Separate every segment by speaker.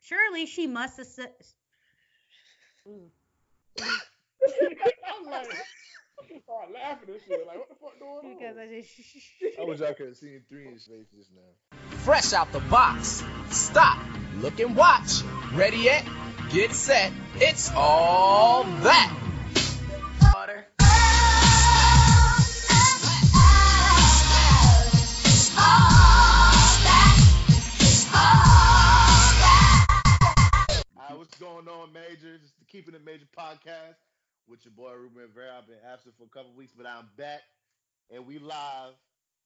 Speaker 1: Surely she must have said.
Speaker 2: I'm like, I just started laughing and shit. Like, what the fuck going on?
Speaker 1: Because I just.
Speaker 3: I wish I could have seen three in his face just now.
Speaker 4: Fresh out the box. Stop. Look and watch. Ready yet? Get set. It's all that. Butter.
Speaker 3: All right, what's going on, Major? This is the Keeping It Major podcast with your boy Ruben Rivera. I've been absent for a couple weeks, but I'm back and we live.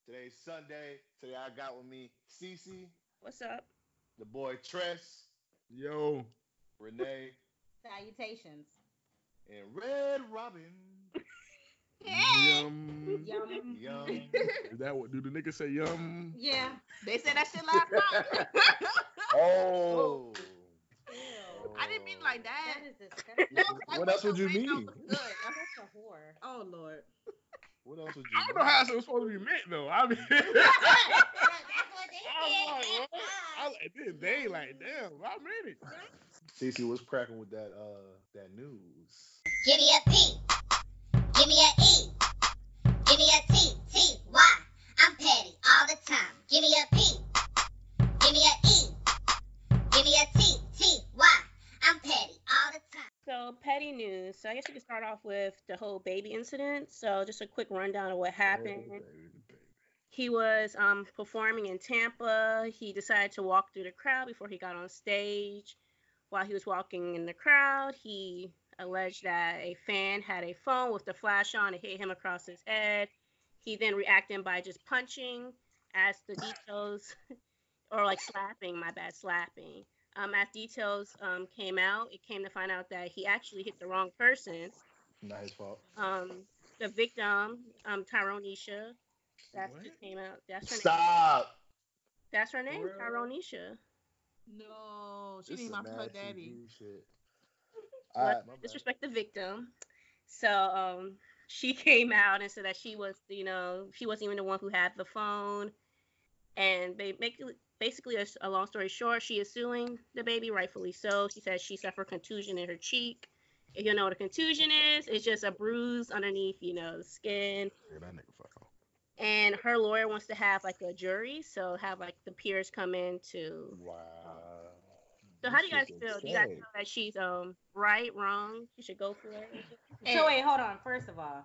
Speaker 3: Today's Sunday. Today I got with me Cece,
Speaker 1: What's up?
Speaker 3: the boy Tress,
Speaker 2: Yo.
Speaker 3: Renee,
Speaker 1: Salutations.
Speaker 3: and Red Robin.
Speaker 2: Yum.
Speaker 5: Yum.
Speaker 3: Young.
Speaker 2: Is that what? Do the nigga say yum?
Speaker 5: Yeah, they said that shit last night.
Speaker 3: Oh.
Speaker 5: I didn't mean like that.
Speaker 1: That is disgusting.
Speaker 3: Yeah, What else would you
Speaker 5: That
Speaker 3: mean?
Speaker 5: was good.
Speaker 1: That's a horror.
Speaker 5: Oh lord.
Speaker 3: What else would you
Speaker 2: I don't know how it was supposed to be meant though. I mean, I was like, what? I like this day, like damn, I meant it.
Speaker 3: Cece, what's cracking with that uh that news?
Speaker 6: Give me a P. Give me a E. Give me a T. T. Y. I'm petty all the time. Give me a P. Give me a E. Give me a T. T. Y. I'm petty all the time.
Speaker 7: So, petty news. So, I guess we can start off with the whole baby incident. So, just a quick rundown of what happened.
Speaker 3: Oh, baby, baby.
Speaker 7: He was um, performing in Tampa. He decided to walk through the crowd before he got on stage. While he was walking in the crowd, he alleged that a fan had a phone with the flash on and hit him across his head. He then reacted by just punching, as the details, or like slapping, my bad, slapping. Um, as details um, came out, it came to find out that he actually hit the wrong person
Speaker 3: Not his fault.
Speaker 7: um the victim, um Tyronisha. That's
Speaker 2: What?
Speaker 7: just came out. That's her name.
Speaker 3: Stop.
Speaker 7: That's her name,
Speaker 3: Girl.
Speaker 7: Tyronisha. Oh,
Speaker 5: No, she
Speaker 3: This
Speaker 5: didn't
Speaker 3: is
Speaker 5: mind her
Speaker 3: mad
Speaker 5: daddy.
Speaker 3: TV shit.
Speaker 7: So
Speaker 3: All
Speaker 7: let's
Speaker 3: right, my bad.
Speaker 7: disrespect the victim. So um she came out and said that she was, you know, she wasn't even the one who had the phone. And they make basically a, s- a long story short, she is suing the baby, rightfully so. She says she suffered contusion in her cheek. If you don't know what a contusion is, it's just a bruise underneath, you know, the skin.
Speaker 2: Yeah, that nigga fuck off.
Speaker 7: and her lawyer wants to have like a jury, so have like the peers come in to.
Speaker 3: Wow.
Speaker 7: So how do you guys feel? Do you guys feel that she's um right, wrong? She should go for it.
Speaker 1: So wait, hold on. First of all,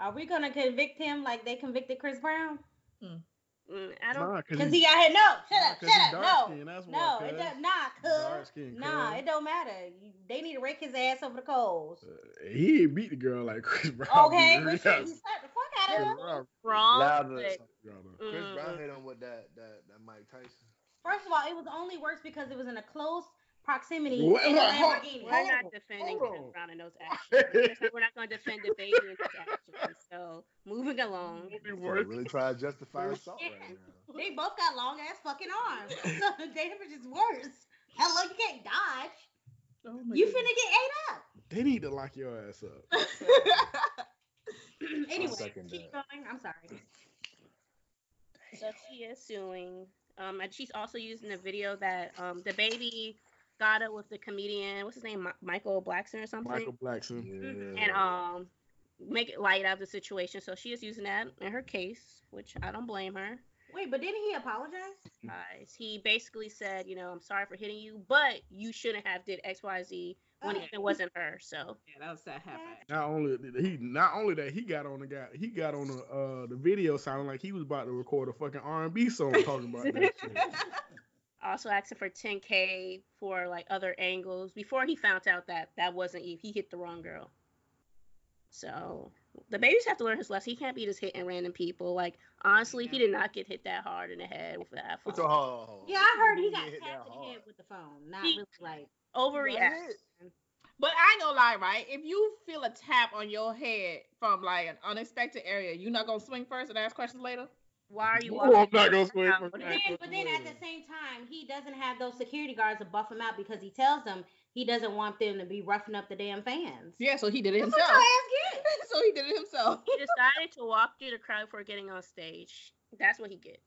Speaker 1: are we gonna convict him like they convicted Chris Brown?
Speaker 7: Mm, I don't.
Speaker 2: Nah,
Speaker 1: Cause he got hit. No, shut
Speaker 2: nah,
Speaker 1: up,
Speaker 2: 'cause
Speaker 1: shut
Speaker 2: he
Speaker 1: up.
Speaker 2: dark
Speaker 1: No,
Speaker 2: skin, that's why,
Speaker 1: no, it
Speaker 2: cuz.
Speaker 1: does not. Cause
Speaker 2: Dark skin,
Speaker 1: nah,
Speaker 2: cuz.
Speaker 1: it don't matter. You- They need to rake his ass over the coals.
Speaker 2: Uh, he ain't beat the girl like Chris Brown.
Speaker 1: Okay,
Speaker 2: did.
Speaker 1: we
Speaker 2: Yes.
Speaker 1: should slap the fuck out of him.
Speaker 2: Chris Brown-
Speaker 7: Wrong.
Speaker 3: Louder.
Speaker 7: But,
Speaker 2: Brown, uh,
Speaker 3: Chris Brown
Speaker 7: mm,
Speaker 3: hit him with that that that Mike Tyson.
Speaker 1: First of all, it was only worse because it was in a close proximity
Speaker 2: What?
Speaker 1: in a
Speaker 2: Hold- hold-
Speaker 1: Lamborghini.
Speaker 7: we're not
Speaker 2: Hold
Speaker 7: defending
Speaker 2: on.
Speaker 7: Chris Brown in those actions. we're not going to defend the baby in those actions. So moving along.
Speaker 2: won't be
Speaker 3: So
Speaker 2: worth
Speaker 3: really try to justify assault right
Speaker 1: Yeah.
Speaker 3: now.
Speaker 1: They both got long ass fucking arms. So the damage is worse. Hello, you can't dodge.
Speaker 2: Oh my
Speaker 1: you finna
Speaker 2: goodness.
Speaker 1: get ate up.
Speaker 2: They need to lock your ass up.
Speaker 1: anyway,
Speaker 3: second
Speaker 1: keep
Speaker 3: that.
Speaker 1: going. I'm sorry.
Speaker 7: So she is suing. Um, and she's also using the video that um the baby got up with the comedian. What's his name? Mi- Michael Blackson or something.
Speaker 2: Michael Blackson.
Speaker 7: and um make it light out of the situation. So she is using that in her case, which I don't blame her.
Speaker 1: Wait, but didn't he apologize?
Speaker 7: Uh, he basically said, you know, I'm sorry for hitting you, but you shouldn't have did X Y Z when
Speaker 1: Okay.
Speaker 7: it wasn't her. So
Speaker 5: Yeah, that was that happened.
Speaker 2: Not only did he, not only that he got on the guy, he got on the uh the video sounding like he was about to record a fucking R and B song talking about that shit.
Speaker 7: also asking for 10k for like other angles before he found out that that wasn't Eve. He hit the wrong girl. So the babies have to learn his lesson. He can't be just hitting random people. Like honestly, he did not get hit that hard in the head with that
Speaker 3: What's
Speaker 7: phone.
Speaker 3: all?
Speaker 1: Yeah, I heard he got
Speaker 3: hit that
Speaker 1: tapped in the head
Speaker 3: hard.
Speaker 1: with the phone. Not
Speaker 7: He-
Speaker 1: really like.
Speaker 7: Overreact.
Speaker 3: What?
Speaker 5: But I ain't gonna lie, right? If you feel a tap on your head from like an unexpected area, you not gonna swing first and ask questions later.
Speaker 7: Why are you?
Speaker 2: Ooh,
Speaker 7: walking
Speaker 2: I'm not
Speaker 7: through
Speaker 2: gonna
Speaker 7: the
Speaker 2: swing
Speaker 7: crowd?
Speaker 2: for
Speaker 1: But then, but then at the same time, he doesn't have those security guards to buff him out because he tells them he doesn't want them to be roughing up the damn fans.
Speaker 5: Yeah, so he did it
Speaker 1: That's what
Speaker 5: himself.
Speaker 1: your ass get.
Speaker 5: so he did it himself.
Speaker 7: he decided to walk through the crowd before getting on stage. That's what he gets.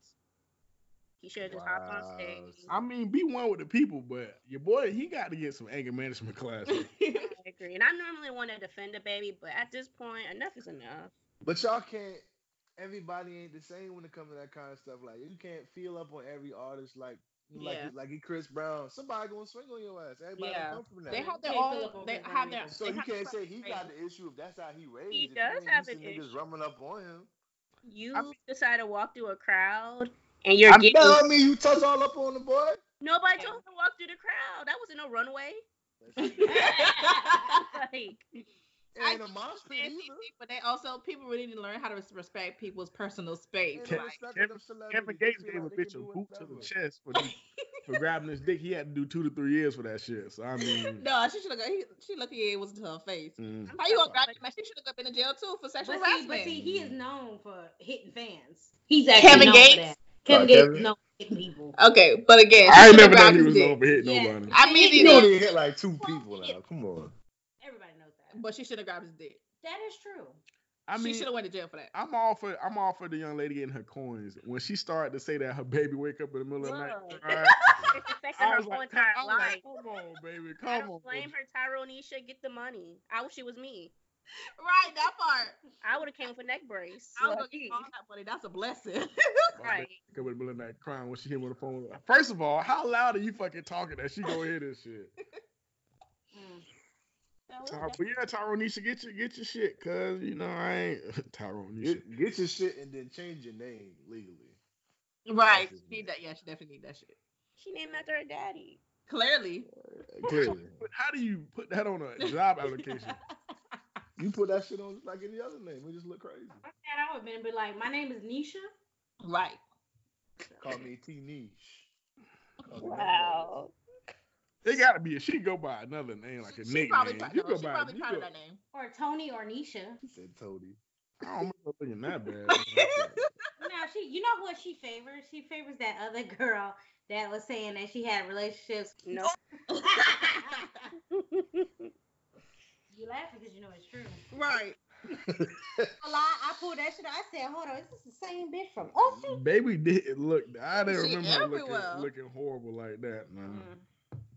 Speaker 7: He should have just hopped on stage.
Speaker 2: I mean, be one with the people, but your boy, he got to get some anger management classes.
Speaker 7: I agree. And I'm normally the one to defend the baby, but at this point, enough is enough.
Speaker 3: But y'all can't. Everybody ain't the same when it comes to that kind of stuff. Like you can't feel up on every artist. Like like
Speaker 5: Yeah.
Speaker 3: like he Chris Brown. Somebody gonna swing on your ass. Everybody
Speaker 5: Yeah.
Speaker 3: don't come from that.
Speaker 5: They have their
Speaker 1: Can't fill up
Speaker 5: own.
Speaker 1: on
Speaker 5: They
Speaker 1: Chris
Speaker 5: have
Speaker 1: Brown
Speaker 5: their.
Speaker 1: either.
Speaker 3: so
Speaker 5: they
Speaker 3: you
Speaker 5: have
Speaker 3: can't
Speaker 5: their
Speaker 3: say he
Speaker 5: own
Speaker 3: got
Speaker 5: race.
Speaker 3: the issue if that's how he raised.
Speaker 7: He
Speaker 3: it. You
Speaker 7: does
Speaker 3: ain't
Speaker 7: have
Speaker 3: used
Speaker 7: an
Speaker 3: to niggas
Speaker 7: issue.
Speaker 3: rumbling up on him.
Speaker 7: You
Speaker 2: I mean-
Speaker 7: decide to walk through a crowd and you're
Speaker 3: I mean,
Speaker 7: getting
Speaker 3: no, I mean you touch all up on the boy.
Speaker 7: nobody told him to walk through the crowd. That wasn't no runway. like,
Speaker 3: Ain't a mosh pit
Speaker 5: Fancy
Speaker 3: either.
Speaker 5: thing, But they also people really need to learn how to res- respect people's personal space.
Speaker 3: Ain't no
Speaker 2: Kevin-
Speaker 5: Like,
Speaker 3: respect
Speaker 2: Kevin-
Speaker 3: of celebrities.
Speaker 2: Kevin
Speaker 3: They
Speaker 2: Gates
Speaker 3: feel
Speaker 2: gave a
Speaker 3: like they
Speaker 2: bitch a
Speaker 3: can do
Speaker 2: boot to the
Speaker 3: whatever.
Speaker 2: chest for, for grabbing his dick. He had to do two to three years for that shit. So I mean,
Speaker 5: no, she should have. She lucky it wasn't to her face.
Speaker 2: mm.
Speaker 5: How you
Speaker 7: sorry,
Speaker 5: gonna grab
Speaker 7: but-
Speaker 5: like she should have been in jail too for sexual
Speaker 1: But see,
Speaker 5: harassment?
Speaker 1: but see, he is known for hitting fans. He's actually
Speaker 5: Kevin
Speaker 1: known
Speaker 5: Gates?
Speaker 1: For that. Kevin Gates
Speaker 2: Sorry, Kevin.
Speaker 1: is known for hitting people.
Speaker 5: okay, but again,
Speaker 2: I
Speaker 5: she
Speaker 2: ain't
Speaker 5: shoulda
Speaker 2: never known
Speaker 5: grabbed
Speaker 2: he
Speaker 5: his
Speaker 2: was
Speaker 5: dick.
Speaker 2: over hitting
Speaker 1: Yeah.
Speaker 2: nobody.
Speaker 5: I
Speaker 1: He
Speaker 5: mean,
Speaker 3: You
Speaker 5: either-
Speaker 1: knows-
Speaker 3: only hit like two people now. Come on.
Speaker 1: Everybody knows that.
Speaker 5: but she should have grabbed his dick.
Speaker 1: That is true.
Speaker 2: I
Speaker 5: she
Speaker 2: mean,
Speaker 5: should have went to jail for that.
Speaker 2: I'm all for I'm all for the young lady getting her coins. When she started to say that her baby wake up in the middle of the night,
Speaker 7: Look.
Speaker 2: crying,
Speaker 7: It's affected
Speaker 2: I
Speaker 7: her
Speaker 2: was
Speaker 7: whole
Speaker 2: like,
Speaker 7: entire
Speaker 2: I was
Speaker 7: life.
Speaker 2: like, come on, baby,
Speaker 7: I
Speaker 2: come on.
Speaker 7: don't blame her. Tyronisha, get the money. I wish it was me.
Speaker 5: Right, that part.
Speaker 7: I would have came with a neck brace.
Speaker 5: I was gonna
Speaker 7: Like,
Speaker 5: give all that money. That's a blessing.
Speaker 2: My
Speaker 7: right.
Speaker 2: baby wake up in the middle of the night crying when she hit me on the phone. First of all, how loud are you fucking talking that she gonna hear this shit?
Speaker 1: Mm.
Speaker 2: Ty- but yeah, Tyronisha, get your get your shit, cause you know I ain't Tyronisha.
Speaker 3: Get, get your shit and then change your name legally.
Speaker 5: right.
Speaker 3: That's just me.
Speaker 5: She need that. Yeah, she definitely need that shit.
Speaker 7: She named after her daddy.
Speaker 5: Clearly.
Speaker 3: Clearly.
Speaker 2: But how do you put that on a job application?
Speaker 3: You put that shit on just like any other name. We just look crazy.
Speaker 1: My dad, I would have been be like, my name is Nisha.
Speaker 5: Right.
Speaker 3: Call me T Niche.
Speaker 7: Wow.
Speaker 2: it gotta be a she go by another name like a
Speaker 5: She- she
Speaker 2: nigga.
Speaker 5: probably
Speaker 2: name.
Speaker 5: proud-
Speaker 2: You
Speaker 5: no,
Speaker 2: go
Speaker 5: she
Speaker 2: by
Speaker 5: probably
Speaker 2: you
Speaker 5: proud
Speaker 2: go,
Speaker 5: of that name.
Speaker 1: Or Tony or Nisha.
Speaker 3: He said Tony.
Speaker 2: I don't know looking that bad.
Speaker 1: Now she you know what she favors? She favors that other girl that was saying that she had relationships.
Speaker 7: No.
Speaker 1: You laugh because you know it's true.
Speaker 5: Right.
Speaker 1: Well, I, I pulled that shit out. I said, hold on, is this the same bitch from Austin?
Speaker 2: Baby didn't look. I didn't
Speaker 5: She
Speaker 2: remember her looking,
Speaker 5: everywhere.
Speaker 2: looking horrible like that. No.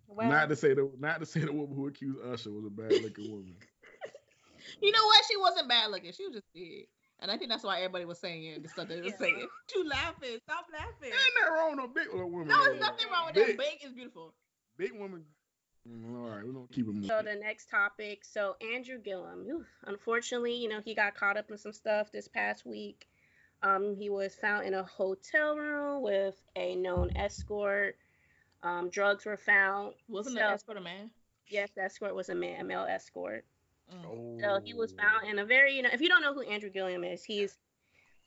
Speaker 7: Well,
Speaker 2: not to say the not to say the woman who accused Usher was a bad looking woman.
Speaker 5: You know what? She wasn't bad looking. She was just big. And I think that's why everybody was saying it, the stuff they were
Speaker 7: Yeah.
Speaker 5: saying. You laughing. Stop laughing.
Speaker 2: Ain't that wrong? No big little woman.
Speaker 5: No,
Speaker 2: though.
Speaker 5: there's nothing wrong with that.
Speaker 2: Big.
Speaker 5: Big is beautiful.
Speaker 2: Big woman. Mm, All right, we don't keep it. moving.
Speaker 7: so the next topic. So Andrew Gillum, oof, unfortunately, you know, he got caught up in some stuff this past week. Um, he was found in a hotel room with a known escort. Um, drugs were found.
Speaker 5: Wasn't
Speaker 7: so,
Speaker 5: that escort a man?
Speaker 7: Yes, the escort was a man, a male escort.
Speaker 5: Mm.
Speaker 2: Oh.
Speaker 7: So he was found in a very, you know, if you don't know who Andrew Gilliam is, he's,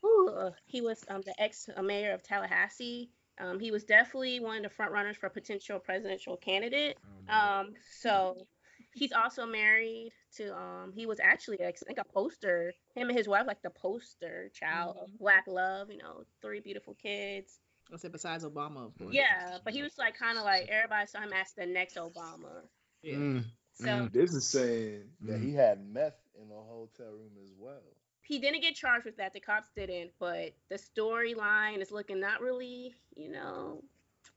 Speaker 7: whew, uh, he was um, the ex uh, mayor of Tallahassee. Um, he was definitely one of the front runners for a potential presidential candidate.
Speaker 2: Oh,
Speaker 7: Um, so he's also married to, um, he was actually like, I think a poster, him and his wife, like the poster child of
Speaker 5: Mhm.
Speaker 7: black love, you know, three beautiful kids.
Speaker 5: I said besides Obama,
Speaker 2: Mm.
Speaker 5: of course.
Speaker 7: Yeah, but he was like kind of like everybody saw him as the next Obama.
Speaker 5: Yeah.
Speaker 2: Mm.
Speaker 7: So
Speaker 2: Mm.
Speaker 3: This is saying that
Speaker 2: Mm.
Speaker 3: he had meth in the hotel room as well.
Speaker 7: he didn't get charged with that. The cops didn't, but the storyline is looking not really, you know.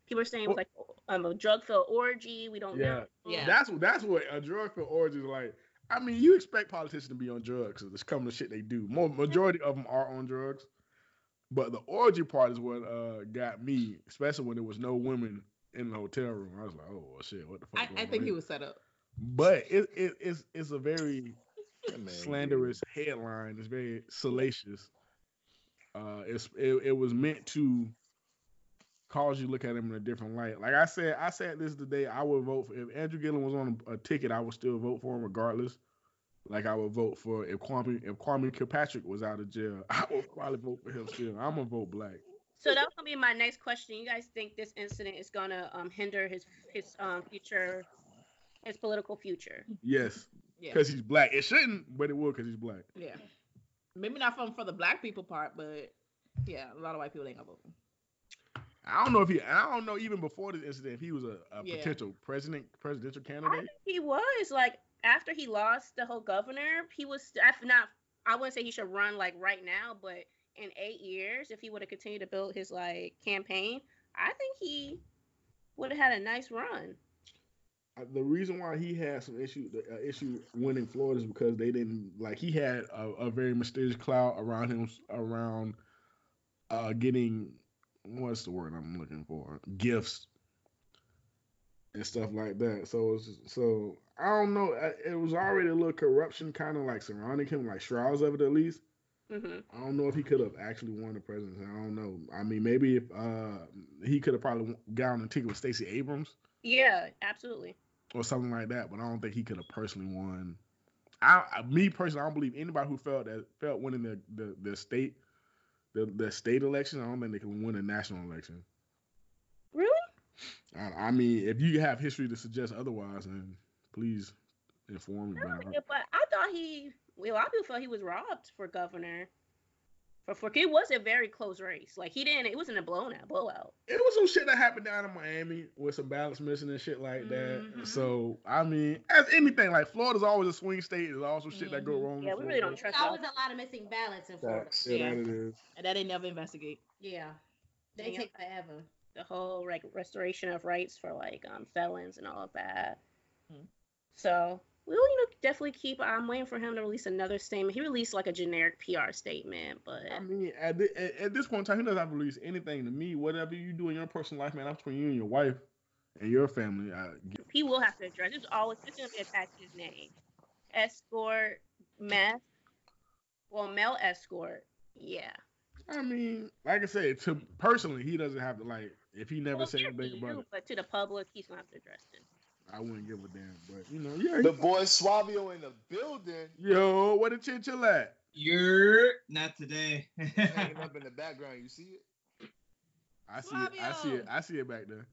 Speaker 7: People are saying it was like um, a drug filled orgy. We don't know.
Speaker 5: Yeah.
Speaker 2: That's what that's what a drug for orgy is like. I mean, you expect politicians to be on drugs because it's coming to shit they do. More majority of them are on drugs, but the orgy part is what uh got me, especially when there was no women in the hotel room. I was like, oh well, shit, what the fuck?
Speaker 5: I,
Speaker 2: going
Speaker 5: I
Speaker 2: on
Speaker 5: think he
Speaker 2: here?
Speaker 5: was set up.
Speaker 2: But it, it it's it's a very
Speaker 3: That man
Speaker 2: slanderous headline. It's very salacious. Uh, it's it, it was meant to cause you to look at him in a different light. Like I said, I said this today. I would vote for if Andrew Gillum was on a, a ticket. I would still vote for him regardless. Like I would vote for if Kwame if Kwame Kilpatrick was out of jail, I would probably vote for him still. I'm gonna vote black.
Speaker 7: So that was gonna be my next question. You guys think this incident is gonna um, hinder his his um, future, his political future?
Speaker 2: Yes,
Speaker 5: Yeah.
Speaker 2: because he's black. It shouldn't, but it will because he's black.
Speaker 5: Yeah. Maybe not from for the black people part, but yeah, a lot of white people ain't gonna vote.
Speaker 2: I don't know if he. I don't know even before this incident if he was a, a
Speaker 5: Yeah.
Speaker 2: potential president presidential
Speaker 7: I
Speaker 2: candidate.
Speaker 7: think he was like after he lost the whole governor, he was I- not. I wouldn't say he should run like right now, but in eight years, if he would have continued to build his like campaign, I think he would have had a nice run.
Speaker 2: I- the reason why he had some issue the uh, issue winning Florida is because they didn't like he had a, a very mysterious cloud around him around uh getting what's the word I'm looking for gifts and stuff like that. So it's just- so I don't know. I- It was already a little corruption kind of like surrounding him, like shrouds of it at least.
Speaker 7: hmm
Speaker 2: I don't know if he could have actually won the presidency. I don't know. I mean, maybe if uh he could have probably gotten a ticket with Stacey Abrams
Speaker 7: Yeah, absolutely.
Speaker 2: or something like that. But I don't think he could have personally won. I, I me personally, I don't believe anybody who felt that felt winning the the, the state the, the state election. I don't think they can win a national election.
Speaker 7: Really?
Speaker 2: I, I mean, if you have history to suggest otherwise, then please inform me.
Speaker 7: I don't
Speaker 2: But I-
Speaker 7: think it- but I thought he. Well, a lot of people felt he was robbed for governor. For for it was a very close race. Like he didn't. It wasn't a blown out blowout.
Speaker 2: it was some shit that happened down in Miami with some ballots missing and shit like that.
Speaker 7: Mm-hmm.
Speaker 5: Mhm.
Speaker 2: So I mean, as anything, like Florida's always a swing state. There's also shit that go
Speaker 5: Mhm.
Speaker 2: wrong. in
Speaker 7: Mm-hmm. Yeah, we really don't
Speaker 2: Florida.
Speaker 7: trust.
Speaker 1: There's always
Speaker 7: That.
Speaker 1: a lot of missing ballots in Florida.
Speaker 2: Facts. Yeah,
Speaker 5: Yeah.
Speaker 2: that it is.
Speaker 5: And that they never investigate.
Speaker 1: Yeah. They
Speaker 7: Yeah.
Speaker 1: take forever.
Speaker 7: The whole like restoration of rights for like um felons and all of that.
Speaker 5: Mhm.
Speaker 7: So we'll you know definitely keep. I'm waiting for him to release another statement. He released like a generic PR statement, but
Speaker 2: I mean, at, thi- at, at this point in time, he doesn't have to release anything to me. Whatever you do in your personal life, man, that's between you and your wife and your family. I get,
Speaker 7: he will have to address. There's always it's gonna be attached to his name. Escort, meth. Well, male escort. Yeah.
Speaker 2: I mean, like I said, to personally, he doesn't have to like. If he never
Speaker 7: Well,
Speaker 2: said
Speaker 7: yeah,
Speaker 2: anything
Speaker 7: to
Speaker 2: about
Speaker 7: you,
Speaker 2: it,
Speaker 7: But to the public, he's gonna have to address it.
Speaker 2: I wouldn't give a damn. But you know, yeah.
Speaker 3: The
Speaker 2: he-
Speaker 3: boy Swabio in the building,
Speaker 2: yo, what a chinchilla at?
Speaker 8: You're not today. Oh,
Speaker 3: hanging up in the background. You see it?
Speaker 2: I see it. I see it. I see it back there.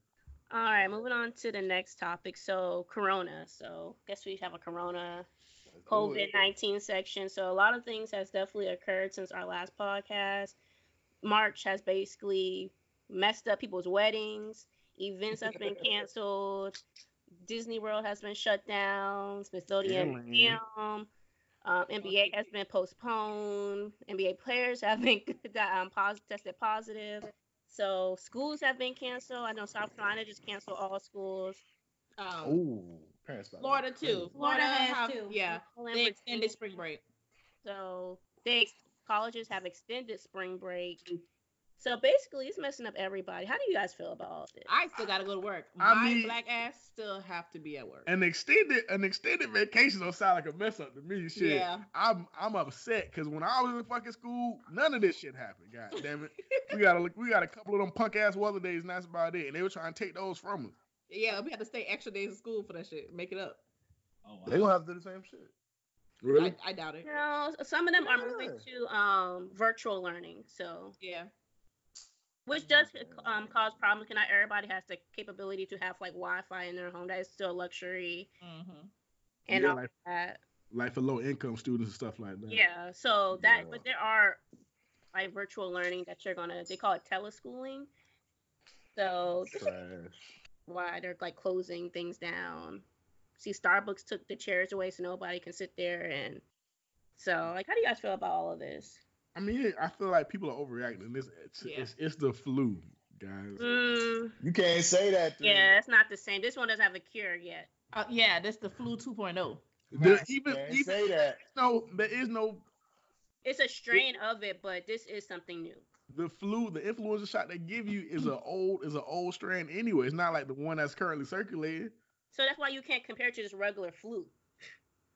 Speaker 7: All right, moving on to the next topic. So Corona. So guess we have a Corona
Speaker 3: Let's do
Speaker 7: COVID
Speaker 3: it.
Speaker 7: nineteen section. So a lot of things has definitely occurred since our last podcast. March has basically messed up people's weddings. Events has been canceled. Disney World has been shut down.
Speaker 2: Yeah,
Speaker 7: Smithsonian
Speaker 2: man.
Speaker 7: Museum.
Speaker 5: Oh,
Speaker 7: Um, NBA has been postponed. NBA players have been um, pos- tested positive. So schools have been canceled. I know South Carolina just canceled all schools.
Speaker 5: Um,
Speaker 2: Ooh, parents. about to
Speaker 5: Florida
Speaker 2: be crazy.
Speaker 5: too.
Speaker 1: Florida has
Speaker 5: have-
Speaker 1: too.
Speaker 5: Yeah,
Speaker 7: Maryland,
Speaker 5: they
Speaker 7: Virginia.
Speaker 5: extended spring break.
Speaker 7: So they colleges have extended spring break. So basically, it's messing up everybody. How do you guys feel about all this?
Speaker 5: I still gotta go to work.
Speaker 2: I
Speaker 5: My
Speaker 2: mean-
Speaker 5: black ass still have to be at work.
Speaker 2: An extended, an extended vacation don't sound like a mess up to me. Shit.
Speaker 5: Yeah.
Speaker 2: I'm I'm upset because when I was in fucking school, none of this shit happened. God damn it. we got a we got a couple of them punk ass weather days, and that's about it. And they were trying to take those from us.
Speaker 5: Yeah, we had to stay extra days in school for that shit. Make it up.
Speaker 8: Oh, wow.
Speaker 3: They gonna have to do the same shit.
Speaker 2: Really?
Speaker 5: I, I doubt it.
Speaker 7: No, some of them are moving to um, virtual learning, so
Speaker 5: Yeah.
Speaker 7: which does um, cause problems. 'cause Not everybody has the capability to have like Wi-Fi in their home. That is still a luxury
Speaker 5: Mm-hmm.
Speaker 7: and
Speaker 2: Yeah,
Speaker 7: all
Speaker 2: like-
Speaker 7: that.
Speaker 2: Like for low income students and stuff like that.
Speaker 7: Yeah. So that,
Speaker 3: Yeah.
Speaker 7: but there are like virtual learning that you're gonna. They call it teleschooling. So this why they're like closing things down. See, Starbucks took the chairs away so nobody can sit there, and so like, how do you guys feel about all of this?
Speaker 2: I mean, I feel like people are overreacting. This it's
Speaker 5: Yeah.
Speaker 2: it's, it's the flu, guys.
Speaker 7: Mm,
Speaker 3: You can't say that. Thing.
Speaker 7: yeah, it's not the same. This one doesn't have a cure yet.
Speaker 5: Uh, yeah, that's the flu 2.0.
Speaker 2: There-
Speaker 3: Right.
Speaker 2: even
Speaker 3: Can't
Speaker 2: even
Speaker 3: say that.
Speaker 2: no, there is no
Speaker 7: It's a strain of it, but this is something new.
Speaker 2: the flu. The influenza shot they give you is a old is an old strand anyway. It's not like the one that's currently circulating.
Speaker 7: So that's why you can't compare it to just regular flu.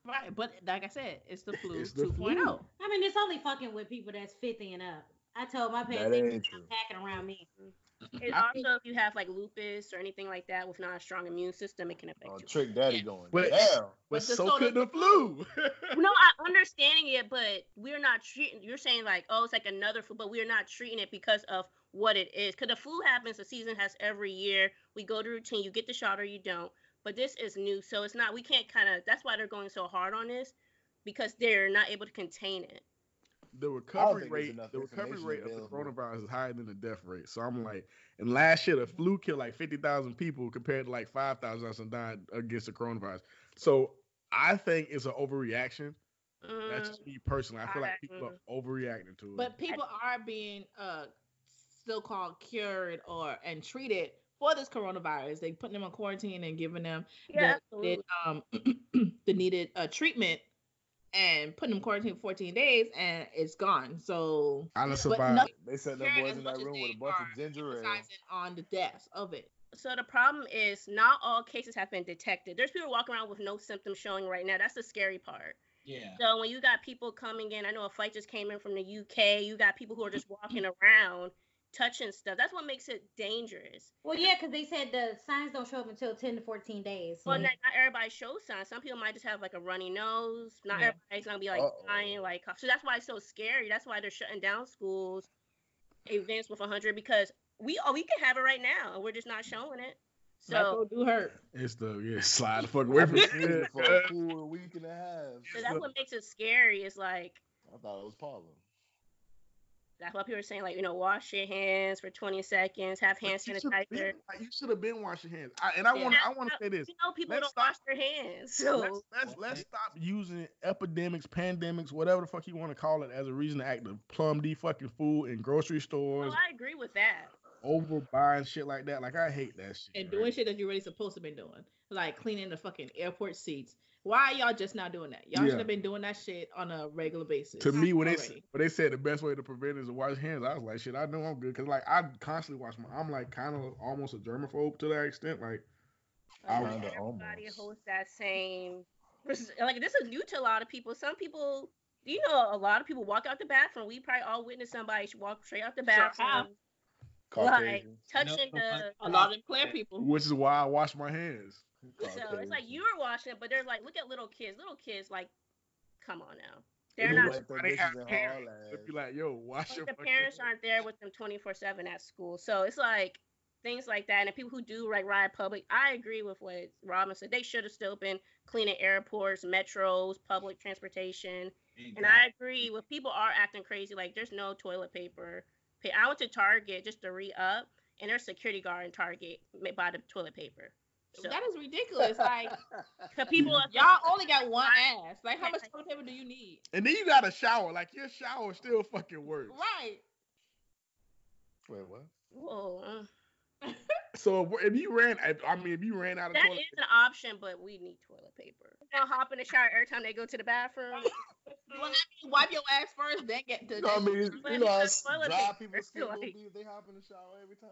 Speaker 5: Right, but like I said, it's the flu oh.
Speaker 2: It's the
Speaker 5: 2.0.
Speaker 2: flu. Mm-hmm.
Speaker 1: I mean, it's only fucking with people that's 50 and up. I told my
Speaker 3: That
Speaker 1: parents they
Speaker 3: ain't true.
Speaker 1: packing around me.
Speaker 7: It
Speaker 2: I
Speaker 7: also, if you have like lupus or anything like that with not a strong immune system, it can affect
Speaker 3: Oh,
Speaker 7: you.
Speaker 3: Trick Daddy going
Speaker 2: But-
Speaker 3: down.
Speaker 2: But,
Speaker 5: But the-
Speaker 2: so
Speaker 5: so
Speaker 2: could
Speaker 5: the-
Speaker 2: the flu.
Speaker 7: No, I'm understanding it, but we're not treating. You're saying like, oh, it's like another flu, but we're not treating it because of what it is. Because the flu happens, the season has every year. We go to routine. You get the shot or you don't. But this is new, so it's not. We can't kind of. That's why they're going so hard on this, because they're not able to contain it.
Speaker 2: the recovery
Speaker 3: think there's
Speaker 2: rate
Speaker 3: enough
Speaker 2: the recovery
Speaker 3: information
Speaker 2: rate of the
Speaker 3: available.
Speaker 2: coronavirus is higher than the death rate. So I'm like, and last year the flu killed like fifty thousand people compared to like five thousand us and died against the coronavirus. So I think it's an overreaction. That's
Speaker 7: Mm,
Speaker 2: just me personally. I feel like people
Speaker 7: I-
Speaker 2: are overreacting to it.
Speaker 5: But people are being uh still called cured or and treated for this coronavirus. They putting them on quarantine and giving them
Speaker 7: Yeah,
Speaker 5: the, needed, um, the needed uh, treatment and putting them quarantine for 14 days and it's gone. So
Speaker 2: I done
Speaker 5: but
Speaker 2: survived.
Speaker 5: nothing
Speaker 3: They said them
Speaker 5: Scared
Speaker 3: boys
Speaker 5: as
Speaker 3: in
Speaker 5: much
Speaker 3: that
Speaker 5: as
Speaker 3: room
Speaker 5: they
Speaker 3: with a bunch
Speaker 5: are
Speaker 3: of ginger ale.
Speaker 5: emphasizing on the deaths of it.
Speaker 7: So the problem is not all cases have been detected. There's people walking around with no symptoms showing right now. That's the scary part.
Speaker 8: Yeah.
Speaker 7: So when you got people coming in, I know a fight just came in from the UK. You got people who are just walking around touching stuff. That's what makes it dangerous.
Speaker 1: Well, yeah, because they said the signs don't show up until 10 to 14 days.
Speaker 7: Well, not, not everybody shows signs. Some people might just have like a runny nose. Not
Speaker 5: Yeah.
Speaker 7: everybody's gonna be like
Speaker 3: Uh-oh.
Speaker 7: dying, like cough. so. That's why it's so scary. That's why they're shutting down schools, events with 100 because we oh we could have it right now and we're just not showing it. So
Speaker 5: So do hurt.
Speaker 2: It's the yeah, slide the fuck away from
Speaker 3: I've been
Speaker 2: it.
Speaker 3: here for a cool week and a
Speaker 7: So
Speaker 3: half.
Speaker 7: that's what makes it scary. Is like
Speaker 3: I thought it was Paula.
Speaker 7: that's why people are saying like you know wash your hands for 20 seconds, have hand
Speaker 2: You should've
Speaker 7: sanitizer.
Speaker 2: been- like, You should have been washing hands. I, and I
Speaker 5: Yeah.
Speaker 2: want to. I want to say this.
Speaker 7: You know people
Speaker 2: Let's
Speaker 7: don't wash their hands. So
Speaker 2: Let's let's, let's stop using epidemics, pandemics, whatever the fuck you want to call it, as a reason to act the plum d fucking fool in grocery
Speaker 7: well,
Speaker 2: stores,
Speaker 7: I agree with that.
Speaker 2: over buying shit like that. Like I hate that shit.
Speaker 5: and
Speaker 2: right?
Speaker 5: doing shit that you're really supposed to been doing, like cleaning the fucking airport seats. Why are y'all just not doing that? Y'all
Speaker 2: Yeah.
Speaker 5: should have been doing that shit on a regular basis.
Speaker 2: To me, when they
Speaker 5: already.
Speaker 2: s- when they said the best way to prevent is to wash hands, I was like, shit, I know I'm good because like I constantly wash my. I'm like kind of almost a germaphobe to that extent. Like I
Speaker 7: Like,
Speaker 2: was
Speaker 7: Um, everybody
Speaker 3: almost.
Speaker 7: holds that same. res- Like this is new to a lot of people. Some people, you know, a lot of people walk out the bathroom. We probably all witnessed somebody walk straight out the
Speaker 5: Sure have.
Speaker 7: bathroom, like
Speaker 3: Caucasians.
Speaker 7: touching
Speaker 8: No,
Speaker 7: the.
Speaker 5: a lot of them clear people.
Speaker 2: which is why I wash my hands.
Speaker 7: So it's like
Speaker 3: Caucasians.
Speaker 7: you were watching it, but they're like, look at little kids. Little kids, like, come on now. They're
Speaker 3: They
Speaker 7: not.
Speaker 3: wet their
Speaker 2: Why they
Speaker 3: bitches
Speaker 2: have
Speaker 3: and
Speaker 2: parents
Speaker 3: haul
Speaker 2: to
Speaker 3: ass.
Speaker 2: be like, yo, wash
Speaker 7: like,
Speaker 2: your
Speaker 7: the
Speaker 2: fucking
Speaker 7: parents
Speaker 2: hands.
Speaker 7: aren't there with them 24 7 at school. So it's like things like that. And the people who do like ride public, I agree with what Robin said. They should have still been cleaning airports, metros, public transportation. And I agree with people are acting crazy. Like there's no toilet paper. Pa- I went to Target just to re up, and there's security guard in Target ma- by the toilet paper. So
Speaker 5: That is ridiculous. Like
Speaker 7: the people, are-
Speaker 5: y'all only got one ass. Like how much toilet paper do you need?
Speaker 2: And then you got a shower. Like your shower still fucking works.
Speaker 5: Right.
Speaker 3: Wait, what?
Speaker 7: Whoa, mm.
Speaker 2: So if, we're- if you ran, if, I mean, if you ran out of
Speaker 7: that
Speaker 2: toilet,
Speaker 7: is an option, but we need toilet paper. Now hop in the shower every time they go to the bathroom.
Speaker 5: Well, I mean, wipe your ass first, then get to.
Speaker 3: You know what I mean?
Speaker 7: But
Speaker 3: You know how s-
Speaker 7: it's toilet
Speaker 3: dry
Speaker 7: paper,
Speaker 3: people's
Speaker 7: it's
Speaker 3: skin will
Speaker 7: like-
Speaker 3: be if they hop in the shower every time?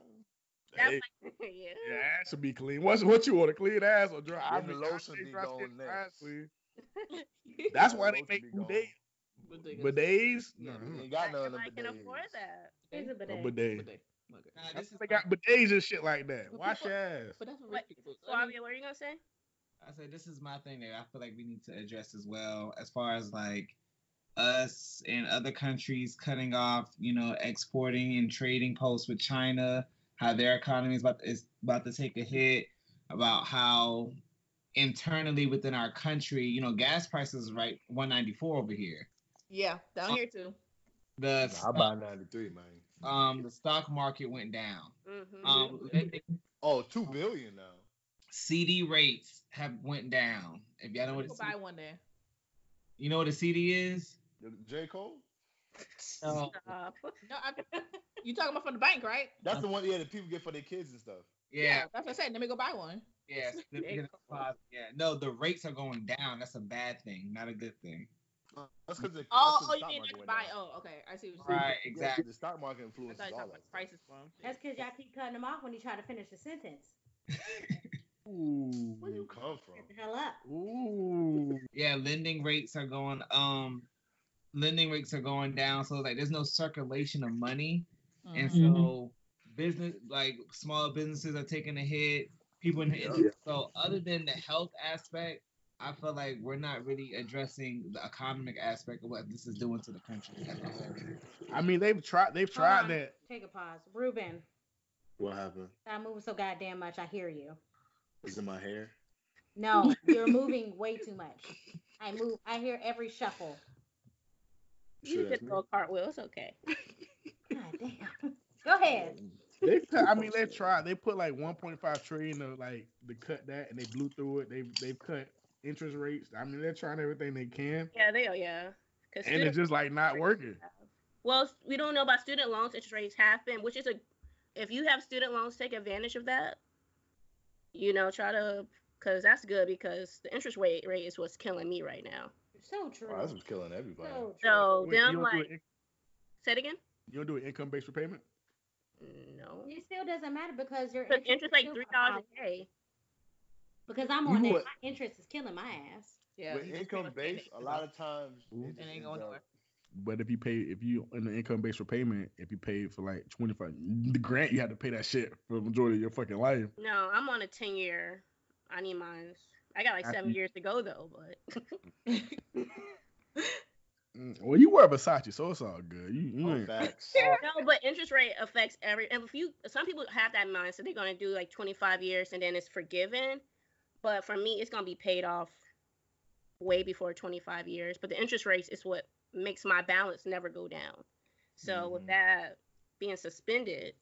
Speaker 7: That's
Speaker 2: Hey,
Speaker 7: like, yeah.
Speaker 2: your ass should be clean. What's what you want a clean ass or dry? I
Speaker 3: Then the
Speaker 2: mean, I
Speaker 3: lotion
Speaker 2: say
Speaker 3: be
Speaker 2: dry skin,
Speaker 3: going
Speaker 2: dry ass
Speaker 3: next.
Speaker 2: clean.
Speaker 5: Ridiculous.
Speaker 2: That's why
Speaker 3: The
Speaker 2: they Mm-hmm.
Speaker 3: lotion
Speaker 2: make
Speaker 3: be gone.
Speaker 2: bidets. Bidets? No,
Speaker 3: Yeah,
Speaker 2: no,
Speaker 3: you ain't got
Speaker 7: I
Speaker 3: none of
Speaker 7: can,
Speaker 3: them
Speaker 7: I can afford
Speaker 3: bidets.
Speaker 7: that.
Speaker 1: It's a bidet.
Speaker 2: a bidet.
Speaker 5: Okay.
Speaker 8: Nah,
Speaker 2: I
Speaker 8: this is
Speaker 2: think They got bidets and shit like that.
Speaker 5: But
Speaker 2: Wash
Speaker 5: people-
Speaker 2: your ass.
Speaker 5: But that's what
Speaker 7: What-
Speaker 5: rich people. I mean,
Speaker 7: Flavia, what are you gonna say?
Speaker 8: I said this is my thing that I feel like we need to address as well, as far as like us and other countries cutting off, you know, exporting and trading posts with China, how their economy is about is about to take a hit, about how internally within our country, you know, gas prices is right 194 over here.
Speaker 5: yeah, down here too.
Speaker 8: The
Speaker 3: Nah, I buy 93, man.
Speaker 8: um the stock market went down.
Speaker 7: Mm-hmm.
Speaker 8: Um,
Speaker 3: Oh, two billion now.
Speaker 8: CD rates have went down. If y'all know what
Speaker 5: Go
Speaker 8: a
Speaker 5: buy
Speaker 8: CD,
Speaker 5: one there.
Speaker 8: you know what a CD is.
Speaker 3: The- J. Cole?
Speaker 8: No.
Speaker 7: Stop.
Speaker 5: No, I, you talking about from the bank, right?
Speaker 3: That's the one yeah, that people get for their kids and stuff.
Speaker 8: Yeah,
Speaker 5: that's what I said. Let me go buy one.
Speaker 8: yeah, significant deposit, yeah. No, the rates are going down. That's a bad thing, not a good thing.
Speaker 3: That's because the
Speaker 5: Oh,
Speaker 3: that's 'cause
Speaker 5: oh,
Speaker 3: the
Speaker 5: you
Speaker 3: stock
Speaker 5: mean
Speaker 3: market went
Speaker 5: like buy?
Speaker 3: down.
Speaker 5: Oh, okay, I see what you're saying.
Speaker 8: Right,
Speaker 3: Yeah,
Speaker 8: exactly.
Speaker 3: The stock market
Speaker 5: I
Speaker 3: influences
Speaker 5: thought you were
Speaker 3: all
Speaker 5: talking
Speaker 3: that.
Speaker 5: about prices from.
Speaker 1: That's because y'all keep cutting them off when you try to finish a sentence.
Speaker 2: Ooh.
Speaker 3: Where you come from?
Speaker 1: Shut the hell up.
Speaker 2: Ooh.
Speaker 8: Yeah, lending rates are going um lending rates are going down. So like there's no circulation of money. And
Speaker 2: Mm-hmm.
Speaker 5: Mm-hmm.
Speaker 8: so business like small businesses are taking a hit. People in
Speaker 2: Yeah.
Speaker 8: so other than the health aspect, I feel like we're not really addressing the economic aspect of what this is doing to the country. as a whole.
Speaker 2: I mean, they've tried. They've
Speaker 1: Hold
Speaker 2: tried
Speaker 1: on.
Speaker 2: that.
Speaker 1: Take a pause. Ruben,
Speaker 3: What happened?
Speaker 1: stop moving so goddamn much. I hear you.
Speaker 3: Is in my hair?
Speaker 1: No, you're moving way too much. I move. I hear every shuffle.
Speaker 7: You
Speaker 3: Sure, that's
Speaker 7: did go cartwheel. It's okay.
Speaker 1: God damn. Go
Speaker 3: Oh,
Speaker 1: ahead.
Speaker 2: They, cut- I mean, they tried. They put like 1.5 trillion to like to cut that, and they blew through it. They've they've cut interest rates. I mean, they're trying everything they can,
Speaker 7: Yeah, they. Oh, yeah. Cause
Speaker 2: and it's
Speaker 7: student-
Speaker 2: just like not working.
Speaker 7: Well, we don't know about student loans. Interest rates have been, which is a, if you have student loans, take advantage of that. You know, try to, cause that's good because the interest rate rate is what's killing me right now.
Speaker 1: So true.
Speaker 3: Wow, that's what's killing everybody.
Speaker 1: so true.
Speaker 7: So
Speaker 2: Wait, you,
Speaker 7: them
Speaker 2: don't do
Speaker 7: like,
Speaker 2: an in-
Speaker 7: say it again.
Speaker 2: you don't do an income based repayment?
Speaker 7: No,
Speaker 1: it still doesn't matter because your
Speaker 7: because interest like
Speaker 1: is
Speaker 7: three
Speaker 1: still
Speaker 7: dollars
Speaker 1: gonna
Speaker 7: a day.
Speaker 1: follow. Because I'm
Speaker 3: You
Speaker 1: on
Speaker 3: know
Speaker 1: that,
Speaker 3: what?
Speaker 1: my interest is killing my ass.
Speaker 5: Yeah.
Speaker 3: With
Speaker 5: you just
Speaker 3: income
Speaker 5: feel
Speaker 3: based, a
Speaker 5: offended.
Speaker 3: lot of times
Speaker 2: Ooh.
Speaker 3: it just
Speaker 5: It ain't
Speaker 3: ends
Speaker 5: going
Speaker 3: up-
Speaker 5: nowhere.
Speaker 2: But if you pay, if you in the income based repayment, if you paid for like twenty five, the grant you had to pay that shit for the majority of your fucking life.
Speaker 7: No, I'm on a ten year. I need mine. I got like
Speaker 2: I
Speaker 7: seven
Speaker 2: think-
Speaker 7: years to go though, but
Speaker 2: Mm, Well, you wear Versace, so it's all good. You, you
Speaker 3: All
Speaker 2: ain't-
Speaker 3: facts.
Speaker 7: no, but interest rate affects every. And if you, some people have that mindset, they're gonna do like 25 years and then it's forgiven. But for me, it's gonna be paid off way before 25 years. But the interest rates is what makes my balance never go down. So with
Speaker 3: Mhm.
Speaker 7: that being suspended,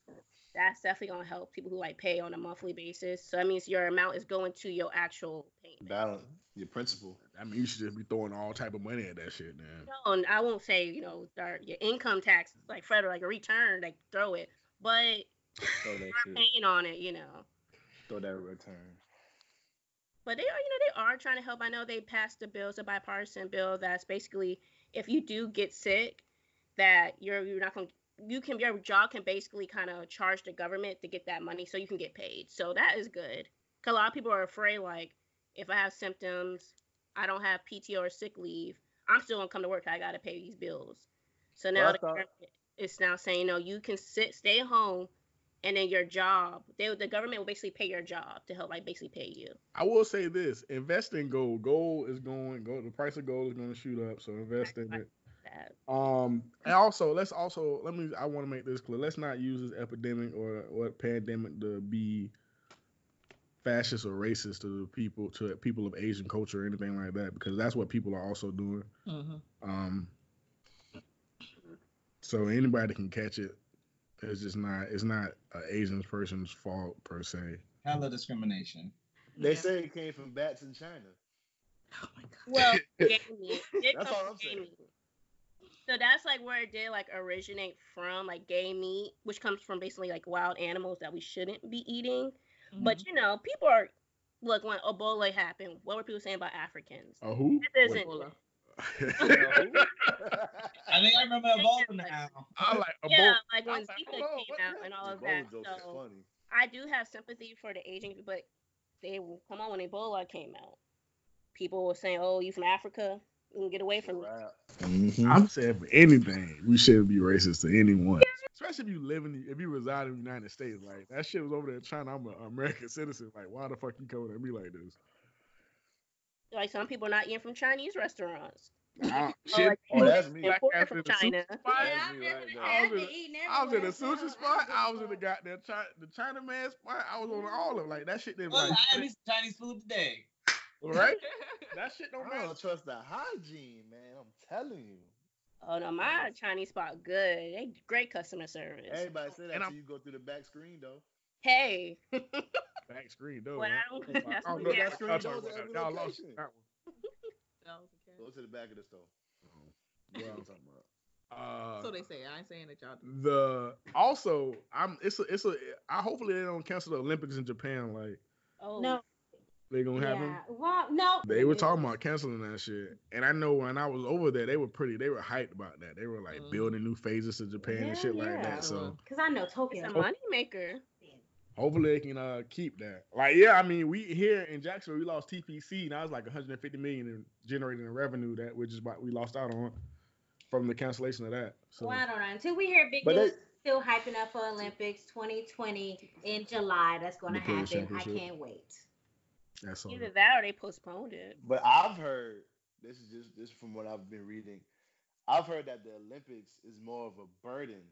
Speaker 7: that's definitely gonna help people who like pay on a monthly basis. So that means your amount is going to your actual payment.
Speaker 3: Balance your principal.
Speaker 2: I mean, you should just be throwing all type of money at that shit, man.
Speaker 7: No, and I won't say you know our, your income tax like federal like a return like throw it, but
Speaker 3: Throw that shit.
Speaker 7: paying on it, you know.
Speaker 3: Throw that return.
Speaker 7: But they are, you know, they are trying to help. I know they passed a bill, it's a bipartisan bill that's basically if you do get sick, that you're you're not going to you can your job can basically kind of charge the government to get that money so you can get paid. So that is good. Cause a lot of people are afraid like if I have symptoms, I don't have PTO or sick leave, I'm still gonna come to work. I gotta pay these bills. So now
Speaker 3: I
Speaker 7: the
Speaker 3: thought-
Speaker 7: government is now saying no, you can sit stay home, and then your job they the government will basically pay your job to help like basically pay you.
Speaker 2: I will say this: invest in gold. Gold is going. Gold. The price of gold is going to shoot up. So invest in it.
Speaker 7: That
Speaker 2: Um, and also let's also let me. I want to make this clear. Let's not use this epidemic or or pandemic to be fascist or racist to the people to people of Asian culture or anything like that because that's what people are also doing.
Speaker 5: Mhm.
Speaker 2: Um, so anybody can catch it. It's just not. It's not an Asian person's fault per se.
Speaker 8: Hella discrimination.
Speaker 3: They
Speaker 5: Mm-hmm. Yeah.
Speaker 3: say it came from bats in China.
Speaker 5: Oh my god.
Speaker 7: Well, gaming. It
Speaker 3: That's
Speaker 7: comes
Speaker 3: all
Speaker 7: from
Speaker 3: I'm saying.
Speaker 7: gaming. So that's like where it did like originate from, like gay meat, which comes from basically like wild animals that we shouldn't be eating.
Speaker 3: Mm-hmm.
Speaker 7: But you know, people are look when Ebola happened. What were people saying about Africans?
Speaker 3: Uh,
Speaker 2: A who?
Speaker 7: This isn't.
Speaker 5: Ebola.
Speaker 8: I think I remember Ebola now.
Speaker 2: I like a
Speaker 7: Yeah,
Speaker 2: bowl.
Speaker 7: like when
Speaker 2: I'm like,
Speaker 7: Zika
Speaker 2: hold on,
Speaker 7: came
Speaker 2: what
Speaker 7: out
Speaker 2: the-
Speaker 7: and all of
Speaker 3: Ebola
Speaker 7: that.
Speaker 3: jokes is
Speaker 7: So
Speaker 3: funny.
Speaker 7: I do have sympathy for the Asian, people, but they come on when Ebola came out. People were saying, "Oh, you from Africa? You can get away from me."
Speaker 3: Wow. Mm-hmm.
Speaker 2: I'm saying for anything, we shouldn't be racist to anyone. Especially if you live in, the, if you reside in the United States, like that shit was over there in China. I'm an American citizen. Like, why the fuck you coming at me like this?
Speaker 7: Like some people are not eating from Chinese restaurants.
Speaker 2: I,
Speaker 7: Oh,
Speaker 2: shit,
Speaker 7: like,
Speaker 3: Oh, that's me.
Speaker 2: black
Speaker 7: imported
Speaker 2: ass
Speaker 7: from
Speaker 2: in the sushi
Speaker 7: China.
Speaker 2: spot.
Speaker 3: Yeah, I remember that.
Speaker 2: I was in a-
Speaker 1: eating
Speaker 2: I was in a
Speaker 1: everywhere.
Speaker 2: sushi spot. I was in the goddamn China, the China man spot. I was on all of like that shit. Didn't
Speaker 8: Well,
Speaker 2: like,
Speaker 8: Oh, I had me some Chinese food today.
Speaker 2: right? That shit don't
Speaker 3: I
Speaker 2: matter.
Speaker 3: don't trust the hygiene, man. I'm telling you.
Speaker 7: Oh no, my Chinese spot good. They great customer service.
Speaker 3: Everybody say that
Speaker 2: And
Speaker 3: till
Speaker 2: I'm-
Speaker 3: you go through the back screen, though.
Speaker 7: Hey,
Speaker 2: Back screen though.
Speaker 7: Well,
Speaker 2: man.
Speaker 7: I don't- that's
Speaker 2: I don't know
Speaker 7: what- yeah.
Speaker 2: that screen. I'm talking
Speaker 3: Those are
Speaker 2: about. Y'all lost
Speaker 3: location.
Speaker 2: that one.
Speaker 3: Go to the back of the store.
Speaker 2: Uh-huh.
Speaker 3: You know what I'm talking about.
Speaker 2: Uh,
Speaker 5: So they say. I ain't saying that y'all do.
Speaker 2: the also I'm it's a, it's a I hopefully they don't cancel the Olympics in Japan like
Speaker 7: Oh
Speaker 1: No,
Speaker 2: they gonna have
Speaker 1: yeah. Well, no.
Speaker 2: them. They were talking about canceling that shit, and I know when I was over there, they were pretty they were hyped about that. They were like
Speaker 7: Mm.
Speaker 5: Mhm.
Speaker 2: building new phases to Japan and
Speaker 1: Hell
Speaker 2: shit like
Speaker 1: yeah.
Speaker 2: that. So
Speaker 1: Because I know
Speaker 7: It's
Speaker 1: Tokyo.
Speaker 7: a money maker.
Speaker 2: hopefully they can uh keep that. Like yeah, I mean we here in Jacksonville we lost TPC and I was like 150 million in generating in revenue that which is what we lost out on from the cancellation of that. So
Speaker 1: Well, I don't know. Until we hear big
Speaker 3: But
Speaker 1: news
Speaker 3: it-
Speaker 1: still hyping up for Olympics 2020 in July, that's going to
Speaker 2: The Players'
Speaker 1: happen. I
Speaker 2: Championship.
Speaker 1: can't wait.
Speaker 2: that's all.
Speaker 7: Either that or they postponed it.
Speaker 3: But I've heard this is just this is from what I've been reading. I've heard that the Olympics is more of a burden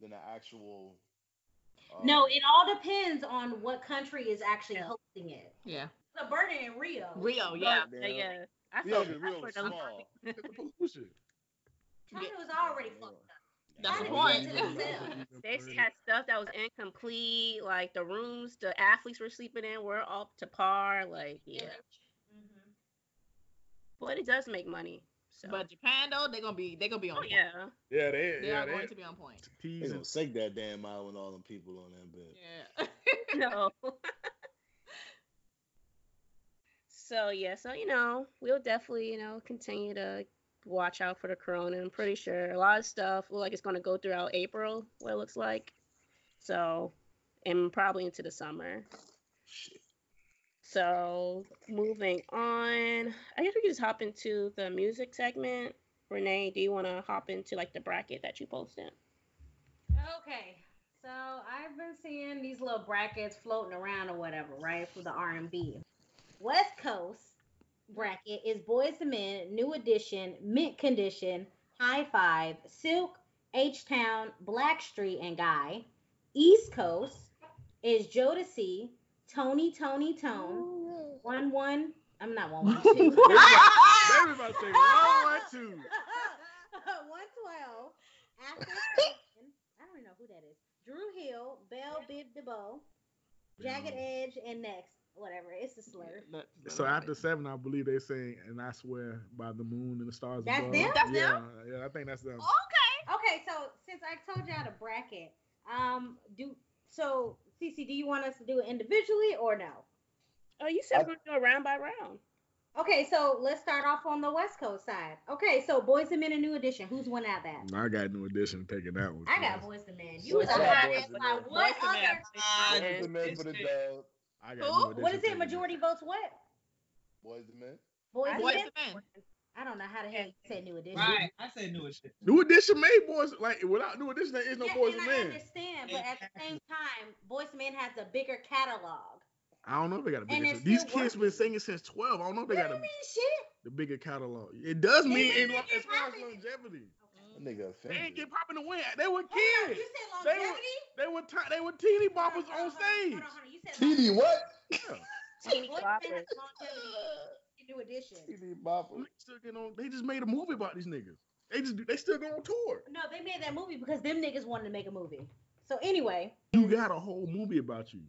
Speaker 3: than an actual. uh,
Speaker 1: No, it all depends on what country is actually hosting it.
Speaker 5: Yeah.
Speaker 1: The burden in Rio.
Speaker 5: Oh,
Speaker 7: Rio,
Speaker 3: yeah.
Speaker 7: yeah,
Speaker 3: Goddamn.
Speaker 7: yeah, yeah. I
Speaker 3: Yeah,
Speaker 7: feel
Speaker 3: the
Speaker 7: bad
Speaker 3: real
Speaker 7: for
Speaker 3: was
Speaker 7: the
Speaker 3: small.
Speaker 2: It's the pollution.
Speaker 1: China was already fucked up.
Speaker 5: That's
Speaker 1: China
Speaker 5: the
Speaker 1: did
Speaker 5: point.
Speaker 1: it to themselves.
Speaker 7: They had stuff that was incomplete, like the rooms the athletes were sleeping in were up to par. Like, yeah,
Speaker 1: Mhm.
Speaker 7: but it does make money. So,
Speaker 5: But Japan though, they're gonna be they're gonna be on
Speaker 7: oh,
Speaker 5: point.
Speaker 7: yeah.
Speaker 2: Yeah, they,
Speaker 5: They
Speaker 2: yeah,
Speaker 5: are
Speaker 2: they
Speaker 5: going to be on point.
Speaker 3: They
Speaker 2: teasing.
Speaker 3: gonna sink that damn out with all them people on that bed.
Speaker 5: Yeah.
Speaker 7: No. so yeah, so you know, we'll definitely, you know, continue to watch out for the corona. I'm pretty sure a lot of stuff look like it's gonna go throughout April, what it looks like. So and probably into the summer. So moving on. I guess we can just hop into the music segment. Renee, do you wanna hop into like the bracket that you posted?
Speaker 1: Okay. So I've been seeing these little brackets floating around or whatever, right? For the R and B. West Coast bracket is Boys to Men, New Edition, Mint Condition, High Five, Silk, H Town, Blackstreet, and Guy. East Coast is Jodeci, Tony, Tony, Tone, One One. I'm not one one two.
Speaker 2: Everybody say one, one, two.
Speaker 1: 112. After Action, I don't even know who that is. Drew Hill, Belle Bib DeBoe, Jagged Edge, and next. Whatever. It's a slur.
Speaker 2: So after seven, I believe they saying, and I swear by the moon and the stars.
Speaker 1: That's
Speaker 2: above.
Speaker 1: them? Oh.
Speaker 5: That's
Speaker 2: yeah,
Speaker 5: them?
Speaker 2: yeah, I think that's them.
Speaker 1: Okay, so since I told y'all the bracket, um, do so Cece, do you want us to do it individually or no?
Speaker 7: Oh, you said
Speaker 3: I-
Speaker 7: we're gonna do it round by round.
Speaker 1: Okay, so let's start off on the West Coast side. Okay, so Boys and Men a new edition. Who's one out that?
Speaker 2: I got no addition picking that one.
Speaker 1: I got Boys and Men. You
Speaker 3: So
Speaker 1: was a
Speaker 3: I got
Speaker 1: hot
Speaker 3: Boyz
Speaker 1: ass by
Speaker 3: II
Speaker 1: what other?
Speaker 3: Men. Boys
Speaker 5: Boyz II Men.
Speaker 7: And
Speaker 3: the men for the
Speaker 8: it's-
Speaker 3: dog.
Speaker 2: I got no
Speaker 5: Who?
Speaker 2: addition
Speaker 1: What is it?
Speaker 2: picking that.
Speaker 1: Majority votes what?
Speaker 3: Boys the men.
Speaker 1: Boys
Speaker 7: I
Speaker 1: and
Speaker 5: Boys
Speaker 1: Men.
Speaker 5: to men.
Speaker 1: I don't know how the hell you said new edition.
Speaker 8: Right. I said new edition.
Speaker 2: New Edition made boys like without New Edition, there is no
Speaker 1: Yeah,
Speaker 2: boys
Speaker 1: and
Speaker 2: and
Speaker 1: I
Speaker 2: men.
Speaker 1: understand, but at the same time, Boys and Men has a bigger catalog.
Speaker 2: I don't know if they got a
Speaker 1: And
Speaker 2: bigger.
Speaker 1: it's
Speaker 2: These
Speaker 1: still
Speaker 2: kids been
Speaker 1: working.
Speaker 2: singing since twelve. I don't know if they
Speaker 1: What do you
Speaker 2: got a,
Speaker 1: mean, shit?
Speaker 2: the bigger catalog. It does
Speaker 1: They
Speaker 2: mean
Speaker 1: didn't
Speaker 2: in,
Speaker 1: get
Speaker 2: as far as
Speaker 1: poppin'.
Speaker 2: longevity,
Speaker 3: That nigga
Speaker 2: they didn't
Speaker 3: offended.
Speaker 2: get popping to win. They
Speaker 1: Hold
Speaker 2: were
Speaker 1: on,
Speaker 2: kids.
Speaker 1: you said
Speaker 2: They were-
Speaker 1: longevity?
Speaker 2: They were ti they were teeny
Speaker 1: Hold
Speaker 2: boppers
Speaker 1: hold
Speaker 2: on
Speaker 1: hold
Speaker 2: stage.
Speaker 1: Hold on, hold on. You said
Speaker 3: TD
Speaker 1: longevity.
Speaker 3: what?
Speaker 7: Teeny
Speaker 1: Boyz II Men
Speaker 7: Boppers.
Speaker 1: has longevity in new edition.
Speaker 3: TD Bopper.
Speaker 2: Niggas still getting on- They just made a movie about these niggas. They just do- they still go on tour.
Speaker 1: No, they made that movie because them niggas wanted to make a movie. So anyway,
Speaker 2: You got a whole movie about you.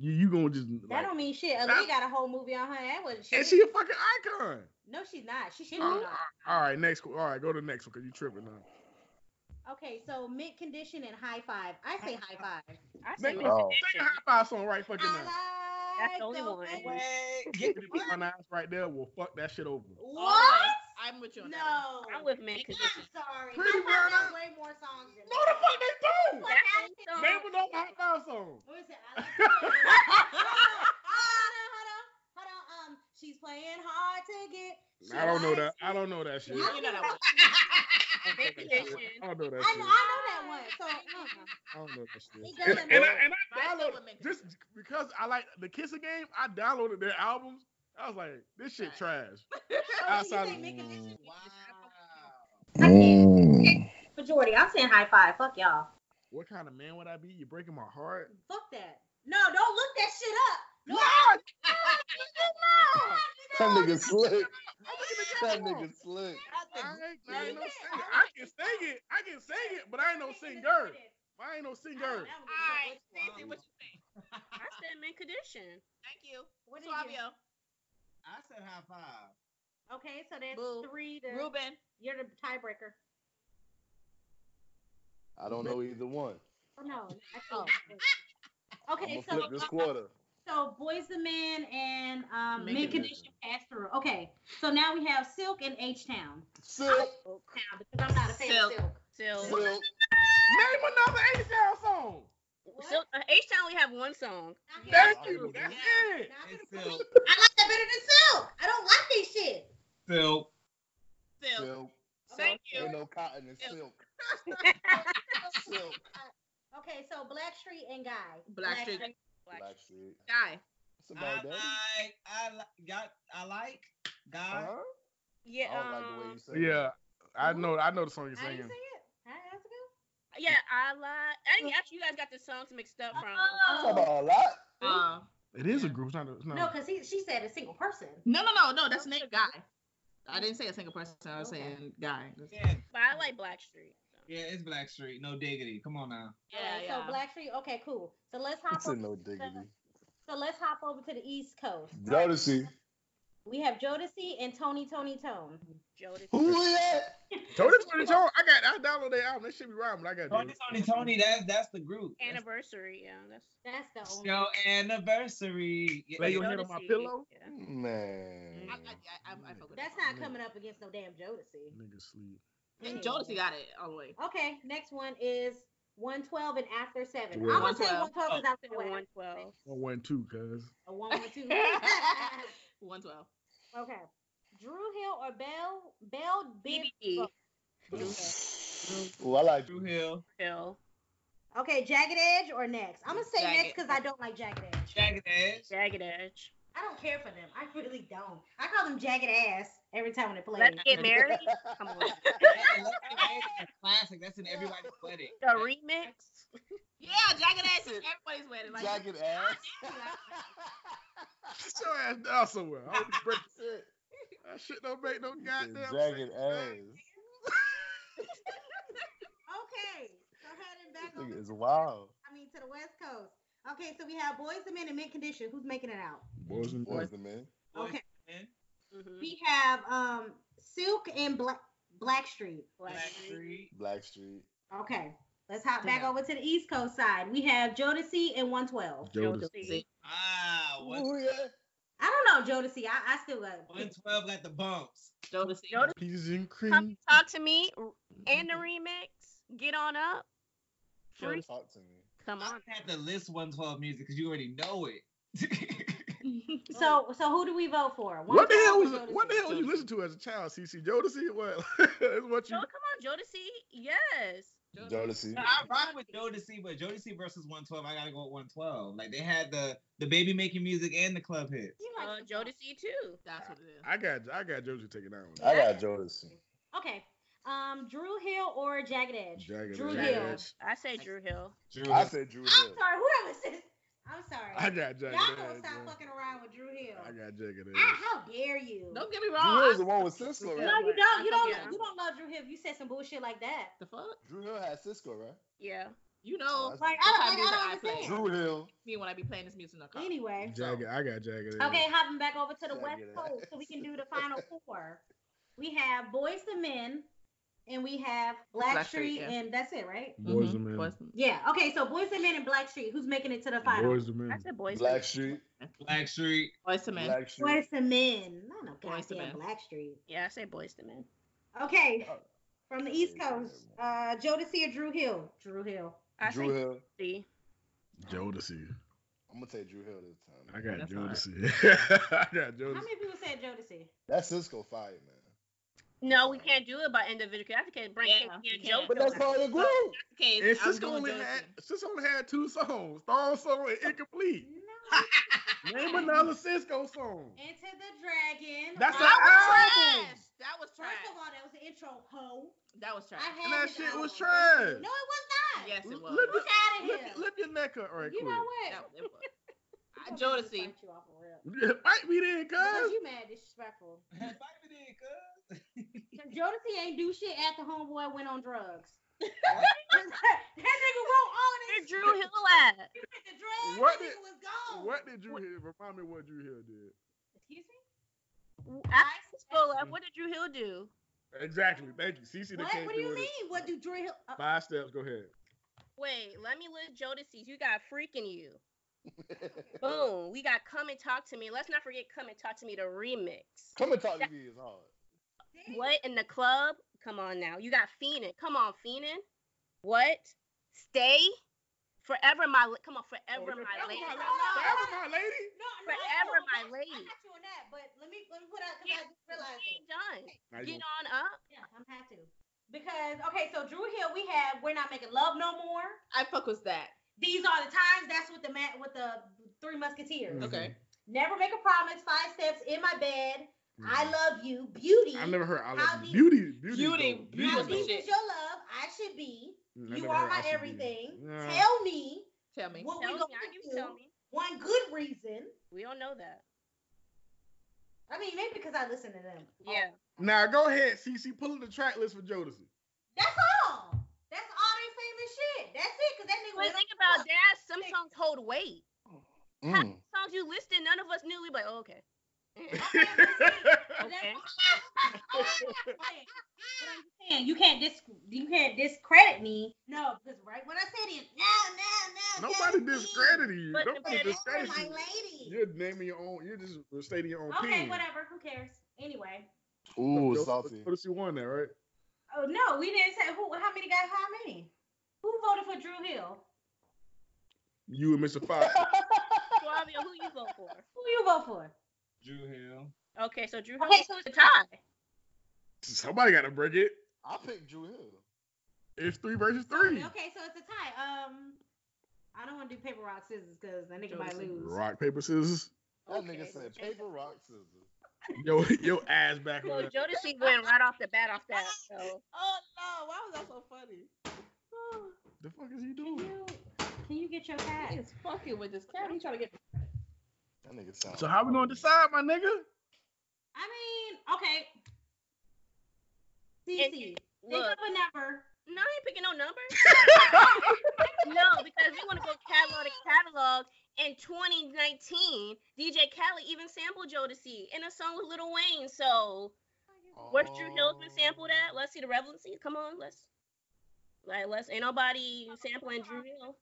Speaker 2: You you gonna just
Speaker 1: that
Speaker 2: like,
Speaker 1: don't mean shit. Ali got a whole movie on her. That wasn't shit.
Speaker 2: and she a fucking icon.
Speaker 1: no, she's not. She should be.
Speaker 2: All
Speaker 1: not.
Speaker 2: right, next. All right, go to the next one because you tripping now.
Speaker 1: Okay, so mint condition and high five. I say high five.
Speaker 7: I
Speaker 2: Make
Speaker 7: said
Speaker 2: me-
Speaker 7: Mint
Speaker 3: Oh.
Speaker 2: Sing a
Speaker 7: Condition.
Speaker 2: high five song right fucking
Speaker 1: I
Speaker 2: now.
Speaker 1: like
Speaker 7: That's the only one.
Speaker 1: thing.
Speaker 2: Get the beat on eyes right there. We'll fuck that shit over.
Speaker 1: What?
Speaker 5: I'm with you on
Speaker 1: No.
Speaker 5: that.
Speaker 7: I'm with Mint
Speaker 1: I'm
Speaker 7: Condition.
Speaker 1: sorry.
Speaker 2: Pretty
Speaker 1: High
Speaker 2: Brown
Speaker 1: Five has
Speaker 2: Eyes.
Speaker 1: way more songs than
Speaker 2: No, the fuck they do.
Speaker 1: What
Speaker 7: That's
Speaker 1: happened?
Speaker 2: Name no high five song.
Speaker 1: What is it? I like to play- Hold on, hold on, hold on. Um, she's playing hard to get. She
Speaker 2: I don't know that.
Speaker 1: likes
Speaker 2: I don't know that shit.
Speaker 1: me. I
Speaker 5: You know that
Speaker 1: know-
Speaker 5: one.
Speaker 7: Mint Condition.
Speaker 2: I don't know that
Speaker 1: I
Speaker 2: shit.
Speaker 1: know, I know that one. So uh-uh.
Speaker 2: I don't know that
Speaker 1: It
Speaker 2: shit.
Speaker 1: doesn't
Speaker 2: And, and I,
Speaker 1: matter.
Speaker 2: and I
Speaker 5: I still would
Speaker 2: downloaded
Speaker 5: make it.
Speaker 2: just because I like the Kisser game. I downloaded their albums. I was like, this shit trash.
Speaker 1: Oh,
Speaker 2: Outside
Speaker 1: you say
Speaker 2: of-
Speaker 1: Mint Condition?
Speaker 8: Wow.
Speaker 1: Majority. I'm saying high five. Fuck y'all.
Speaker 2: What kind of man would I be? You breaking my heart.
Speaker 1: Fuck that. No, don't look that shit up. No,
Speaker 3: That nigga slick. That
Speaker 2: Come on.
Speaker 3: nigga slick.
Speaker 2: I ain't, I ain't no
Speaker 1: Yeah.
Speaker 2: singer. I can sing it. I can sing it, but I ain't no singer. I ain't no singer.
Speaker 5: All right, Stacey, what you think?
Speaker 7: I said Mint Condition.
Speaker 5: Thank you.
Speaker 1: What did you-
Speaker 5: Suavio,
Speaker 8: I said high five.
Speaker 1: Okay, so that's
Speaker 5: Boo.
Speaker 1: three to
Speaker 5: Ruben,
Speaker 1: you're the tiebreaker.
Speaker 3: I don't know either one.
Speaker 1: Oh no. I
Speaker 5: Oh.
Speaker 1: think-
Speaker 3: I'm
Speaker 1: Okay,
Speaker 3: gonna flip
Speaker 1: so uh,
Speaker 3: this quarter.
Speaker 1: so Boys the Man and um
Speaker 5: Make
Speaker 1: Mid
Speaker 3: it
Speaker 1: Condition pass through. Okay. So now we have Silk and H Town.
Speaker 3: Silk,
Speaker 1: Now because I'm not a fan
Speaker 5: Silk.
Speaker 1: of Silk.
Speaker 7: So,
Speaker 3: silk.
Speaker 2: Name another H Town song.
Speaker 7: so uh, H Town only have one song.
Speaker 1: Not here.
Speaker 2: Thank
Speaker 3: Yeah.
Speaker 2: you. That's
Speaker 5: Yeah.
Speaker 2: it.
Speaker 1: Not here.
Speaker 8: It's silk.
Speaker 1: I like that better than Silk. I don't like this shit.
Speaker 8: Silk.
Speaker 5: Phil,
Speaker 3: Silk.
Speaker 5: thank
Speaker 3: Ain't
Speaker 5: you.
Speaker 3: no cotton in silk. Silk.
Speaker 1: Okay, so Blackstreet and Guy.
Speaker 5: Blackstreet.
Speaker 7: Black-
Speaker 3: Black shit.
Speaker 5: Guy.
Speaker 3: It's
Speaker 8: I
Speaker 3: about
Speaker 8: like.
Speaker 3: that.
Speaker 8: I li- got. I like.
Speaker 2: Uh-huh.
Speaker 8: God.
Speaker 3: Huh?
Speaker 7: Yeah,
Speaker 3: Uh-huh. I don't like the way
Speaker 7: um,
Speaker 3: you say it.
Speaker 2: Yeah, I know. I know the song you're
Speaker 1: How do you
Speaker 2: singing.
Speaker 1: say it? How that's good?
Speaker 7: yeah, I lied. I think actually you guys got the songs mixed up
Speaker 3: I'm
Speaker 7: from.
Speaker 3: talking about a lot.
Speaker 5: Uh,
Speaker 2: It is a group. It's not. A, it's not
Speaker 1: Oh. No, because he she said a single person.
Speaker 5: no, no, no, no. That's the name Guy. I didn't say a single person. I was
Speaker 1: Okay.
Speaker 5: saying Guy.
Speaker 8: Yeah.
Speaker 7: But I like Blackstreet. so.
Speaker 8: Yeah. It's Blackstreet. No diggity. Come on now.
Speaker 1: Alright,
Speaker 5: yeah.
Speaker 1: So Blackstreet, okay, cool. So let's hop
Speaker 3: It's a
Speaker 1: over
Speaker 3: no
Speaker 1: to the-
Speaker 3: diggity.
Speaker 1: so let's hop over to the East Coast.
Speaker 3: Jodeci.
Speaker 1: We have Jodeci and Tony Tony Tone.
Speaker 7: Jodeci.
Speaker 3: Who is that?
Speaker 2: Tony Tony Tone. I got. I downloaded their album. That should be rhyming. but I got.
Speaker 8: Tony, Tony, Tony. That's that's the group. That's
Speaker 7: Anniversary, yeah. That's
Speaker 1: That's the
Speaker 8: It's
Speaker 1: only.
Speaker 8: your anniversary. Yeah,
Speaker 2: Lay your
Speaker 8: yeah.
Speaker 2: hand on my
Speaker 7: Jodeci,
Speaker 2: pillow?
Speaker 7: yeah.
Speaker 3: Man.
Speaker 5: I, I, I, I, I fuck with
Speaker 1: That's
Speaker 5: that.
Speaker 1: not coming up against no damn Jodeci.
Speaker 2: Nigga sleep.
Speaker 5: And Jodeci got it all the way.
Speaker 1: Okay, next one is 112 and after seven.
Speaker 2: Yeah.
Speaker 1: I'm gonna say
Speaker 5: 112.
Speaker 1: 112 is out the
Speaker 7: At
Speaker 1: way.
Speaker 7: 112.
Speaker 2: One one two, cuz.
Speaker 1: A one or two.
Speaker 5: 112.
Speaker 1: okay. Drew Hill or Bell? Bell Big.
Speaker 7: BBD.
Speaker 3: Ooh, I like
Speaker 8: Drew Hill,
Speaker 7: Hill.
Speaker 1: Okay, Jagged Edge or Next? I'm gonna say
Speaker 5: Jagged.
Speaker 1: Next because I don't like Jagged Edge.
Speaker 8: Jagged Edge.
Speaker 7: Jagged Edge.
Speaker 1: I don't care for them. I really don't. I call them Jagged Ass every time when they play.
Speaker 7: Let's Get Married. Come on.
Speaker 8: Hey, Let's Get Married is a classic. That's in everybody's wedding.
Speaker 7: The remix.
Speaker 5: Yeah, Jagged Edge is everybody's wedding. Like,
Speaker 3: jagged ass.
Speaker 2: Sit your ass down somewhere. I hope you break-
Speaker 3: Shit.
Speaker 2: that shit don't make no
Speaker 3: Jagged
Speaker 2: goddamn sense.
Speaker 3: ass.
Speaker 1: Okay, so heading back
Speaker 3: This
Speaker 1: over
Speaker 3: nigga
Speaker 1: to
Speaker 3: is
Speaker 1: the
Speaker 3: wild.
Speaker 1: I mean, to the West Coast. Okay, so we have Boys the Men in Mint Condition. Who's making it out?
Speaker 2: Boys and
Speaker 3: Boys the man.
Speaker 8: Boys
Speaker 1: Okay.
Speaker 8: and Men,
Speaker 7: Mm-hmm.
Speaker 1: We have um Silk and Black Blackstreet.
Speaker 8: Blackstreet.
Speaker 3: Blackstreet.
Speaker 1: Okay, let's hop back over to the East Coast side. We have Jodeci and 112.
Speaker 2: Jodeci.
Speaker 7: Jodeci.
Speaker 8: Ah,
Speaker 3: Ooh,
Speaker 8: one-
Speaker 3: yeah.
Speaker 1: I don't know Jodeci. I, I still got.
Speaker 8: 112 got the bumps.
Speaker 5: Jodeci.
Speaker 2: Peas and
Speaker 7: Come
Speaker 2: cream.
Speaker 7: talk to me. And the remix. Get on up. Free.
Speaker 3: Talk to me.
Speaker 7: Come
Speaker 8: I
Speaker 7: on.
Speaker 8: don't have to list 112 music because you already know it.
Speaker 1: So, so who do we vote for?
Speaker 2: What the hell
Speaker 1: 112
Speaker 2: was
Speaker 1: or
Speaker 2: it? What the
Speaker 1: Jodeci?
Speaker 2: hell you listen to as a child? CC Jodeci? What? That's what
Speaker 7: Jo-
Speaker 2: you.
Speaker 7: come on, Jodeci. Yes.
Speaker 3: Jodeci.
Speaker 8: I rock with Jodeci, but Jodeci versus 112, I gotta go with 112. Like they had the the baby making music and the club hit.
Speaker 1: You like
Speaker 7: Uh,
Speaker 1: the song.
Speaker 7: Jodeci too.
Speaker 5: That's what it is.
Speaker 2: I got I got Jodeci taken out.
Speaker 3: I got Jodeci.
Speaker 1: Okay. Um, Drew Hill or Jagged Edge?
Speaker 2: Jagged
Speaker 1: Drew
Speaker 2: Edge.
Speaker 1: Hill.
Speaker 2: Jagged Edge.
Speaker 7: I say Drew Hill.
Speaker 8: Drew,
Speaker 3: I said Drew
Speaker 1: I'm
Speaker 3: Hill.
Speaker 1: sorry. Whoever says, I'm
Speaker 2: I
Speaker 1: sorry.
Speaker 2: got Jagged
Speaker 1: Y'all
Speaker 2: Edge.
Speaker 1: gonna stop
Speaker 2: man.
Speaker 1: fucking around with Drew Hill.
Speaker 2: I got Jagged Edge.
Speaker 1: Ah, how dare you?
Speaker 5: Don't get me
Speaker 3: Drew
Speaker 5: wrong.
Speaker 3: Hill's the one with Cisco,
Speaker 1: No,
Speaker 3: right?
Speaker 1: you don't. You don't.
Speaker 7: Yeah.
Speaker 1: You don't love Drew Hill. You said some bullshit like that.
Speaker 5: the fuck?
Speaker 3: Drew Hill had Cisco, right?
Speaker 7: Yeah.
Speaker 5: You know
Speaker 3: That's-
Speaker 1: Like I
Speaker 5: Sometimes
Speaker 1: don't. Like, I
Speaker 5: I
Speaker 1: don't
Speaker 5: play.
Speaker 1: understand.
Speaker 3: Drew Hill.
Speaker 5: me when I be playing this music in the car.
Speaker 1: Anyway.
Speaker 2: Jagged. I got Jagged Edge.
Speaker 1: Okay, hopping back over to the
Speaker 3: Jagged
Speaker 1: West
Speaker 3: Edge.
Speaker 1: Coast so we can do the final four. We have Boys to Men, and we have Blackstreet, Street,
Speaker 5: yeah.
Speaker 1: and that's it, right?
Speaker 2: Mm-hmm. Boys
Speaker 5: Mhm.
Speaker 2: and Men.
Speaker 5: Boys-
Speaker 1: Yeah. Okay, so Boys to Men and Blackstreet. Who's making it to the final?
Speaker 2: Boys and Men.
Speaker 7: That's a boys.
Speaker 3: Blackstreet.
Speaker 8: Blackstreet.
Speaker 5: Boys to men.
Speaker 3: Blackstreet.
Speaker 1: Boys to Men. Not no
Speaker 5: Boyz II
Speaker 1: goddamn
Speaker 5: Men.
Speaker 1: Blackstreet.
Speaker 7: Yeah, I say boys to men.
Speaker 1: Okay,
Speaker 3: Oh.
Speaker 1: from the East
Speaker 3: Yeah,
Speaker 1: Coast, uh, Jodeci or Drew Hill? Drew Hill.
Speaker 7: I
Speaker 3: Drew
Speaker 7: say
Speaker 3: Hill.
Speaker 7: Jodeci.
Speaker 2: Jodeci.
Speaker 3: I'm gonna take Drew Hill this time.
Speaker 2: I got
Speaker 5: That's
Speaker 2: Jodeci. I got
Speaker 1: How
Speaker 2: Jodeci.
Speaker 1: many people said Jodeci?
Speaker 3: That Cisco fire, man.
Speaker 7: No, we can't do it by individual. 'cause I can't bring
Speaker 5: Yeah,
Speaker 7: yeah,
Speaker 5: we can't.
Speaker 7: and Joe.
Speaker 3: But that's all the group.
Speaker 5: Okay,
Speaker 2: And
Speaker 5: I'm
Speaker 2: Cisco
Speaker 5: doing
Speaker 2: only had
Speaker 5: Jodeci.
Speaker 2: Cisco only had two songs, Star Song and Incomplete.
Speaker 1: No.
Speaker 2: Name another Cisco song.
Speaker 1: Into the Dragon.
Speaker 2: That's
Speaker 1: Uh,
Speaker 2: an
Speaker 5: That was
Speaker 2: album.
Speaker 5: trash. That was trash.
Speaker 1: First of all, that was the intro, ho.
Speaker 5: That was
Speaker 1: I
Speaker 5: trash.
Speaker 1: had
Speaker 2: And that
Speaker 1: his
Speaker 2: shit was
Speaker 1: album.
Speaker 2: trash.
Speaker 1: No, it was not.
Speaker 5: Yes, it
Speaker 2: Look-
Speaker 5: was.
Speaker 2: look-
Speaker 1: Look out of here.
Speaker 2: Lip, lip your neck up right
Speaker 1: you
Speaker 2: quick.
Speaker 1: know what?
Speaker 5: That- it was. I-
Speaker 1: I'm gonna
Speaker 5: Jodeci.
Speaker 1: fight you off a rip.
Speaker 2: Bite me then,
Speaker 1: Because
Speaker 2: cuz.
Speaker 1: you mad disrespectful.
Speaker 8: Bite me then, cuz.
Speaker 1: 'Cause Jodeci ain't do shit after homeboy went on drugs. that nigga wrote all of
Speaker 7: Where
Speaker 1: this.
Speaker 7: Drew Hill at?
Speaker 1: He went to drugs. that
Speaker 2: What did-
Speaker 1: nigga was gone.
Speaker 2: What did Drew Hill? Remind me what Drew Hill did.
Speaker 1: Excuse me?
Speaker 7: After school, like, what did Drew Hill do?
Speaker 2: Exactly. Thank you. CC that
Speaker 1: What?
Speaker 2: came
Speaker 1: What do you
Speaker 2: through with it.
Speaker 1: mean? What do Drew Hill? Uh,
Speaker 2: Five steps. Go ahead.
Speaker 7: Wait, let me list Jodeci. You got freaking you. Boom. We got come and talk to me. Let's not forget come and talk to me the remix.
Speaker 3: Come and talk to me is hard.
Speaker 1: damn.
Speaker 7: What in the club? Come on now. You got Feenan. Come on, Feenan. What? Stay. Forever my. la- Come on, forever
Speaker 2: Oh,
Speaker 7: my lady.
Speaker 2: Forever
Speaker 1: la-
Speaker 2: my lady.
Speaker 1: No, no,
Speaker 7: Forever
Speaker 1: I got you on that.
Speaker 7: my
Speaker 1: I
Speaker 7: lady.
Speaker 1: got you on that, but let me let me put out because
Speaker 7: Yeah.
Speaker 1: I just realized
Speaker 7: She
Speaker 1: it.
Speaker 7: ain't done.
Speaker 2: Now you
Speaker 7: Get
Speaker 2: gonna-
Speaker 7: on up.
Speaker 1: Yeah, I'm have to. Because okay, so Drew Hill, we have we're not making love no more.
Speaker 5: I fuck with that.
Speaker 1: These are the times. That's with the ma- with the Three Musketeers.
Speaker 2: Mhm.
Speaker 5: Okay.
Speaker 1: Never make a promise. Five steps in my bed.
Speaker 2: Mhm.
Speaker 1: I love you. Beauty.
Speaker 2: I never heard
Speaker 1: How
Speaker 2: I love
Speaker 1: deep-
Speaker 2: beauty. Beauty.
Speaker 5: Beauty,
Speaker 2: dope.
Speaker 5: beauty
Speaker 1: How
Speaker 5: was
Speaker 2: dope.
Speaker 1: deep
Speaker 5: shit.
Speaker 1: is your love? I should be.
Speaker 2: I
Speaker 1: you
Speaker 2: never
Speaker 1: are
Speaker 2: heard I
Speaker 1: my
Speaker 2: should be.
Speaker 1: everything.
Speaker 2: Yeah.
Speaker 1: Tell me
Speaker 5: Tell me.
Speaker 1: what we
Speaker 7: Tell me.
Speaker 1: going
Speaker 7: I give
Speaker 1: to
Speaker 7: you
Speaker 1: do.
Speaker 7: tell me.
Speaker 1: One good reason.
Speaker 7: We don't know that.
Speaker 1: I mean, maybe because I listen to them.
Speaker 7: Yeah.
Speaker 2: Now go ahead, CC. Pull up the track list for Jodeci.
Speaker 1: That's all. That's all they famous shit. That's it. Cause that nigga.
Speaker 7: But
Speaker 1: went
Speaker 7: think
Speaker 1: on-
Speaker 7: about that. Some songs hold weight.
Speaker 3: Mm.
Speaker 2: Hmm.
Speaker 7: Songs you listed, none of us knew. We like, oh, okay.
Speaker 1: Okay.
Speaker 7: Okay.
Speaker 1: But I'm just saying, you can't dis you can't discredit me. No, because right when I said it, no, no, no.
Speaker 2: Nobody
Speaker 1: that's me.
Speaker 2: discredited you.
Speaker 7: But
Speaker 2: Nobody
Speaker 7: the
Speaker 1: That's
Speaker 2: discredited
Speaker 1: my
Speaker 2: you.
Speaker 1: lady.
Speaker 2: You're naming your own. You're just stating your own
Speaker 1: Okay,
Speaker 2: opinion.
Speaker 1: whatever. Who cares? Anyway.
Speaker 3: Ooh,
Speaker 2: Joe-
Speaker 3: salty.
Speaker 2: What if she won that, right?
Speaker 1: Oh no, we didn't say who. How many got how many? Who voted for Drew Hill?
Speaker 2: You and Mr. Fox.
Speaker 7: Flavia, who you vote for?
Speaker 1: Who you vote for?
Speaker 8: Drew Hill.
Speaker 7: Okay, so Drew
Speaker 1: Okay,
Speaker 7: Hill
Speaker 1: so
Speaker 7: so the tie.
Speaker 2: Somebody got to break it.
Speaker 3: I picked Drew Hill.
Speaker 2: It's three versus three.
Speaker 1: Okay, so it's a tie. Um, I don't want to do paper rock scissors because that nigga might
Speaker 7: Josie.
Speaker 1: lose.
Speaker 2: Rock paper scissors.
Speaker 3: That
Speaker 7: Okay.
Speaker 3: nigga said paper, rock, scissors.
Speaker 2: Yo, your ass back
Speaker 7: Well,
Speaker 2: on. it.
Speaker 7: Jodeci went right off the bat off that. So
Speaker 5: Oh no, why was that so funny?
Speaker 2: The fuck is
Speaker 1: Can
Speaker 2: he doing?
Speaker 1: you can you get your cat?
Speaker 5: He is fucking with this cat. He trying to get.
Speaker 3: That nigga sound.
Speaker 2: So how we gonna decide, my nigga?
Speaker 1: I mean, okay.
Speaker 7: And-
Speaker 1: CC, think
Speaker 7: look.
Speaker 1: of a number.
Speaker 7: no, I ain't picking no number. no, because we want to go catalog to catalog. In 2019, DJ Khaled even sampled Jodeci in a song with Lil Wayne. So where's Drew Hill been sampled at? Let's see the relevancy. Come on, let's like let's ain't nobody sampling Drew Hill.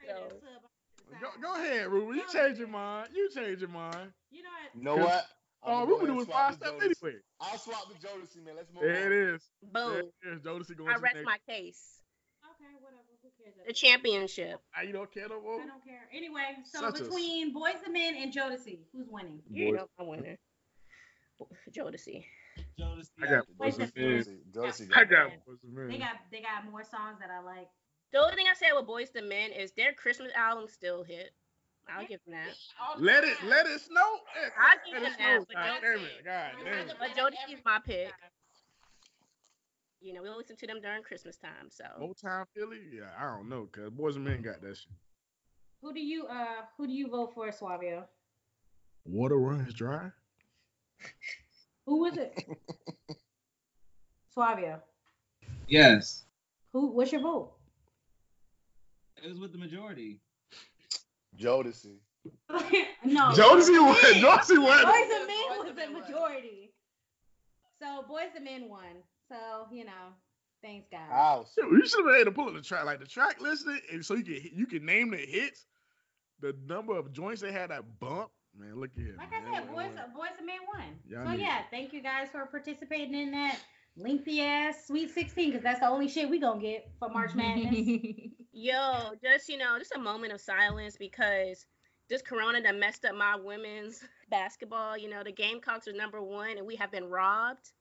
Speaker 1: You know,
Speaker 7: Yo.
Speaker 2: Go, go ahead, Ruben. You change your mind. You change your mind.
Speaker 1: You know what?
Speaker 3: You know what?
Speaker 2: Oh,
Speaker 3: I'ma
Speaker 2: Ruben
Speaker 3: go ahead and
Speaker 2: doing
Speaker 3: swap
Speaker 2: five
Speaker 3: with
Speaker 2: steps
Speaker 3: Jodeci.
Speaker 2: anyway.
Speaker 3: I'll swap the Jodeci, man. Let's move
Speaker 2: There it
Speaker 3: on.
Speaker 2: is.
Speaker 1: Oh.
Speaker 2: There
Speaker 7: Boom.
Speaker 2: it is. Jodeci going
Speaker 7: I
Speaker 2: to the
Speaker 7: rest
Speaker 2: next.
Speaker 7: my case.
Speaker 1: Okay, whatever. Who cares?
Speaker 7: The championship.
Speaker 2: Ah, you don't care no more.
Speaker 1: I don't care. Anyway, so
Speaker 2: Such a-
Speaker 1: between Boys and Men and Jodeci, who's winning?
Speaker 7: You
Speaker 2: Boy,
Speaker 7: know my winner. Jodeci.
Speaker 8: Jodeci.
Speaker 2: I got
Speaker 1: Wait,
Speaker 2: Boys and
Speaker 1: the-
Speaker 2: Men.
Speaker 3: Jodeci. Jodeci
Speaker 2: I
Speaker 3: got
Speaker 2: got
Speaker 7: Yeah.
Speaker 2: Boys and Men.
Speaker 1: They got they got more songs that I like.
Speaker 7: The only thing I said with Boys to Men is their Christmas album still hit. I'll give them that.
Speaker 2: Let it let it snow. Eh,
Speaker 7: I
Speaker 2: Let
Speaker 7: give them
Speaker 2: it snow.
Speaker 7: that, but
Speaker 2: God
Speaker 7: don't
Speaker 2: damn
Speaker 5: say-
Speaker 2: it. God
Speaker 5: I
Speaker 2: damn
Speaker 5: have
Speaker 2: it.
Speaker 5: to-
Speaker 7: But Jodeci is my pick. You know, we listen to them during Christmas time, so
Speaker 2: Motown Philly? Yeah, I don't know, cause Boys and Men got that shit.
Speaker 1: Who do you uh who do you vote for, Suavio?
Speaker 2: Water runs dry.
Speaker 1: Who was it? Suavio.
Speaker 8: Yes.
Speaker 1: Who what's your vote?
Speaker 8: It was with the majority.
Speaker 3: it. Jodeci.
Speaker 1: no.
Speaker 2: Jodeci won.
Speaker 1: Men.
Speaker 2: Jodeci won.
Speaker 1: Boys and Men
Speaker 5: Boyz
Speaker 1: was
Speaker 5: II
Speaker 1: the
Speaker 5: Men won.
Speaker 1: majority. So Boys and Men won. So, you know, thanks God.
Speaker 3: House.
Speaker 2: Shoot, You should have been able to pull up the track, like the track listing, and so you can you can name the hits, the number of joints they had that bump. Man, look at him.
Speaker 1: like I
Speaker 2: man.
Speaker 1: said, boys, boys and men won.
Speaker 2: Y'all
Speaker 1: so
Speaker 2: need-
Speaker 1: yeah, thank you guys for participating in that lengthy ass Sweet 16 because that's the only shit we gonna get for March Madness.
Speaker 7: yo, just you know, just a moment of silence because this corona done messed up my women's basketball. You know, the Gamecocks are number one and we have been robbed.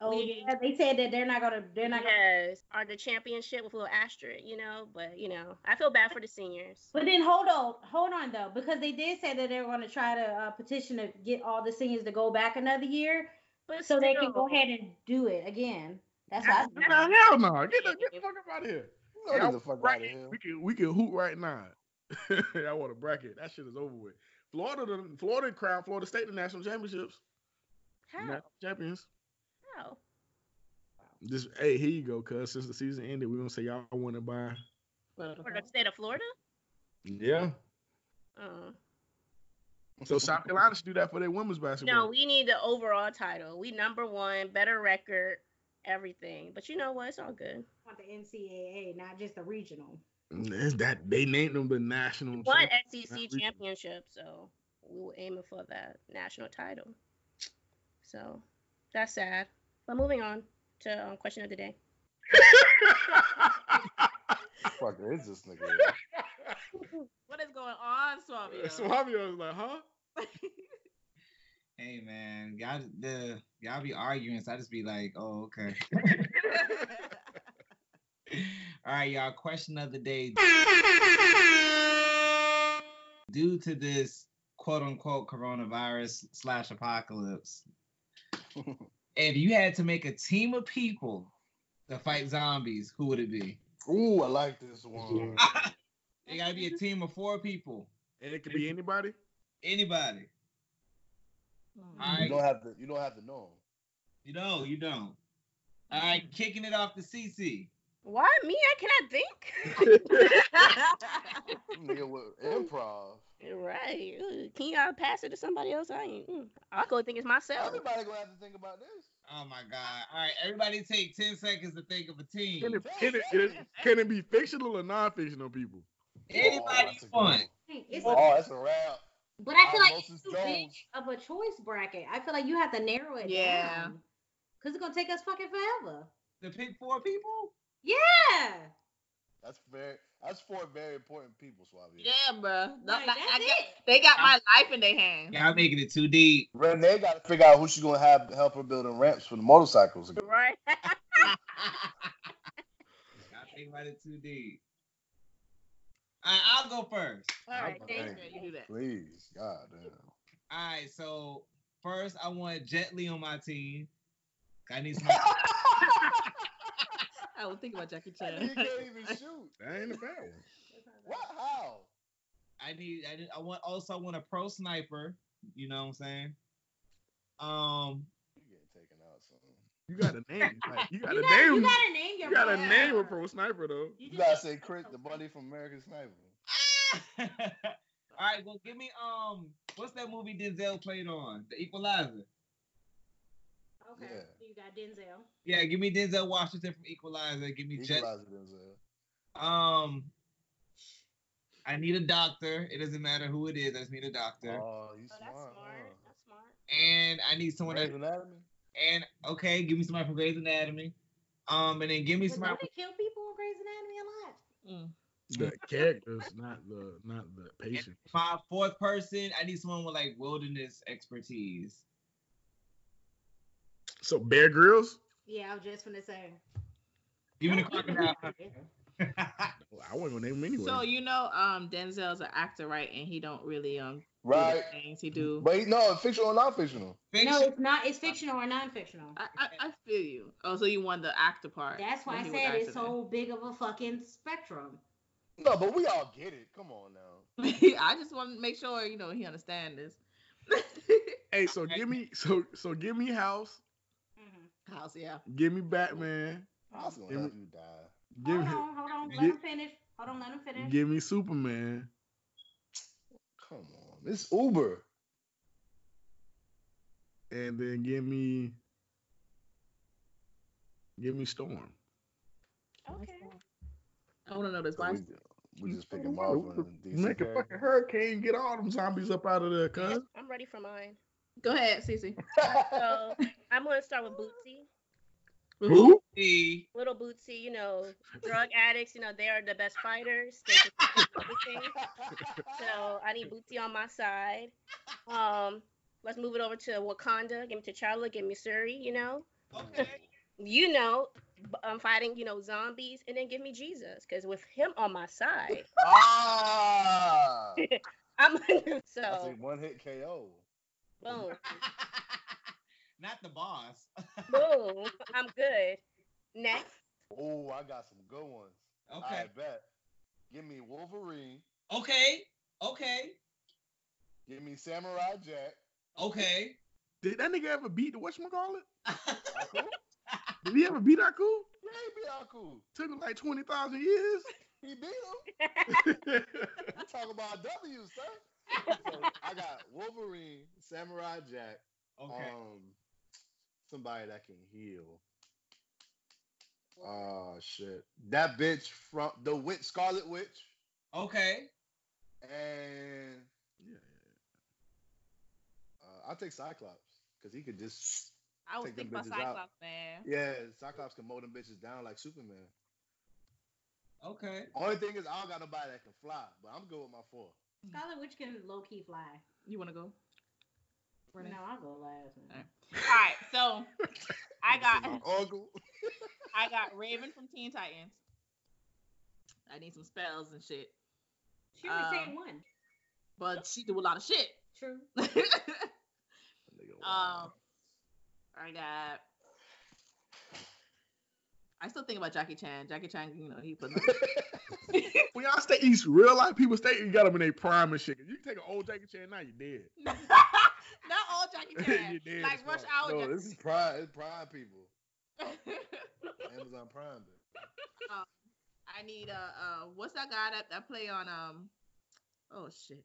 Speaker 1: oh
Speaker 7: We-
Speaker 1: yeah, they said that they're not gonna, they're not. Gonna,
Speaker 7: Yes. Are the championship with a little asterisk, you know, but you know, I feel bad for the seniors.
Speaker 1: but then hold on, hold on though, because they did say that they were gonna try to uh, petition to get all the seniors to go back another year,
Speaker 7: But
Speaker 1: so they can
Speaker 7: still.
Speaker 1: go ahead and do it again. That's what I
Speaker 2: God, nah, hell no. Get the, get the fuck up out of here.
Speaker 3: Get
Speaker 2: Y'all
Speaker 3: the fuck
Speaker 2: right-
Speaker 3: out of here.
Speaker 2: We can we can hoot right now. I want a bracket. That shit is over with. Florida, the Florida crowd, Florida State, the national championships,
Speaker 7: How?
Speaker 2: national champions.
Speaker 7: How?
Speaker 2: Just hey, here you go, cuz since the season ended, we're gonna say y'all won it by.
Speaker 7: For the state of Florida?
Speaker 2: Yeah.
Speaker 7: Uh,
Speaker 2: So South Carolina should do that for their women's basketball.
Speaker 7: no, we need the overall title. We number one, better record, everything. But you know what? It's all good.
Speaker 1: want the NCAA, not just the regional.
Speaker 2: Mm, It's that they named them the national.
Speaker 7: One
Speaker 2: champ-
Speaker 7: SEC
Speaker 2: regional.
Speaker 7: E championship, so we were aiming for that national title. So that's sad. But moving on to um, question of the day.
Speaker 3: Fuck, it's this nigga.
Speaker 5: What is going on, Swabio?
Speaker 2: Swabio was like, huh?
Speaker 8: Hey man, y'all the y'all be arguing, so I just be like, oh okay. All right, y'all. Question of the day. Due to this quote unquote coronavirus slash apocalypse, if you had to make a team of people to fight zombies, who would it be?
Speaker 3: Ooh, I like this one.
Speaker 8: It gotta be a team of four people.
Speaker 2: And it could be anybody.
Speaker 8: Anybody. All
Speaker 3: You
Speaker 8: right.
Speaker 3: don't have to. You don't have to know.
Speaker 8: You know, you don't. All right, kicking it off to CC.
Speaker 7: Why me? I cannot think.
Speaker 3: Nigga with improv.
Speaker 7: Right. Ooh, Can y'all pass it to somebody else? I ain't. mm. I'll go think it's myself.
Speaker 3: Everybody gonna have to think about this.
Speaker 8: Oh my god! All right, everybody, take ten seconds to think of a team.
Speaker 2: Can it, can it- can it- can it be fictional or non-fictional people?
Speaker 3: Oh,
Speaker 8: Anybody
Speaker 3: that's a
Speaker 8: you
Speaker 3: good
Speaker 8: want?
Speaker 3: one.
Speaker 1: It's a,
Speaker 3: Oh, that's a wrap.
Speaker 1: but I feel like it's
Speaker 3: Osmosis
Speaker 1: too big of
Speaker 3: Jones.
Speaker 1: a choice bracket. I feel like you have to narrow it
Speaker 5: Yeah.
Speaker 1: down. Cause it's gonna take us fucking forever.
Speaker 8: To pick four people?
Speaker 1: Yeah.
Speaker 3: That's very. That's four very important people, Swabia.
Speaker 5: Yeah, bruh. No,
Speaker 1: Like,
Speaker 5: like,
Speaker 1: that's
Speaker 5: I got,
Speaker 1: it.
Speaker 5: they got my life in their hands.
Speaker 8: Y'all making it too deep.
Speaker 3: Renee got to figure out who she's gonna have to help her building ramps for the motorcycles.
Speaker 7: Right.
Speaker 8: Y'all thinking about it too deep. All right, I'll go first.
Speaker 5: All right,
Speaker 3: Okay.
Speaker 5: thanks, man. You do that.
Speaker 3: Please, God damn.
Speaker 8: All right, so first I want Jet Li on my team. I need some.
Speaker 5: I was thinking about Jackie
Speaker 3: he
Speaker 5: Chan.
Speaker 3: can't even shoot.
Speaker 2: That ain't a bad one.
Speaker 3: What? How?
Speaker 8: I need. I, need, I want. Also, I want a pro sniper. You know what I'm saying? Um,
Speaker 3: You getting taken out soon.
Speaker 2: You got a name. Like, you got
Speaker 1: You
Speaker 2: a
Speaker 1: gotta, you
Speaker 2: name.
Speaker 1: gotta name your
Speaker 2: You got a
Speaker 1: brand.
Speaker 2: name a pro sniper though.
Speaker 1: You
Speaker 3: You
Speaker 1: just-
Speaker 3: gotta say Chris, the buddy from American Sniper.
Speaker 8: All right, well, give me um, what's that movie Denzel played on? The Equalizer.
Speaker 1: Okay.
Speaker 3: Yeah.
Speaker 1: You got Denzel.
Speaker 8: Yeah, give me Denzel Washington from Equalizer. Give me Jet.
Speaker 3: Equalizer Denzel.
Speaker 8: Um, I need a doctor. It doesn't matter who it is. I just need a doctor.
Speaker 3: Oh, you
Speaker 7: Oh,
Speaker 3: smart.
Speaker 7: that's smart.
Speaker 3: huh?
Speaker 7: That's smart.
Speaker 8: And I need someone.
Speaker 3: Grey's
Speaker 8: That,
Speaker 3: Anatomy?
Speaker 8: and okay, give me somebody from Grey's Anatomy. Um, and then give me
Speaker 1: But
Speaker 8: somebody.
Speaker 1: don't they kill people on Grey's Anatomy a lot?
Speaker 5: Mm.
Speaker 2: The characters, not the not the patient.
Speaker 8: My fourth person. I need someone with like wilderness expertise.
Speaker 2: So Bear Grylls.
Speaker 1: Yeah, I was just gonna say.
Speaker 8: Give me the
Speaker 1: Don't kill
Speaker 8: crocodile.
Speaker 1: people.
Speaker 2: I wasn't gonna name him anyway.
Speaker 5: So you know, um, Denzel's an actor, right? And he don't really um do the
Speaker 3: Right.
Speaker 5: things he do.
Speaker 3: But he, no, fictional or non fictional.
Speaker 1: No,
Speaker 8: Fiction.
Speaker 1: it's not. It's fictional or non-fictional.
Speaker 5: I, I, I feel you. Oh, so you won the actor part.
Speaker 1: That's why
Speaker 5: when
Speaker 1: I
Speaker 5: he was
Speaker 1: said it's
Speaker 5: acting
Speaker 1: so big of a fucking spectrum.
Speaker 3: No, but we all get it. Come on now.
Speaker 5: in. I just want to make sure you know he understand this.
Speaker 2: hey, so
Speaker 8: Okay.
Speaker 2: give me so so give me House,
Speaker 1: Mm-hmm.
Speaker 5: House, yeah.
Speaker 2: give me Batman,
Speaker 3: I was gonna
Speaker 2: Give
Speaker 3: have
Speaker 2: me-
Speaker 3: you die.
Speaker 2: give
Speaker 1: hold
Speaker 2: me
Speaker 1: on, hold on. Let
Speaker 2: give-
Speaker 1: him finish. Hold on, let him finish.
Speaker 2: give me Superman.
Speaker 3: Come on. It's Uber.
Speaker 2: and then give me give me Storm.
Speaker 7: Okay.
Speaker 5: I want to know this. Why?
Speaker 3: We, we just picking Marvel and DC.
Speaker 2: Make a fucking
Speaker 3: characters.
Speaker 2: hurricane, get all them zombies up out of there, cuz.
Speaker 7: I'm ready for mine.
Speaker 5: Go ahead, Cece.
Speaker 7: So I'm gonna start with Bootsy.
Speaker 2: Who?
Speaker 8: Hey,
Speaker 7: Little Bootsy, you know, drug addicts, you know, they are the best fighters. They can do everything. So I need Bootsy on my side. Um, let's move it over to Wakanda. Give me T'Challa. Give me Suri. You know,
Speaker 8: Okay.
Speaker 7: you know, b- I'm fighting, you know, zombies, and then give me Jesus, because with him on my side,
Speaker 3: ah!
Speaker 7: I'm
Speaker 3: That's a
Speaker 7: so
Speaker 3: one hit KO.
Speaker 7: boom,
Speaker 8: Not the boss.
Speaker 7: boom. I'm good. Next,
Speaker 3: Oh, I got some good ones. I
Speaker 8: Okay.
Speaker 3: bet. Give me Wolverine.
Speaker 8: Okay. Okay.
Speaker 3: Give me Samurai Jack.
Speaker 8: Okay.
Speaker 2: Did that nigga ever beat the whatchamacallit?
Speaker 3: Aku?
Speaker 2: Did he ever beat Aku?
Speaker 3: Maybe Aku.
Speaker 2: Took him like 20,000 years.
Speaker 3: He beat him. We talking about W, son. So I got Wolverine, Samurai Jack,
Speaker 8: okay.
Speaker 3: um, somebody that can heal. Oh shit! That bitch from the witch, Scarlet Witch,
Speaker 8: okay.
Speaker 3: and
Speaker 2: yeah.
Speaker 3: uh, I'll take Cyclops because he could just
Speaker 5: I was
Speaker 3: Take them
Speaker 5: thinking about
Speaker 3: bitches out.
Speaker 5: Cyclops, man.
Speaker 3: yeah, Cyclops can mow them bitches down like Superman.
Speaker 8: Okay.
Speaker 3: Only thing is, I don't got nobody that can fly, but I'm good with my four.
Speaker 1: Scarlet Witch can low key fly.
Speaker 5: You want to go? Renee?
Speaker 1: No, I'll go last. man.
Speaker 5: Alright. All right. So I got.
Speaker 3: My uncle.
Speaker 5: I got Raven from Teen Titans. I need some spells and shit,
Speaker 1: She only
Speaker 5: Um,
Speaker 1: said one.
Speaker 5: but she do a lot of shit.
Speaker 1: True.
Speaker 3: Nigga,
Speaker 5: um,
Speaker 3: wow.
Speaker 5: I got. I still think about Jackie Chan. Jackie Chan, you know, he put.
Speaker 2: When y'all stay East, real life people stay, you got them in their prime and shit. You can take an old Jackie Chan, now you dead.
Speaker 5: Not all Jackie Chan.
Speaker 2: You dead
Speaker 5: like
Speaker 2: as
Speaker 5: Rush
Speaker 2: fuck.
Speaker 5: Hour.
Speaker 3: no,
Speaker 5: Jackie-
Speaker 3: this is prime. It's prime people. Amazon Prime. Bitch.
Speaker 5: I need uh, uh, what's that guy that, that play on um, oh shit,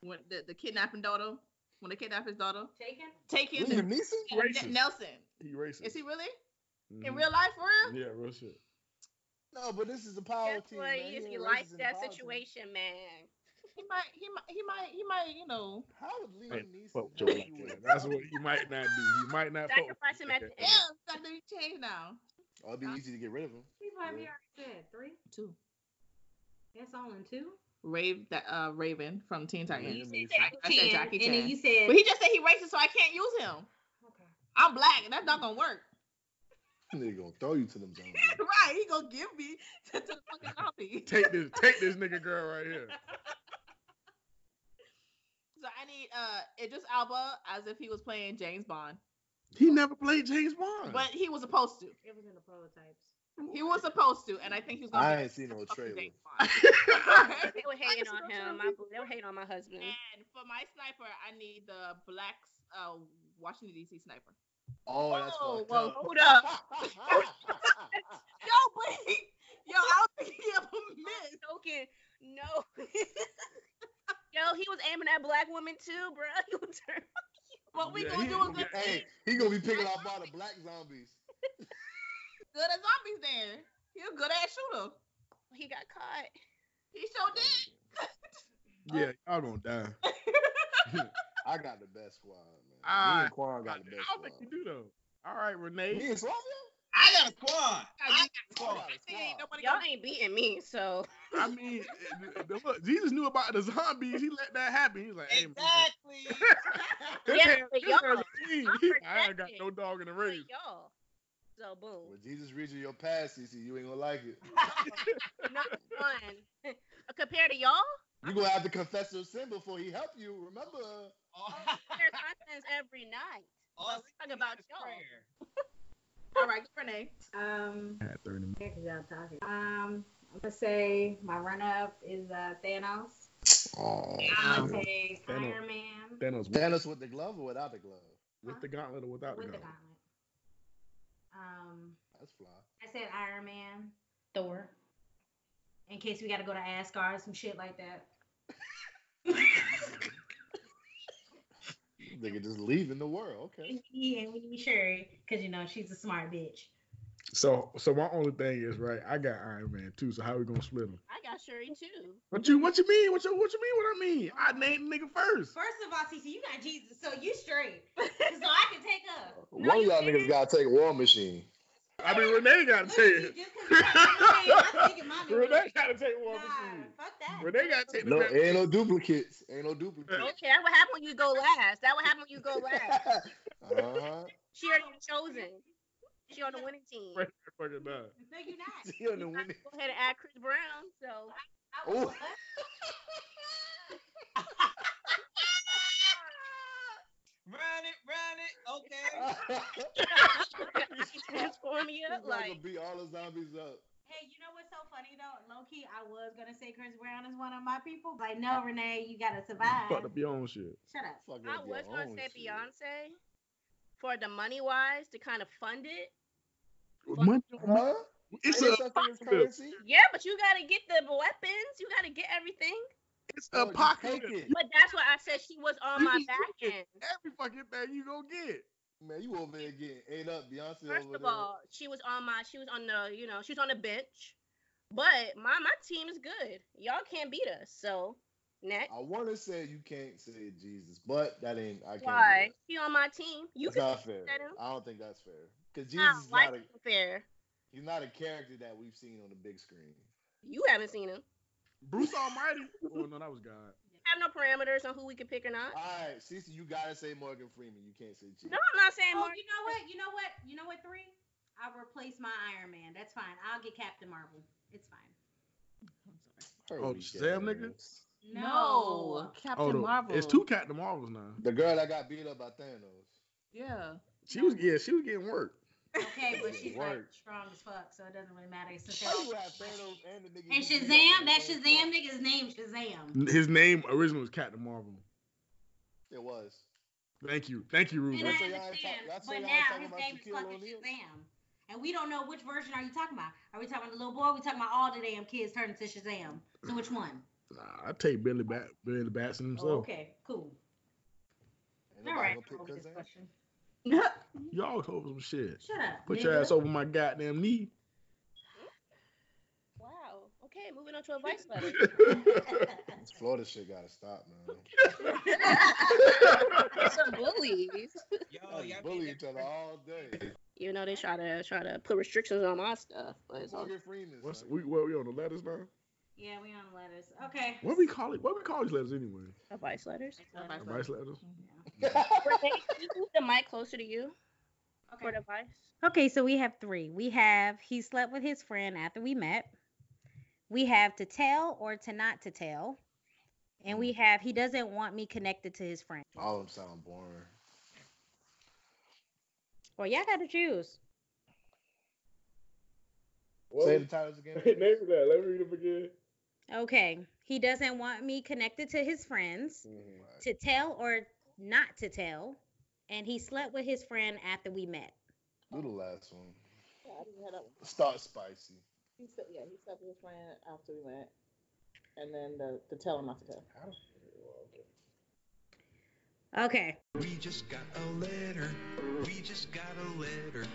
Speaker 5: when the, the kidnapping daughter, when they kidnap his daughter,
Speaker 1: Taken?
Speaker 5: take his
Speaker 2: Liam
Speaker 5: and,
Speaker 2: Neeson?
Speaker 5: and
Speaker 2: Racist.
Speaker 5: Nelson.
Speaker 2: He racist.
Speaker 5: Is he really in
Speaker 2: Mhm.
Speaker 5: real life for real?
Speaker 2: Yeah, real shit.
Speaker 3: No, but this is the power
Speaker 7: That's
Speaker 3: team.
Speaker 7: what
Speaker 3: man.
Speaker 7: he is.
Speaker 3: ain't
Speaker 7: He
Speaker 3: racist
Speaker 7: likes
Speaker 3: in
Speaker 7: that
Speaker 3: power team.
Speaker 7: situation, man.
Speaker 5: He might, he might, he might, he might, you know.
Speaker 3: How would Liam
Speaker 2: Wait,
Speaker 3: Neeson
Speaker 2: fuck Joe
Speaker 3: help you
Speaker 2: Rogan.
Speaker 3: with
Speaker 2: That's what he might not do. He might not. fuck with
Speaker 7: Sacrifice him
Speaker 2: you
Speaker 7: at
Speaker 2: like
Speaker 7: the
Speaker 5: Yeah,
Speaker 7: Yeah.
Speaker 2: that.
Speaker 5: that new change now.
Speaker 3: Oh, it'd be easy to get rid of him.
Speaker 1: He probably already said three.
Speaker 5: Two.
Speaker 1: That's only two.
Speaker 5: Rave that uh Raven from Teen
Speaker 3: Liam
Speaker 5: Titans.
Speaker 3: Neeson.
Speaker 5: I said
Speaker 1: Ten,
Speaker 5: Jackie
Speaker 1: And
Speaker 5: Chan.
Speaker 1: then you said,
Speaker 5: But he just said he racist, so I can't use him.
Speaker 1: okay.
Speaker 5: I'm black, and that's not gonna work.
Speaker 3: Nigga gonna throw you to them zombies.
Speaker 5: right? He gonna give me to, to the fucking zombie.
Speaker 2: Take this, take this nigga girl right here.
Speaker 5: So I need uh Idris Alba as if he was playing James Bond,
Speaker 2: He never played James Bond.
Speaker 5: but he was supposed to.
Speaker 1: It was in the prototypes.
Speaker 5: He was supposed to, and I think he was. Gonna
Speaker 3: I
Speaker 5: be
Speaker 3: ain't seen no
Speaker 5: fucking
Speaker 3: trailer.
Speaker 5: James Bond.
Speaker 7: They were hating
Speaker 5: just
Speaker 7: on
Speaker 5: don't
Speaker 7: him.
Speaker 5: know.
Speaker 7: I, they were hating on my husband.
Speaker 5: and for my sniper, I need the black uh Washington D.C. sniper.
Speaker 3: Oh, that's
Speaker 5: Whoa,
Speaker 3: fucked
Speaker 5: whoa,
Speaker 3: up.
Speaker 7: hold up.
Speaker 5: Yo, but he, yo, I don't think he ever missed.
Speaker 7: Token, no. Yo, he was aiming at black women too, bro. You turn.
Speaker 5: What we
Speaker 2: Yeah,
Speaker 5: gonna
Speaker 2: he-
Speaker 5: do is good,
Speaker 3: hey, he gonna be picking off all the black zombies.
Speaker 5: good at zombies. Then he a good ass shooter.
Speaker 7: He got caught.
Speaker 5: He sure did.
Speaker 2: yeah, y'all gonna die.
Speaker 3: I got the best squad, man.
Speaker 2: Ah,
Speaker 3: Me and Quan
Speaker 2: I
Speaker 3: got the best
Speaker 2: don't
Speaker 3: squad.
Speaker 2: think you do though. All right,
Speaker 3: Me
Speaker 2: Renee.
Speaker 3: and Slavia?
Speaker 8: I got a squad. I
Speaker 5: Y'all
Speaker 8: got a squad.
Speaker 5: ain't nobody
Speaker 7: Y'all
Speaker 5: gonna-
Speaker 7: ain't beating me, so
Speaker 2: I mean, it- it- look, Jesus knew about the zombies. He let that happen. He's like, hey, man,
Speaker 8: Exactly.
Speaker 2: this
Speaker 7: Yeah,
Speaker 2: hand-
Speaker 7: but
Speaker 2: this hand
Speaker 7: y'all,
Speaker 2: is clean.
Speaker 7: I'm
Speaker 2: He like, I ain't got
Speaker 7: protected.
Speaker 2: no dog in the
Speaker 7: but
Speaker 2: race.
Speaker 7: y'all. So boom.
Speaker 3: When Jesus reads you your past, CC, you ain't gonna like it.
Speaker 7: Not one. Compared to y'all,
Speaker 3: You gonna have to confess your sin before he help you. Remember?
Speaker 8: All-
Speaker 7: there's sins every night.
Speaker 8: all
Speaker 7: we talking about
Speaker 8: is
Speaker 7: y'all.
Speaker 8: prayer.
Speaker 5: All right, Renee.
Speaker 1: Um,
Speaker 2: I had 30 minutes.
Speaker 1: yeah, 'cause y'all talking. Um, I'm gonna say my runner-up is uh, Thanos.
Speaker 3: Oh,
Speaker 1: I'm gonna say
Speaker 2: Thanos.
Speaker 1: Iron Man
Speaker 2: Thanos with,
Speaker 3: Thanos with the glove or without the glove?
Speaker 2: with the gauntlet or without the
Speaker 1: with the
Speaker 2: gauntlet.
Speaker 1: gauntlet. Um,
Speaker 3: That's fly.
Speaker 1: I said Iron Man, Thor. In case we gotta go to Asgard, some shit like that.
Speaker 3: Nigga just leaving the world. Okay.
Speaker 1: And we and we need Sherry, cause you know she's a smart bitch.
Speaker 2: So, so my only thing is right. I got Iron Man too. So how we gonna split them?
Speaker 7: I got Shuri too.
Speaker 2: What you what you mean? What you what you mean? What I mean? I named the nigga first.
Speaker 1: First of all, Cece, you got Jesus, so you straight. so I can take up.
Speaker 3: One of y'all niggas gotta take War Machine.
Speaker 2: I mean Renee gotta
Speaker 1: Listen,
Speaker 2: take it.
Speaker 1: Just 'cause you got Iron Man, I'm thinking my nigga.
Speaker 2: Renee gotta take one
Speaker 1: Nah,
Speaker 2: machine.
Speaker 1: fuck that.
Speaker 2: Renee gotta take the
Speaker 3: No,
Speaker 2: back-
Speaker 3: ain't no duplicates. Ain't no duplicates.
Speaker 7: Okay, that would happen when you go last. That would happen when you go last.
Speaker 3: uh-huh.
Speaker 7: She already been chosen. She on the winning team.
Speaker 2: Right. Fucking die.
Speaker 1: No, you're not.
Speaker 3: She on the
Speaker 7: Go
Speaker 3: winning.
Speaker 7: ahead and add Chris Brown. So
Speaker 1: I was
Speaker 3: Ooh.
Speaker 1: what?
Speaker 8: Run it, run it. Okay.
Speaker 7: she transformed me up.
Speaker 3: like,
Speaker 7: Like
Speaker 3: beat all the zombies up.
Speaker 1: Hey, you know what's so funny though? Low key, I was gonna say Chris Brown is one of my people. Like, no, Renee, you gotta survive.
Speaker 2: Fucked up your own shit.
Speaker 1: Shut up.
Speaker 3: Fucking
Speaker 7: I
Speaker 3: up your
Speaker 7: was
Speaker 3: own
Speaker 7: gonna say
Speaker 3: oh, shit.
Speaker 7: Beyonce for the money wise to kind of fund it.
Speaker 2: Money,
Speaker 3: Huh?
Speaker 2: it's
Speaker 3: Ain't
Speaker 2: a
Speaker 3: such thing as currency.
Speaker 7: Yeah, but you gotta get the weapons. You gotta get everything.
Speaker 2: it's
Speaker 3: Oh,
Speaker 2: a
Speaker 3: you
Speaker 2: pocket.
Speaker 3: take it.
Speaker 7: But that's why I said she was on
Speaker 2: You
Speaker 7: my
Speaker 2: can
Speaker 7: back
Speaker 2: get
Speaker 7: end.
Speaker 2: Every fucking thing you gonna get.
Speaker 3: Man, you over there getting ate up, Beyonce.
Speaker 7: First
Speaker 3: over
Speaker 7: of
Speaker 3: there.
Speaker 7: all, she was on my she was on the you know she was on the bench. But my my team is good. Y'all can't beat us. So next.
Speaker 3: I want to say you can't say Jesus, but that ain't. I can't. do
Speaker 7: Why?
Speaker 3: that.
Speaker 7: He on my team. You
Speaker 3: That's
Speaker 7: can
Speaker 3: not fair.
Speaker 7: that him.
Speaker 3: I don't think that's fair because Jesus
Speaker 7: not
Speaker 3: is
Speaker 7: like
Speaker 3: not a
Speaker 7: him fair.
Speaker 3: he's not a character that we've seen on the big screen.
Speaker 7: You haven't seen him.
Speaker 2: Bruce Almighty. oh no, that was God.
Speaker 7: Have no parameters on who we can pick or not.
Speaker 3: All right, Cece, you gotta say Morgan Freeman. You can't say Jesus.
Speaker 7: No, I'm not saying
Speaker 1: Oh,
Speaker 7: more.
Speaker 1: you know what? You know what? You know what? Three. I'll replace my Iron Man. That's fine. I'll get Captain Marvel. It's fine.
Speaker 2: Oh,
Speaker 3: Holy shit,
Speaker 2: Shazam,
Speaker 3: man.
Speaker 2: nigga?
Speaker 1: No.
Speaker 5: Captain
Speaker 2: Oh, no.
Speaker 5: Marvel.
Speaker 2: it's two Captain Marvels now.
Speaker 3: The girl that got beat up by Thanos.
Speaker 5: Yeah.
Speaker 2: She was yeah, she was getting work.
Speaker 1: Okay, but she's like
Speaker 3: Word.
Speaker 1: strong as fuck, so it doesn't really matter. It's
Speaker 3: Why you
Speaker 1: Shazam.
Speaker 3: have Thanos and the nigga
Speaker 1: And
Speaker 3: you beat up
Speaker 1: Shazam,
Speaker 3: on
Speaker 1: that
Speaker 3: the same
Speaker 1: Shazam
Speaker 3: floor?
Speaker 1: nigga's name Shazam.
Speaker 3: Mm-hmm.
Speaker 2: His name originally was Captain Marvel.
Speaker 3: It was.
Speaker 2: Thank you, thank you,
Speaker 1: And
Speaker 2: Ruben.
Speaker 1: I
Speaker 3: That's why y'all ain't
Speaker 1: understand,
Speaker 3: talk- that's why
Speaker 1: but
Speaker 3: y'all ain't
Speaker 1: now
Speaker 3: talking
Speaker 1: his
Speaker 3: about
Speaker 1: name is
Speaker 3: Shaquille
Speaker 1: fucking
Speaker 3: O'Neal.
Speaker 1: Shazam. And we don't know which version are you talking about. Are we talking about the little boy? Are we talking about all the damn kids turning to Shazam? So which one?
Speaker 2: Nah, I take Billy Bat Billy Batson himself.
Speaker 6: Oh, okay, cool.
Speaker 3: Ain't
Speaker 6: All
Speaker 3: nobody
Speaker 6: right,
Speaker 3: gonna pick
Speaker 6: I'm with this
Speaker 3: Kazan.
Speaker 6: question.
Speaker 2: Y'all told some shit.
Speaker 6: Shut up.
Speaker 2: Put your
Speaker 6: nigga.
Speaker 2: ass over my goddamn knee.
Speaker 7: Wow. Okay, moving on to advice letter.
Speaker 3: This Florida shit gotta stop, man.
Speaker 7: Some bullies.
Speaker 8: Yo,
Speaker 3: Oh, Y'all
Speaker 8: y'all
Speaker 3: bully
Speaker 8: made
Speaker 3: each
Speaker 8: that
Speaker 3: other all day.
Speaker 7: You know they try to try to put restrictions on my stuff, but it's all
Speaker 3: Morgan Freeman.
Speaker 2: What's
Speaker 3: son.
Speaker 2: we what we on the letters now?
Speaker 6: yeah, we on letters. Okay.
Speaker 2: What we call it? What we call these letters anyway?
Speaker 7: advice letters.
Speaker 6: Letters.
Speaker 2: Advice letters.
Speaker 7: Renee, can you move the mic closer to you for
Speaker 6: Okay.
Speaker 7: the advice?
Speaker 6: Okay, so we have three. We have he slept with his friend after we met. We have to tell or to not to tell. And we have he doesn't want me connected to his friend.
Speaker 3: all of them sound boring.
Speaker 6: Well, y'all gotta choose.
Speaker 3: Say the titles again.
Speaker 2: that. Let me read them again.
Speaker 6: Okay. He doesn't want me connected to his friends.
Speaker 3: Mhm.
Speaker 6: To tell or not to tell. And he slept with his friend after we met.
Speaker 3: Do the last one.
Speaker 5: Yeah, I didn't hear that one.
Speaker 3: Start spicy.
Speaker 5: He said, yeah, he slept with his friend after we went, and then the the tell him not to tell.
Speaker 6: Okay.
Speaker 9: We just got a letter. We just got a letter.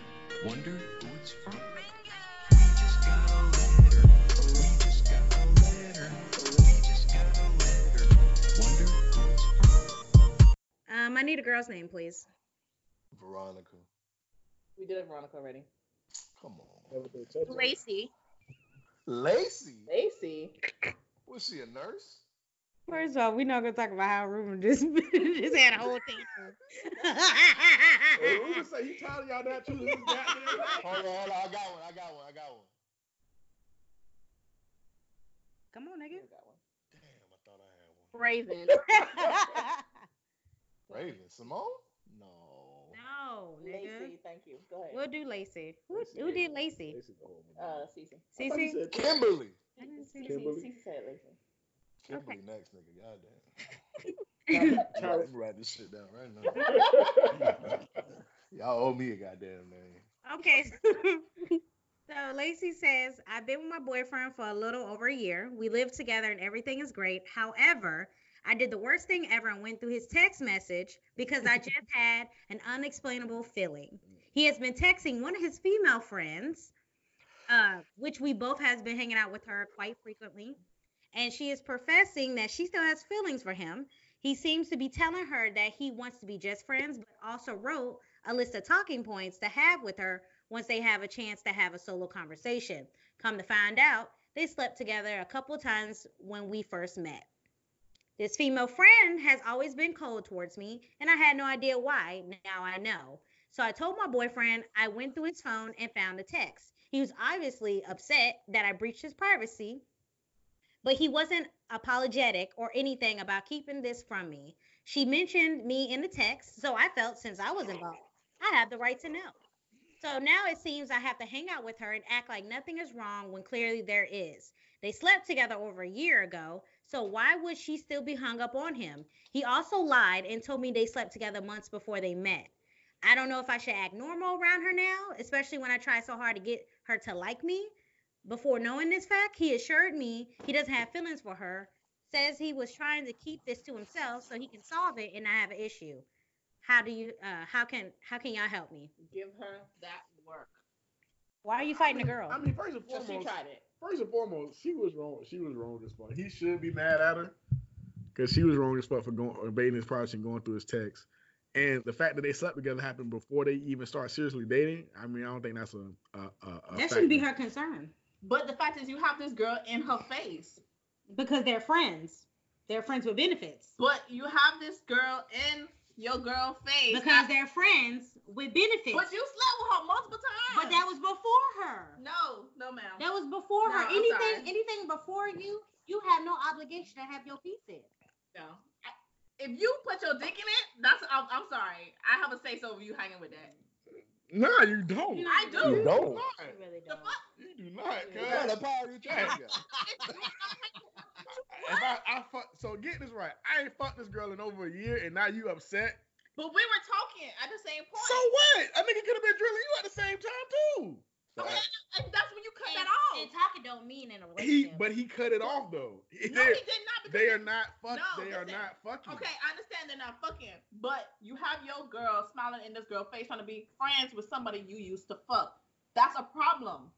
Speaker 9: Wonder who it's from. We just got a letter. We just got a letter. We just got a letter. Wonder who it's from.
Speaker 6: Um, I need a girl's name, please.
Speaker 3: Veronica.
Speaker 5: We did it, Veronica already.
Speaker 3: Come on.
Speaker 7: Lacey.
Speaker 3: Lacey.
Speaker 5: Lacey.
Speaker 3: Was she a nurse?
Speaker 6: First of all, we're not gonna talk about how Ruben just just had a whole thing.
Speaker 2: say you tired of y'all not choosing this
Speaker 3: Hold on, hold on. I got one. I got one. I got one.
Speaker 6: Come on,
Speaker 5: We
Speaker 6: nigga.
Speaker 5: got one.
Speaker 3: Damn, I thought I had one.
Speaker 7: Raven.
Speaker 3: Raven. Simone? No.
Speaker 6: no, nigga.
Speaker 5: Lacey, thank you. Go ahead.
Speaker 6: We'll do Lacey. Who, who did Lacey?
Speaker 5: Uh, Cece.
Speaker 6: Cece?
Speaker 3: Kimberly.
Speaker 6: I didn't see
Speaker 2: Kimberly.
Speaker 5: Cece said Lacey.
Speaker 3: Kimberly next, nigga. Goddamn.
Speaker 6: Cece.
Speaker 3: I'm gonna- I'm gonna write this shit down right now. Y'all owe me a goddamn name.
Speaker 6: okay. so Lacey says, I've been with my boyfriend for a little over a year. We live together and everything is great. However, I did the worst thing ever and went through his text message because I just had an unexplainable feeling. He has been texting one of his female friends, uh, which we both has been hanging out with her quite frequently, and she is professing that she still has feelings for him. He seems to be telling her that he wants to be just friends, but also wrote a list of talking points to have with her once they have a chance to have a solo conversation. Come to find out, they slept together a couple of times when we first met. This female friend has always been cold towards me, and I had no idea why. Now I know. So I told my boyfriend I went through his phone and found the text. He was obviously upset that I breached his privacy, but he wasn't apologetic or anything about keeping this from me. She mentioned me in the text, so I felt since I was involved, I have the right to know. So now it seems I have to hang out with her and act like nothing is wrong when clearly there is. They slept together over a year ago, so why would she still be hung up on him? He also lied and told me they slept together months before they met. I don't know if I should act normal around her now, especially when I try so hard to get her to like me. Before knowing this fact, he assured me he doesn't have feelings for her, says he was trying to keep this to himself so he can solve it and not have an issue. How do you uh how can how can y'all help me?
Speaker 5: Give her that work.
Speaker 6: Why are you fighting a girl?
Speaker 2: I mean, first and
Speaker 5: So she
Speaker 2: foremost,
Speaker 5: tried it.
Speaker 2: first and foremost, she was wrong. She was wrong this point. He should be mad at her because she was wrong as fuck for going invading his privacy and going through his text. And the fact that they slept together happened before they even start seriously dating. I mean, I don't think that's a, a, a, a
Speaker 6: that shouldn't be
Speaker 2: factor.
Speaker 6: her concern
Speaker 5: But the fact is, you have this girl in her face.
Speaker 6: because they're friends. They're friends with benefits.
Speaker 5: But you have this girl in your girl face.
Speaker 6: Because they're friends with benefits.
Speaker 5: but you slept with her multiple times.
Speaker 6: But that was before her.
Speaker 5: no, no, ma'am.
Speaker 6: That was before
Speaker 5: No,
Speaker 6: her.
Speaker 5: I'm
Speaker 6: Anything
Speaker 5: sorry.
Speaker 6: anything before you, you have no obligation to have your piece in.
Speaker 5: No. I- If you put your dick in it, that's I'm, I'm sorry. I have a say so of you hanging with that.
Speaker 2: Nah, you don't.
Speaker 6: You
Speaker 5: I do.
Speaker 2: You don't.
Speaker 6: You really
Speaker 5: The
Speaker 6: don't.
Speaker 5: fuck?
Speaker 2: You do not.
Speaker 5: Yeah.
Speaker 2: cuz.
Speaker 3: What the power you trying to
Speaker 2: If I, I fuck, so get this right. I ain't fucked this girl in over a year, and now you upset.
Speaker 5: But we were talking at the same point.
Speaker 2: So what? A nigga could have been drilling you at the same time too.
Speaker 3: get?
Speaker 5: Okay, and that's when you cut that
Speaker 6: And,
Speaker 5: off.
Speaker 6: and talking don't mean in a
Speaker 2: He,
Speaker 6: relationship.
Speaker 2: but he cut it off though.
Speaker 5: no, he did not
Speaker 2: They are not fuck.
Speaker 5: No,
Speaker 2: they are
Speaker 5: listen.
Speaker 2: not fucking.
Speaker 5: Okay, I understand they're not fucking, but you have your girl smiling in this girl face trying to be friends with somebody you used to fuck. That's a problem.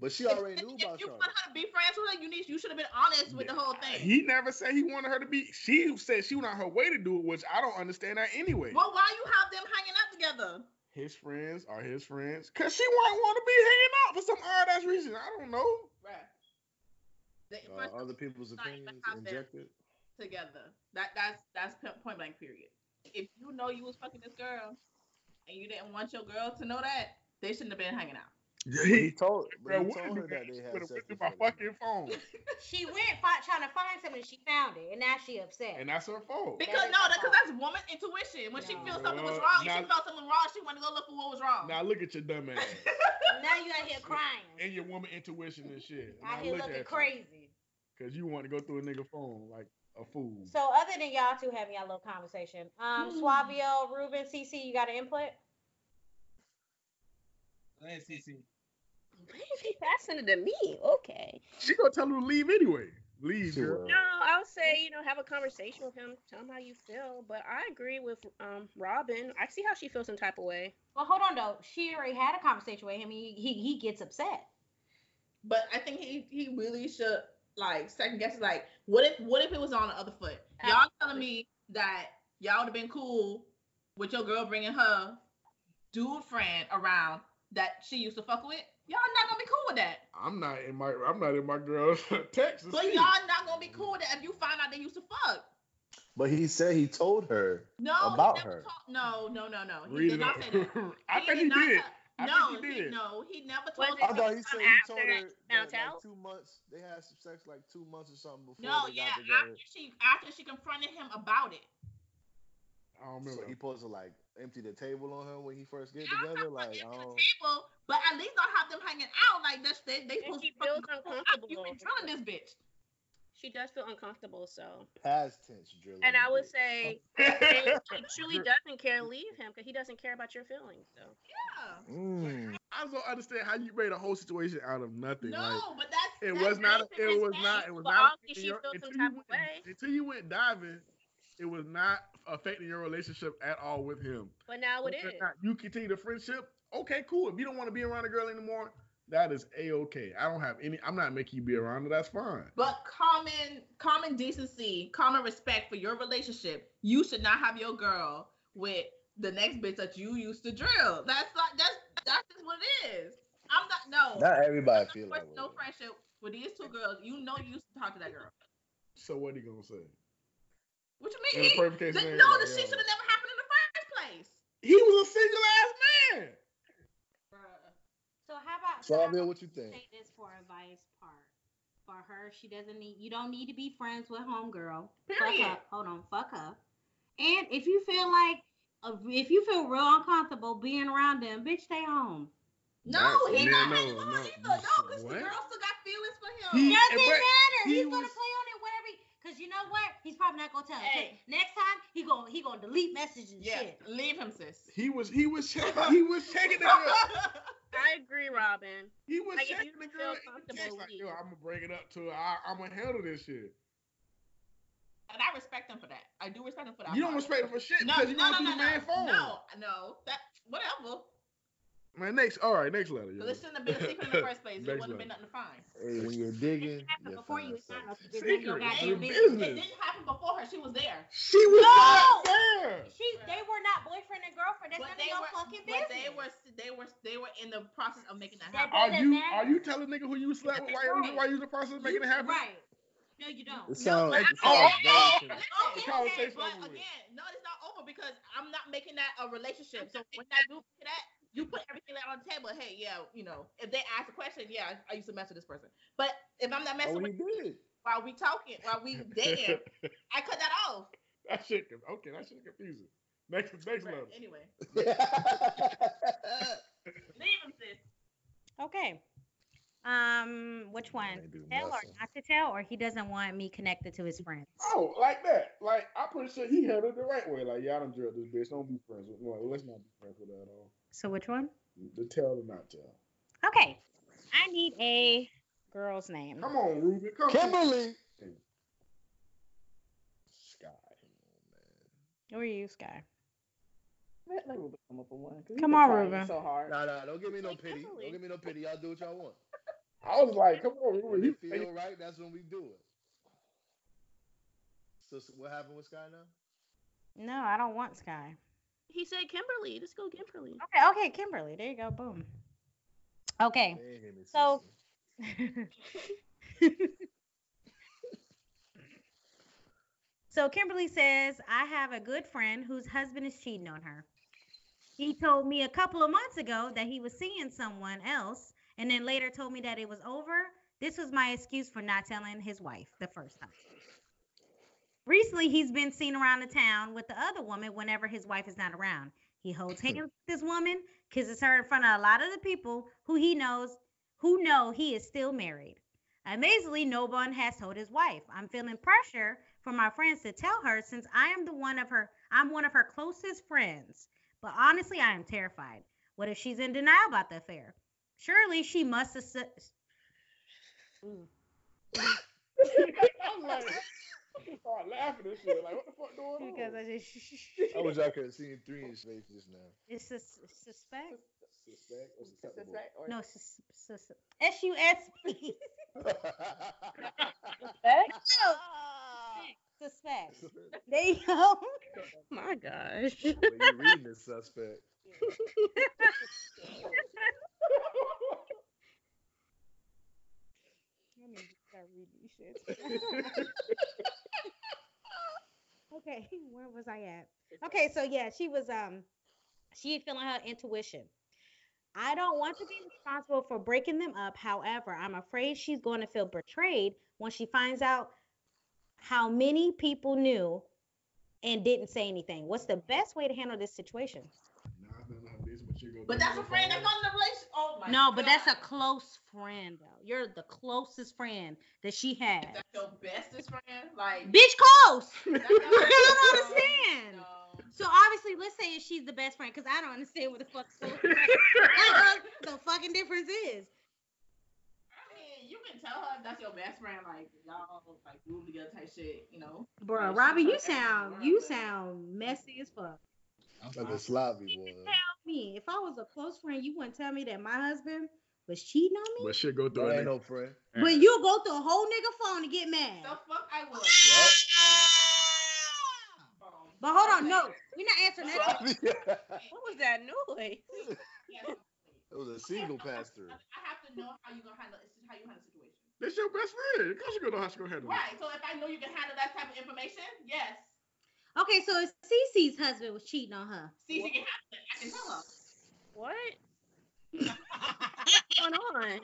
Speaker 3: But she
Speaker 5: If,
Speaker 3: already knew
Speaker 5: if
Speaker 3: about
Speaker 5: you
Speaker 3: Charlotte.
Speaker 5: want her to be friends with her, you need you should have been honest with the whole thing.
Speaker 2: He never said he wanted her to be. She said she went on her way to do it, which I don't understand that anyway.
Speaker 5: well, why you have them hanging out together?
Speaker 2: His friends are his friends because she won't want to be hanging out for some odd ass reason. I don't know.
Speaker 5: Right. They, first
Speaker 3: Uh, other people's
Speaker 5: Sorry,
Speaker 3: opinions
Speaker 5: but out there.
Speaker 3: injected.
Speaker 5: together. That that's that's p- point blank period. If you know you was fucking this girl and you didn't want your girl to know that, they shouldn't have been hanging out.
Speaker 3: He told, but
Speaker 2: Bro,
Speaker 3: he
Speaker 2: what
Speaker 3: told her
Speaker 2: if
Speaker 3: that they had
Speaker 2: would've
Speaker 3: sex
Speaker 2: went through
Speaker 3: before
Speaker 2: my
Speaker 3: they
Speaker 2: fucking
Speaker 3: met.
Speaker 2: phone?
Speaker 1: She went fi- trying to find something. She found it, and now she upset.
Speaker 2: And that's her fault.
Speaker 5: Because
Speaker 1: is
Speaker 5: no,
Speaker 1: her
Speaker 5: because
Speaker 1: fault.
Speaker 5: that's woman intuition. When she
Speaker 1: No.
Speaker 5: feels something was
Speaker 2: Well,
Speaker 5: wrong,
Speaker 2: now-
Speaker 5: she felt something wrong. She wanted to go look for what was wrong.
Speaker 2: Now look at your dumb ass
Speaker 1: now you out here crying.
Speaker 2: and your woman intuition and shit.
Speaker 1: Out
Speaker 2: Now
Speaker 1: here
Speaker 2: look at
Speaker 1: looking
Speaker 2: you,
Speaker 1: crazy.
Speaker 2: Cause you want to go through a nigga phone like a fool.
Speaker 1: So other than y'all two having y'all little conversation, um, Swabio, Ruben, CC, you got an input?
Speaker 8: Go ahead, CC.
Speaker 7: She passing it to me. Okay.
Speaker 2: she gonna tell him to leave anyway. Leave,
Speaker 3: She
Speaker 2: girl.
Speaker 3: was.
Speaker 7: No, I would say you know have a conversation with him, tell him how you feel. But I agree with um Robin. I see how she feels some type of way.
Speaker 1: Well, hold on though. She already had a conversation with him. He he, he gets upset.
Speaker 5: But I think he he really should like second guess like what if what if it was on the other foot? Y'all telling me that y'all would have been cool with your girl bringing her dude friend around that she used to fuck with? Y'all not gonna be cool with that.
Speaker 2: I'm not in my. I'm not in my girl's Texas.
Speaker 5: But y'all not gonna be cool with that if you find out they used to fuck.
Speaker 3: But he said he told her.
Speaker 5: No, he
Speaker 3: About
Speaker 5: never
Speaker 3: her.
Speaker 5: Talk, no, no, no, no. He
Speaker 2: Read
Speaker 5: did
Speaker 2: it.
Speaker 5: not
Speaker 2: up.
Speaker 5: say that.
Speaker 2: I think he
Speaker 5: not
Speaker 2: did.
Speaker 5: tell-
Speaker 2: I
Speaker 5: no,
Speaker 2: think he did.
Speaker 5: no, he never
Speaker 7: Was
Speaker 5: told
Speaker 7: it
Speaker 3: I
Speaker 5: us.
Speaker 3: thought he
Speaker 7: Sometime
Speaker 3: said he
Speaker 7: after
Speaker 3: told her
Speaker 7: that
Speaker 3: that,
Speaker 7: out?
Speaker 3: like, two months. They had some sex like two months or something before
Speaker 5: No,
Speaker 3: they
Speaker 5: yeah,
Speaker 3: got together.
Speaker 5: after she after she confronted him about it.
Speaker 2: I don't
Speaker 3: So
Speaker 2: remember.
Speaker 3: he supposed to like empty the table on her when he first get
Speaker 5: I'm
Speaker 3: together.
Speaker 5: talking
Speaker 3: Like, um, I
Speaker 5: about empty the
Speaker 3: don't.
Speaker 5: table, but at least don't have them hanging out like that's they they supposed
Speaker 7: And she
Speaker 5: to fucking
Speaker 7: feels
Speaker 5: go out.
Speaker 7: uncomfortable.
Speaker 5: You been drilling this bitch.
Speaker 7: She does feel uncomfortable, so.
Speaker 3: Past tense drilling.
Speaker 7: And I would
Speaker 3: bitch.
Speaker 7: say if she truly doesn't care, leave him because he doesn't care about your feelings. So.
Speaker 5: Yeah.
Speaker 3: Mm.
Speaker 2: I just don't understand how you made a whole situation out of nothing.
Speaker 5: No,
Speaker 2: like,
Speaker 5: but that's
Speaker 2: it
Speaker 5: that's
Speaker 2: was not.
Speaker 5: nice and
Speaker 2: It was
Speaker 5: that's
Speaker 2: not.
Speaker 5: nice,
Speaker 2: It was
Speaker 7: but
Speaker 2: not. affecting
Speaker 7: obviously she
Speaker 2: your-
Speaker 7: feels
Speaker 2: Until
Speaker 7: some
Speaker 2: you
Speaker 7: type of
Speaker 2: went-
Speaker 7: way.
Speaker 2: until you went diving, it was not affecting your relationship at all with him.
Speaker 7: But now it
Speaker 2: Whether or
Speaker 7: is.
Speaker 2: not You continue the friendship. Okay, cool. If you don't want to be around a girl anymore, that is a okay. I don't have any. I'm not making you be around her. That's fine.
Speaker 5: But common common decency, common respect for your relationship, you should not have your girl with the next bitch that you used to drill. That's like that's that's just what it is. I'm not no.
Speaker 3: Not everybody
Speaker 5: I'm
Speaker 3: feel
Speaker 5: not
Speaker 3: that way.
Speaker 5: no friendship with these two girls. You know you used to talk to that girl. So
Speaker 2: So what are you gonna say?
Speaker 5: what you
Speaker 2: In a
Speaker 5: mean? He,
Speaker 2: perfect case
Speaker 5: the,
Speaker 2: scenario,
Speaker 5: no, the shit
Speaker 2: yeah.
Speaker 5: should have never happened in the first place.
Speaker 2: He was a single ass man.
Speaker 1: So how about
Speaker 3: So,
Speaker 1: how
Speaker 3: Abel,
Speaker 1: about
Speaker 3: what you think?
Speaker 1: say this for advice part? For her, she doesn't need. You don't need to be friends with homegirl. Fuck
Speaker 5: Period.
Speaker 1: up. Hold on. Fuck up. And if you feel like, uh, if you feel real uncomfortable being around them, bitch, stay home.
Speaker 5: No,
Speaker 2: That's-
Speaker 5: he
Speaker 2: yeah,
Speaker 5: not
Speaker 2: no,
Speaker 5: hanging with her
Speaker 2: no.
Speaker 5: either. No, because the
Speaker 2: What?
Speaker 5: girl still got feelings for him.
Speaker 2: He-
Speaker 1: Doesn't
Speaker 2: and what-
Speaker 1: matter.
Speaker 2: he
Speaker 1: He's gonna
Speaker 2: was-
Speaker 1: play on it whatever. He, Cause you know what? He's probably not gonna tell. us.
Speaker 5: Hey.
Speaker 1: Next time he gonna he gonna delete messages and
Speaker 5: yeah,
Speaker 1: shit.
Speaker 5: leave him, sis.
Speaker 2: He was he was checking he was checking the girl.
Speaker 7: I agree, Robin.
Speaker 2: He was
Speaker 7: Like, if
Speaker 2: checking
Speaker 7: you
Speaker 2: the
Speaker 7: feel
Speaker 2: girl.
Speaker 7: comfortable
Speaker 2: He's like,
Speaker 7: with
Speaker 2: yo,
Speaker 7: it.
Speaker 2: I'm gonna bring it up to her. I, I'm gonna handle this shit.
Speaker 5: and I respect him for that. I do respect him for that.
Speaker 2: You don't
Speaker 5: part.
Speaker 2: respect him for shit
Speaker 5: No,
Speaker 2: because
Speaker 5: no,
Speaker 2: you going
Speaker 5: no, no,
Speaker 2: through
Speaker 5: no,
Speaker 2: the man phone.
Speaker 5: no, no. That whatever.
Speaker 2: Man, next, all right, next letter. yo.
Speaker 5: But it shouldn't have been a secret in the first place. It
Speaker 2: Next
Speaker 5: wouldn't have been
Speaker 2: one.
Speaker 5: nothing to find.
Speaker 3: Hey, when you're
Speaker 1: It
Speaker 3: digging,
Speaker 1: happened
Speaker 3: you
Speaker 1: before
Speaker 3: find
Speaker 1: you. It's not.
Speaker 3: something.
Speaker 1: It's none of your
Speaker 2: Secret. It's
Speaker 1: goddamn
Speaker 2: your
Speaker 1: business.
Speaker 5: It
Speaker 2: Business.
Speaker 5: didn't happen before her. She was there.
Speaker 2: She was not
Speaker 1: No!
Speaker 2: there.
Speaker 1: She, they were not boyfriend and girlfriend. That's none
Speaker 5: But
Speaker 1: of
Speaker 5: they
Speaker 1: your
Speaker 5: were,
Speaker 1: fucking
Speaker 5: but
Speaker 1: business.
Speaker 5: they were, they were, they were in the process of making that
Speaker 1: That
Speaker 5: happen.
Speaker 2: Are
Speaker 1: doesn't
Speaker 2: you
Speaker 1: matter.
Speaker 2: are you telling nigga who you slept with while
Speaker 1: Right.
Speaker 2: while you in the process of making
Speaker 1: You-
Speaker 2: it happen?
Speaker 1: Right. No, you don't.
Speaker 3: It sounds.
Speaker 5: but
Speaker 3: it
Speaker 5: I-
Speaker 2: Oh,
Speaker 3: sounds
Speaker 2: oh,
Speaker 3: very
Speaker 2: oh, The
Speaker 3: similar.
Speaker 5: Okay, okay,
Speaker 2: conversation
Speaker 5: but
Speaker 2: over with.
Speaker 5: again, no, it's not over because I'm not making that a relationship. So when I do that, you put everything out on the table. Hey, yeah, you know, if they ask a question, yeah, I used to mess with this person. But if I'm not messing
Speaker 3: Oh, he
Speaker 5: with
Speaker 3: did.
Speaker 5: while we talking, while we dating, I cut that off.
Speaker 2: That shit. Okay, that shit confusing. Next, next letter.
Speaker 5: Anyway, leave him, sis.
Speaker 1: Okay. Um, which
Speaker 3: They
Speaker 1: one?
Speaker 3: do
Speaker 1: Tell or
Speaker 3: nothing.
Speaker 1: not to tell, or he doesn't want me connected to his friends.
Speaker 2: Oh, like that. Like I'm pretty sure he handled it the right way. Like y'all done drilled this bitch. Don't be friends with. No, let's not be friends with that at all.
Speaker 1: So which one?
Speaker 2: The tell or not tell.
Speaker 1: Okay. I need a girl's name.
Speaker 6: Oh.
Speaker 2: Come on, Ruben. Come on.
Speaker 3: Kimberly.
Speaker 7: Where are you, Sky?
Speaker 10: Let, let Ruben come up with one. 'cause he's
Speaker 7: Come
Speaker 10: been
Speaker 7: on,
Speaker 10: trying
Speaker 7: Ruben.
Speaker 10: So hard.
Speaker 3: Nah, nah, don't give me no
Speaker 7: Like,
Speaker 3: pity.
Speaker 7: definitely.
Speaker 3: Don't give me no pity. Y'all do what y'all want.
Speaker 2: I was like, come on,
Speaker 3: When
Speaker 2: Ruben,
Speaker 3: it
Speaker 2: you
Speaker 3: feel right, that's when we do it. So s- what happened with Sky now?
Speaker 6: No, I don't want Sky.
Speaker 7: He said Kimberly. Let's go Kimberly.
Speaker 6: Okay, okay, Kimberly. There you go. Boom. Okay.
Speaker 3: They ain't hear me,
Speaker 6: So-
Speaker 3: sister.
Speaker 6: so Kimberly says, I have a good friend whose husband is cheating on her. He told me a couple of months ago that he was seeing someone else and then later told me that it was over. This was my excuse for not telling his wife the first time. Recently, he's been seen around the town with the other woman whenever his wife is not around. He holds hands with this woman, kisses her in front of a lot of the people who he knows who know he is still married. Amazingly, no one has told his wife. I'm feeling pressure from my friends to tell her since I am the one of her I'm one of her closest friends. But honestly, I am terrified. What if she's in denial about the affair? Surely she must have s-
Speaker 2: I was like, I just started laughing and shit. Like, what the fuck going on?
Speaker 6: because I just
Speaker 3: I uh, wish I could have seen three in his face just now.
Speaker 6: it's sus- suspect.
Speaker 3: Suspect or susceptible?
Speaker 10: Suspect or
Speaker 6: No, sus- sus- S U S P.
Speaker 10: suspect?
Speaker 6: No, Suspect. There you go.
Speaker 7: Oh My gosh.
Speaker 3: when you're reading the suspect.
Speaker 6: I need to start reading these shits. okay, where was I at? Okay, so yeah, she was um she feeling her intuition. I don't want to be responsible for breaking them up. However, I'm afraid she's going to feel betrayed when she finds out how many people knew and didn't say anything. What's the best way to handle this situation?
Speaker 2: Nah, I don't know how this, but you go.
Speaker 5: But
Speaker 2: do
Speaker 5: that's
Speaker 2: it
Speaker 5: a friend.
Speaker 2: if I
Speaker 5: That's
Speaker 2: want.
Speaker 5: not in a relationship. Oh my.
Speaker 6: No, but that's a
Speaker 5: God.
Speaker 6: close friend though. You're the closest friend that she had.
Speaker 5: That's your bestest friend. Like.
Speaker 6: Bitch close.
Speaker 5: that's your
Speaker 6: I don't
Speaker 5: bestest friend.
Speaker 6: understand.
Speaker 5: No.
Speaker 6: So obviously, let's say if she's the best friend, because I don't understand what the fuck what the fucking difference is.
Speaker 5: I mean, you can tell her that's your best friend. Like y'all, like move together type shit. You know.
Speaker 6: Bro,
Speaker 5: Right,
Speaker 6: Robbie, you
Speaker 5: she's like,
Speaker 6: sound
Speaker 5: "Everyone
Speaker 6: you
Speaker 5: loves her."
Speaker 6: sound messy as fuck.
Speaker 8: I'm
Speaker 3: Like a
Speaker 8: fine.
Speaker 3: sloppy boy.
Speaker 6: Me, if I was a close friend, you wouldn't tell me that my husband was cheating on me.
Speaker 2: But shit go through
Speaker 3: That
Speaker 2: it.
Speaker 3: ain't no friend.
Speaker 6: But, you go through a whole nigga phone to get mad.
Speaker 5: The fuck I would. Um,
Speaker 6: But hold on,
Speaker 5: okay.
Speaker 6: no, we're not answering that.
Speaker 3: it
Speaker 7: What was that noise?
Speaker 5: Yeah, I
Speaker 3: was a single pass through.
Speaker 5: I have to know how you gonna handle how you handle the situation.
Speaker 2: That's your best friend. Of course you gonna know how she gonna handle
Speaker 5: Right. So if I know you can handle that type of information, yes.
Speaker 6: Okay, so if Cece's husband was cheating on her,
Speaker 5: See, she can handle it. I can tell her.
Speaker 7: What? What's going on?
Speaker 2: it.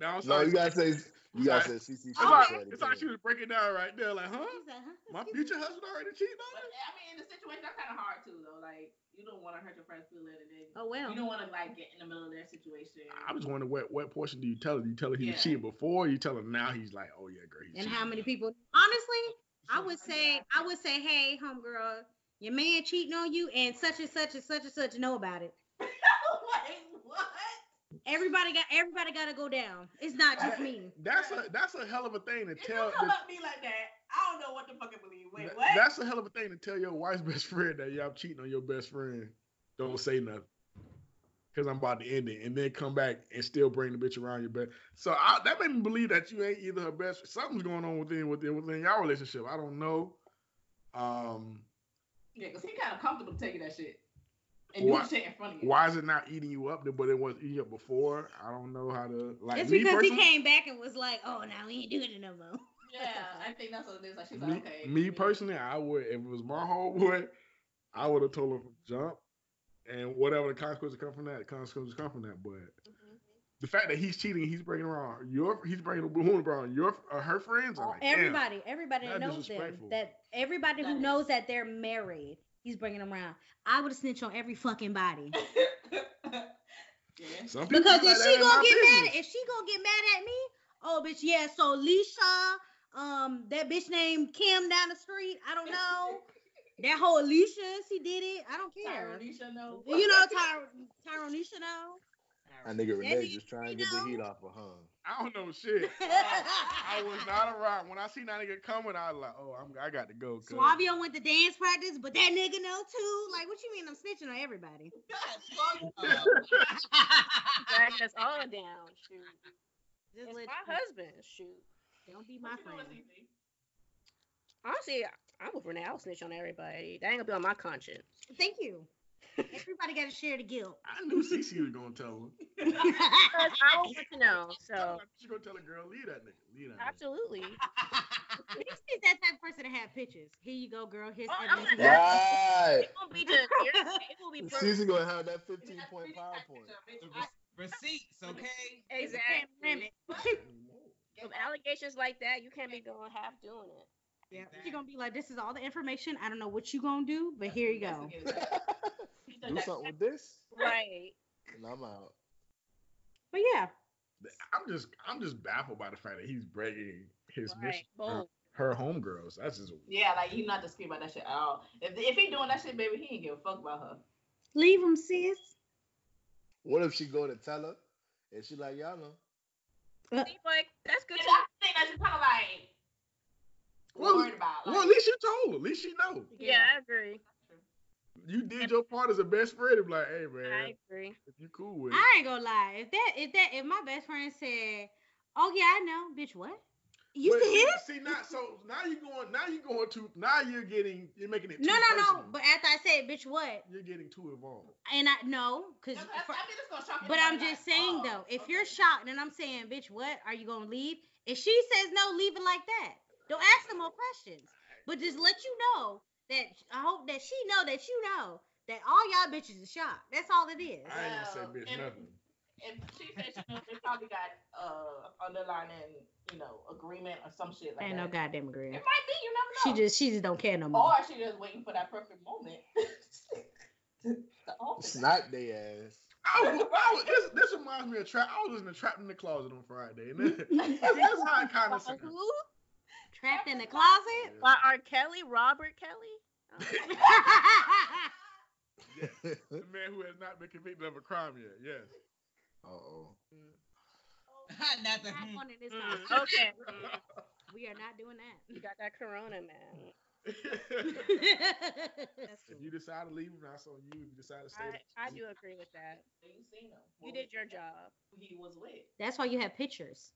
Speaker 2: Now, I'm
Speaker 3: No,
Speaker 2: sorry.
Speaker 3: you gotta say you gotta say CC.
Speaker 2: it's, like,
Speaker 3: first,
Speaker 2: it's
Speaker 3: buddy.
Speaker 2: like she was breaking down right there. Like, huh?
Speaker 6: he's like, huh?
Speaker 2: My future husband already cheating on
Speaker 5: But
Speaker 2: me?
Speaker 5: I mean, in the situation, that's kind of hard too, though. Like, you don't want to hurt your friend's feelings, and then
Speaker 6: Oh well.
Speaker 5: you don't want to like get in the middle of their situation.
Speaker 2: I was wondering what what portion do you tell her? Do you tell her he
Speaker 5: Yeah.
Speaker 2: was cheating before? Or you tell her now he's like, oh yeah, girl, he's
Speaker 6: and
Speaker 2: cheating.
Speaker 6: how many people honestly i would say i would say hey homegirl your man cheating on you and such and such and such and such know about it
Speaker 5: Wait, what?
Speaker 6: everybody got everybody got to go down it's not just me
Speaker 2: That's a that's a hell of a thing to
Speaker 5: If
Speaker 2: tell.
Speaker 5: you come
Speaker 2: to-
Speaker 5: at me like that, I don't know what to fucking believe. Wait,
Speaker 2: that-
Speaker 5: what?
Speaker 2: That's a hell of a thing to tell your wife's best friend that y'all cheating on your best friend. Don't say nothing. Cause I'm about to end it, and then come back and still bring the bitch around your bed. So I, that made me believe that you ain't either her best. Something's going on within within within y'all relationship. I don't know. Um,
Speaker 5: Yeah, 'cause he kind of comfortable taking that shit and doing
Speaker 2: Why-
Speaker 5: shit in front of you.
Speaker 2: why is it not eating you up? But it was eating you up before. I don't know how to like.
Speaker 6: it's
Speaker 2: me
Speaker 6: because he
Speaker 2: personally-
Speaker 6: came back and was like oh now we ain't doing it no more
Speaker 5: Yeah, I think that's what it is. Like she's
Speaker 2: me,
Speaker 5: like, okay.
Speaker 2: me personally, I would if it was my homeboy, I would have told him to jump, and whatever the consequences come from that, the consequences come from that. But
Speaker 6: Mm-hmm.
Speaker 2: the fact that he's cheating, he's bringing around your, he's bringing a woman around your or her friends. I'm like, damn.
Speaker 6: Oh, everybody everybody that
Speaker 2: That
Speaker 6: knows them
Speaker 2: disrespectful.
Speaker 6: that everybody who
Speaker 5: That is-
Speaker 6: knows that they're married he's bringing them around i would snitch on every fucking body
Speaker 5: yeah.
Speaker 2: Some people
Speaker 6: Because
Speaker 2: be like
Speaker 6: if
Speaker 2: that
Speaker 6: she
Speaker 2: in my
Speaker 6: gonna get mad,
Speaker 2: business.
Speaker 6: if she gonna get mad at me, oh bitch, yeah. So Leisha, um, that bitch named Kim down the street, I don't know. that whole Alicia, she did it. I don't care.
Speaker 5: Tyronisha, no.
Speaker 6: You know, Ty- Tyronisha now.
Speaker 3: That nigga Renee
Speaker 6: Eddie,
Speaker 3: just trying to
Speaker 6: you
Speaker 3: get the
Speaker 6: know?
Speaker 3: heat off of her.
Speaker 2: I don't know shit. I was not around when I seen that nigga coming. I was like, oh, I'm, I got to go. cuz.
Speaker 6: Swabio went to dance practice, but that nigga know too. Like, what you mean? I'm snitching on everybody.
Speaker 7: Drag us all down. Shoot.
Speaker 6: Just
Speaker 7: It's
Speaker 6: let
Speaker 7: my husband. Shoot.
Speaker 6: Don't be my friend.
Speaker 7: Honestly, I'm with Renee. I'll snitch on everybody. That ain't gonna be on my conscience.
Speaker 6: Thank you. Everybody got to share the guilt.
Speaker 2: I knew Cece was gonna tell her.
Speaker 7: Because I want to know. So
Speaker 2: She gonna tell a girl, leave that nigga, leave that. nigga."
Speaker 7: absolutely.
Speaker 6: He's that type of person to have pictures. Here you go, girl. Here's
Speaker 7: Oh, I'm
Speaker 6: evidence.
Speaker 7: not-
Speaker 3: Right.
Speaker 7: It won't be just it will be proof.
Speaker 3: Caesar gonna have that 15 point PowerPoint.
Speaker 8: Receipts, okay?
Speaker 6: You can't
Speaker 7: Exactly.
Speaker 6: limit.
Speaker 7: With allegations like that, you can't be going half doing it.
Speaker 6: Yeah. You're gonna be like, this is all the information. I don't know what you gonna do, but here you go.
Speaker 3: Do something with this,
Speaker 7: Right.
Speaker 3: and I'm out.
Speaker 6: But yeah,
Speaker 2: I'm just, I'm just baffled by the fact that he's breaking his
Speaker 7: Right.
Speaker 2: mission. Her,
Speaker 7: Bold.
Speaker 2: her homegirls. That's just.
Speaker 5: Yeah, like you not discreet about that shit at all. If if he doing that shit, baby, he ain't give a fuck about her.
Speaker 6: leave him, sis.
Speaker 3: What if she go to tell her, and she like, y'all know?
Speaker 7: See, like that's good
Speaker 5: And
Speaker 7: to
Speaker 5: that's the thing that you kind of like
Speaker 2: Well,
Speaker 5: worried about.
Speaker 2: Well, at
Speaker 5: like-
Speaker 2: least you told her. At least she know.
Speaker 7: Yeah, I agree.
Speaker 2: You did your part as a best friend. and be like, hey man,
Speaker 7: I agree.
Speaker 2: if you cool with it.
Speaker 6: I ain't gonna lie. If that, if that, if my best friend said, "Oh yeah, I know, bitch, what? You
Speaker 2: But
Speaker 6: still
Speaker 2: see-
Speaker 6: here?"
Speaker 2: See, not so. Now you going. Now you going to. Now you're getting. You're making it. Too
Speaker 6: No, no, no.
Speaker 2: personal.
Speaker 6: But after I said, "Bitch, what?"
Speaker 2: you're getting too involved.
Speaker 6: and I no, cause.
Speaker 5: That's- that's-
Speaker 6: for-
Speaker 5: I mean, it's gonna shock
Speaker 6: But I'm
Speaker 5: everybody,
Speaker 6: just
Speaker 5: like,
Speaker 6: saying
Speaker 5: oh,
Speaker 6: though, if
Speaker 5: okay.
Speaker 6: you're shocked and I'm saying, bitch, what are you gonna leave? If she says no, leave it like that. Don't ask no more questions. But just let you know that I hope that she know that you know that all y'all bitches is shocked. That's all it is.
Speaker 2: I ain't gonna say
Speaker 5: Well,
Speaker 2: bitch
Speaker 5: and-
Speaker 2: nothing.
Speaker 5: if she said she, they probably got uh underlining, you know, agreement or some shit like
Speaker 6: Ain't no
Speaker 5: that.
Speaker 6: goddamn
Speaker 5: It
Speaker 6: agreement.
Speaker 5: might be, you
Speaker 6: She
Speaker 5: never know.
Speaker 6: just she just don't care no more.
Speaker 5: or she just waiting for that perfect moment. The ultimate.
Speaker 3: Snap they ass.
Speaker 2: I was, I was, this, this reminds me of trap. I was listening to Trap in the Closet on Friday. And that- that's how it kind of sounds.
Speaker 6: Who? Uh-huh. Trapped in the closet?
Speaker 7: By R. Kelly, Robert Kelly. Oh,
Speaker 2: The man who has not been convicted of a crime yet. Yes.
Speaker 3: Uh oh.
Speaker 8: Not the
Speaker 6: Not
Speaker 8: hmm.
Speaker 6: one in this
Speaker 5: Mm-hmm.
Speaker 7: mm,
Speaker 6: house.
Speaker 7: okay. Mm,
Speaker 6: We are not doing
Speaker 7: you got that corona, man.
Speaker 2: if
Speaker 6: that. That's
Speaker 2: you decide to leave, that's on you. If you decide to stay,
Speaker 7: I, I do agree with that.
Speaker 5: You seen him.
Speaker 7: You did your job.
Speaker 5: Who He was with.
Speaker 6: That's why you have pictures.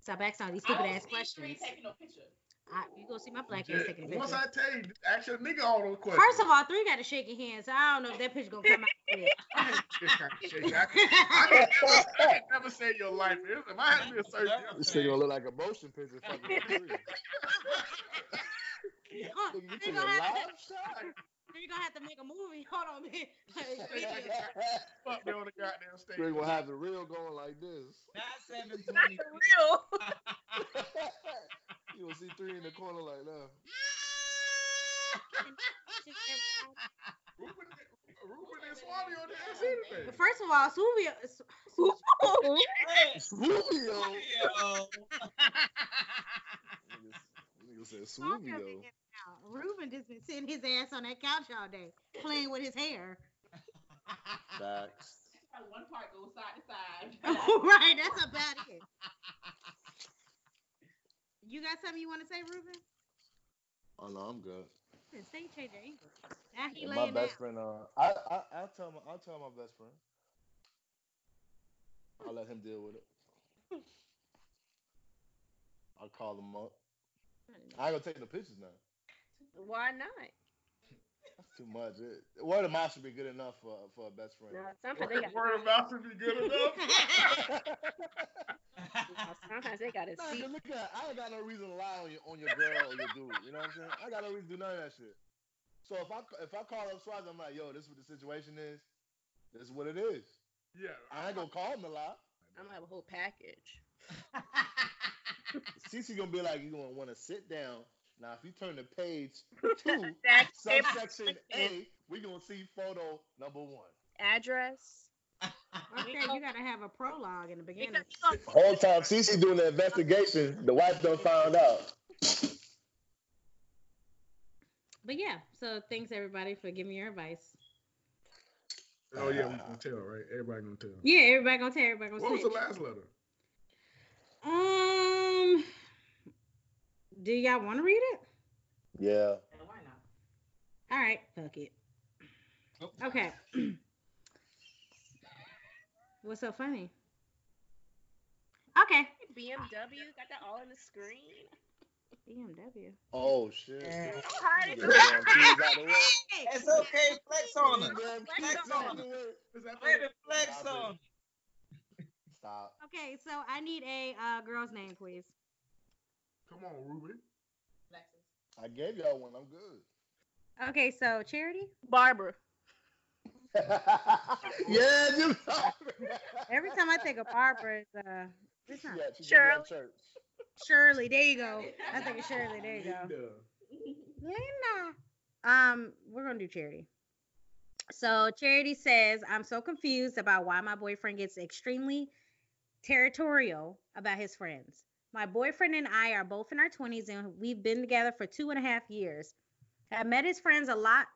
Speaker 6: Stop asking all these
Speaker 5: I
Speaker 6: stupid
Speaker 5: don't
Speaker 6: ass
Speaker 5: see Three
Speaker 6: questions.
Speaker 5: taking no picture.
Speaker 6: I, you gonna see my black ass
Speaker 2: Just-
Speaker 6: taking
Speaker 2: once
Speaker 6: pictures.
Speaker 2: I tell you, ask your nigga all those questions.
Speaker 6: First of all, three got a shaky hand, so I don't know if that picture gonna come out. clear.
Speaker 2: I can, I can never, I can never save your life. If if I had to be a surgeon, I'm
Speaker 3: This shit gonna look like a motion picture. Fucking three.
Speaker 6: Oh,
Speaker 3: Nigga, you
Speaker 6: They're
Speaker 3: took a
Speaker 6: gonna, have
Speaker 3: live
Speaker 6: to, they're gonna have to make a movie. Hold on, man. Like, video.
Speaker 3: shot.
Speaker 2: fucked on the goddamn stage.
Speaker 3: Three gonna have the reel going like this.
Speaker 8: Not
Speaker 7: Not
Speaker 8: 720.
Speaker 7: the real.
Speaker 3: you will see three in the corner like that.
Speaker 2: Ruben, Ruben and Swami on there. See the thing.
Speaker 6: First of all, Suvio,
Speaker 3: Swoovio.
Speaker 8: Yo.
Speaker 3: Nigga said
Speaker 6: Suvio
Speaker 3: Swoovio.
Speaker 6: Ruben just been sitting his ass on that couch all day playing with his hair.
Speaker 3: Facts.
Speaker 5: Like, One part goes side to side.
Speaker 6: right, that's about it. You got something you want to say, Ruben?
Speaker 3: Oh no, I'm good.
Speaker 6: Listen, Say change your angle. Now he
Speaker 3: And my
Speaker 6: laying down.
Speaker 3: best friend, uh, I, I I'll tell my I'll tell my best friend. I'll let him deal with it. I'll call him up. I ain't gonna take no pictures now.
Speaker 7: Why not?
Speaker 3: That's too much. It, word of mouth should be good enough for for a best friend.
Speaker 7: No, sometimes they got.
Speaker 2: Word of mouth would be good enough.
Speaker 7: Sometimes they got to
Speaker 3: Nah,
Speaker 7: see.
Speaker 3: 'cause look at, I ain't got no reason to lie on your, on your girl or your dude. You know what I'm saying? I got no reason to do none of that shit. So if I if I call up Swaz, I'm like, yo, this is what the situation is. This is what it is.
Speaker 2: yeah.
Speaker 3: I ain't gonna call him to lie.
Speaker 7: I'm gonna have a whole package.
Speaker 3: Cece gonna be like, you gonna want to sit down. Now, if you turn to page two,
Speaker 7: That's
Speaker 3: subsection A, we gonna see photo number one.
Speaker 7: address.
Speaker 6: Okay, you gotta have a prologue in the beginning.
Speaker 7: Because you gonna-
Speaker 3: Whole time Cece doing the investigation, the wife done found out.
Speaker 6: But yeah, so thanks everybody for giving your advice.
Speaker 2: Oh yeah, we gonna tell, right? Everybody gonna tell.
Speaker 6: Yeah, everybody gonna tell everybody gonna
Speaker 2: What was the
Speaker 6: snitch.
Speaker 2: last letter?
Speaker 6: Um, do y'all want to read it?
Speaker 3: Yeah.
Speaker 6: All right, fuck it. Okay. What's so funny? Okay.
Speaker 7: BMW got that all in the screen.
Speaker 6: BMW.
Speaker 3: Oh shit.
Speaker 7: Hide
Speaker 3: Get them kids out the way.
Speaker 8: It's okay, flex on
Speaker 3: Get
Speaker 8: her.
Speaker 3: them
Speaker 8: Flex
Speaker 3: kids
Speaker 8: on
Speaker 3: out the
Speaker 8: her.
Speaker 3: way.
Speaker 8: Let it flex on her.
Speaker 3: Stop.
Speaker 6: Okay, so I need a uh, girl's name, please.
Speaker 2: Come on, Ruben.
Speaker 3: I gave y'all one. I'm good.
Speaker 6: Okay, so Charity.
Speaker 5: Barbara.
Speaker 3: yeah, you.
Speaker 6: Every time I think of Barbara, it's, uh, it's not
Speaker 3: Yeah, she
Speaker 6: Shirley.
Speaker 3: Shirley. Church.
Speaker 6: Shirley. There you go. I think it's Shirley. There you go.
Speaker 2: Linda.
Speaker 6: Linda. Um, we're gonna do charity. So charity says, I'm so confused about why my boyfriend gets extremely territorial about his friends. My boyfriend and I are both in our 20s and we've been together for two and a half years. I met his friends a lot.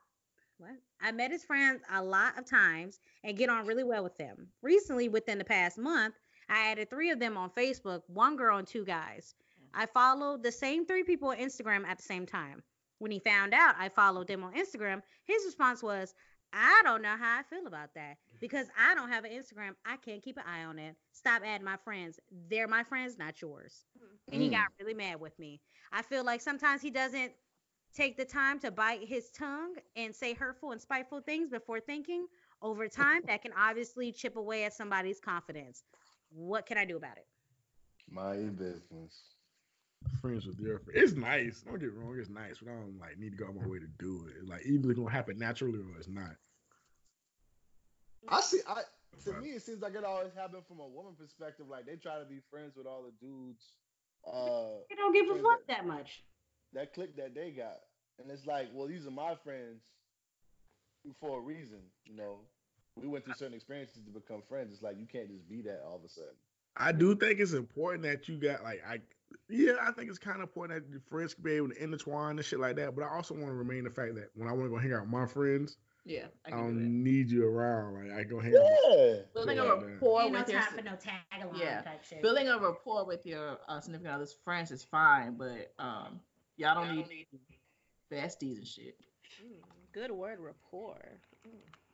Speaker 6: What? I met his friends a lot of times and get on really well with them. Recently, within the past month, I added three of them on Facebook, one girl and two guys. I followed the same three people on Instagram at the same time. When he found out I followed them on Instagram, his response was, I don't know how I feel about that because I don't have an Instagram. I can't keep an eye on it. Stop adding my friends. They're my friends, not yours. And he got really mad with me. I feel like sometimes he doesn't take the time to bite his tongue and say hurtful and spiteful things before thinking. Over time, that can obviously chip away at somebody's confidence. What can I do about it?
Speaker 3: Mind your business.
Speaker 2: friends with your friends. It's nice. Don't get me wrong. It's nice, but I don't like need to go out my way to do it. Like either it's gonna happen naturally or it's not.
Speaker 3: I see. I to me, it seems like it always happened from a woman perspective. Like they try to be friends with all the dudes. Uh,
Speaker 6: They don't give a
Speaker 3: Friends
Speaker 6: fuck
Speaker 3: that-
Speaker 6: that much.
Speaker 3: that click that they got. And it's like, well, these are my friends for a reason. You know, we went through certain experiences to become friends. It's like you can't just be that all of a sudden.
Speaker 2: I do think it's important that you got like I yeah, I think it's kind of important that your friends can be able to intertwine and shit like that. But I also want to remain the fact that when I want to go hang out with my friends,
Speaker 5: Yeah, I
Speaker 2: I,
Speaker 5: can do that.
Speaker 2: don't need you around. Like I go hang out. with-
Speaker 3: Yeah.
Speaker 5: Building a
Speaker 2: Um, Yeah, man.
Speaker 5: rapport
Speaker 1: Ain't no
Speaker 5: with your
Speaker 1: time for no tag along
Speaker 5: Yeah.
Speaker 1: type shit.
Speaker 5: building a rapport with your uh, significant other's friends is fine, but um, y'all don't need besties and shit.
Speaker 6: Mm, good word, rapport.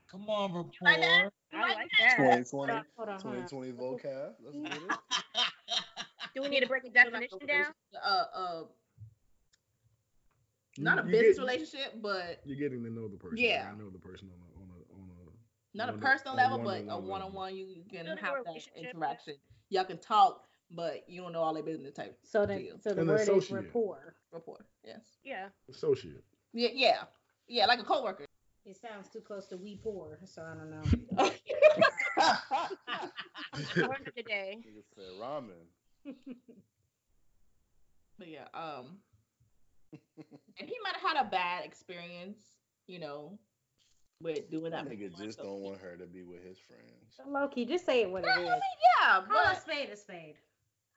Speaker 8: Come on,
Speaker 7: like that?
Speaker 8: rapport.
Speaker 6: I like that.
Speaker 3: 2020,
Speaker 1: Hold on, hold on, hold on.
Speaker 3: 2020 vocab. Let's get it.
Speaker 6: Do we need to break the definition down?
Speaker 5: Uh, uh, not a
Speaker 2: you
Speaker 5: business
Speaker 2: get-
Speaker 5: relationship, but
Speaker 2: You're getting to know the person.
Speaker 5: Yeah.
Speaker 2: Like, I know the person on a on a on a.
Speaker 5: not a
Speaker 2: On a-
Speaker 5: personal
Speaker 2: on
Speaker 5: level, but
Speaker 2: one-on-one
Speaker 5: a
Speaker 2: level.
Speaker 5: one-on-one. You, you can
Speaker 6: Building a
Speaker 5: have that
Speaker 6: relationship, yeah.
Speaker 5: interaction. Y'all can talk, but you don't know all their business type
Speaker 1: So then,
Speaker 5: Deal.
Speaker 1: so the
Speaker 2: An
Speaker 1: word is
Speaker 2: associate.
Speaker 1: rapport.
Speaker 5: rapport. Yes.
Speaker 6: Yeah.
Speaker 2: Associate.
Speaker 5: Yeah, yeah, yeah, like a coworker.
Speaker 1: It sounds too close to we poor, so I don't know.
Speaker 6: Word of the day.
Speaker 3: Nigga said ramen.
Speaker 5: But yeah, um, and he might have had a bad experience, you know, with doing that.
Speaker 3: That nigga
Speaker 5: before,
Speaker 3: just
Speaker 5: so-
Speaker 3: don't want her to be with his friends.
Speaker 1: Loki, just say it what
Speaker 5: Yeah, I
Speaker 1: it
Speaker 5: mean,
Speaker 1: is.
Speaker 5: yeah, but
Speaker 1: Call a spade a spade.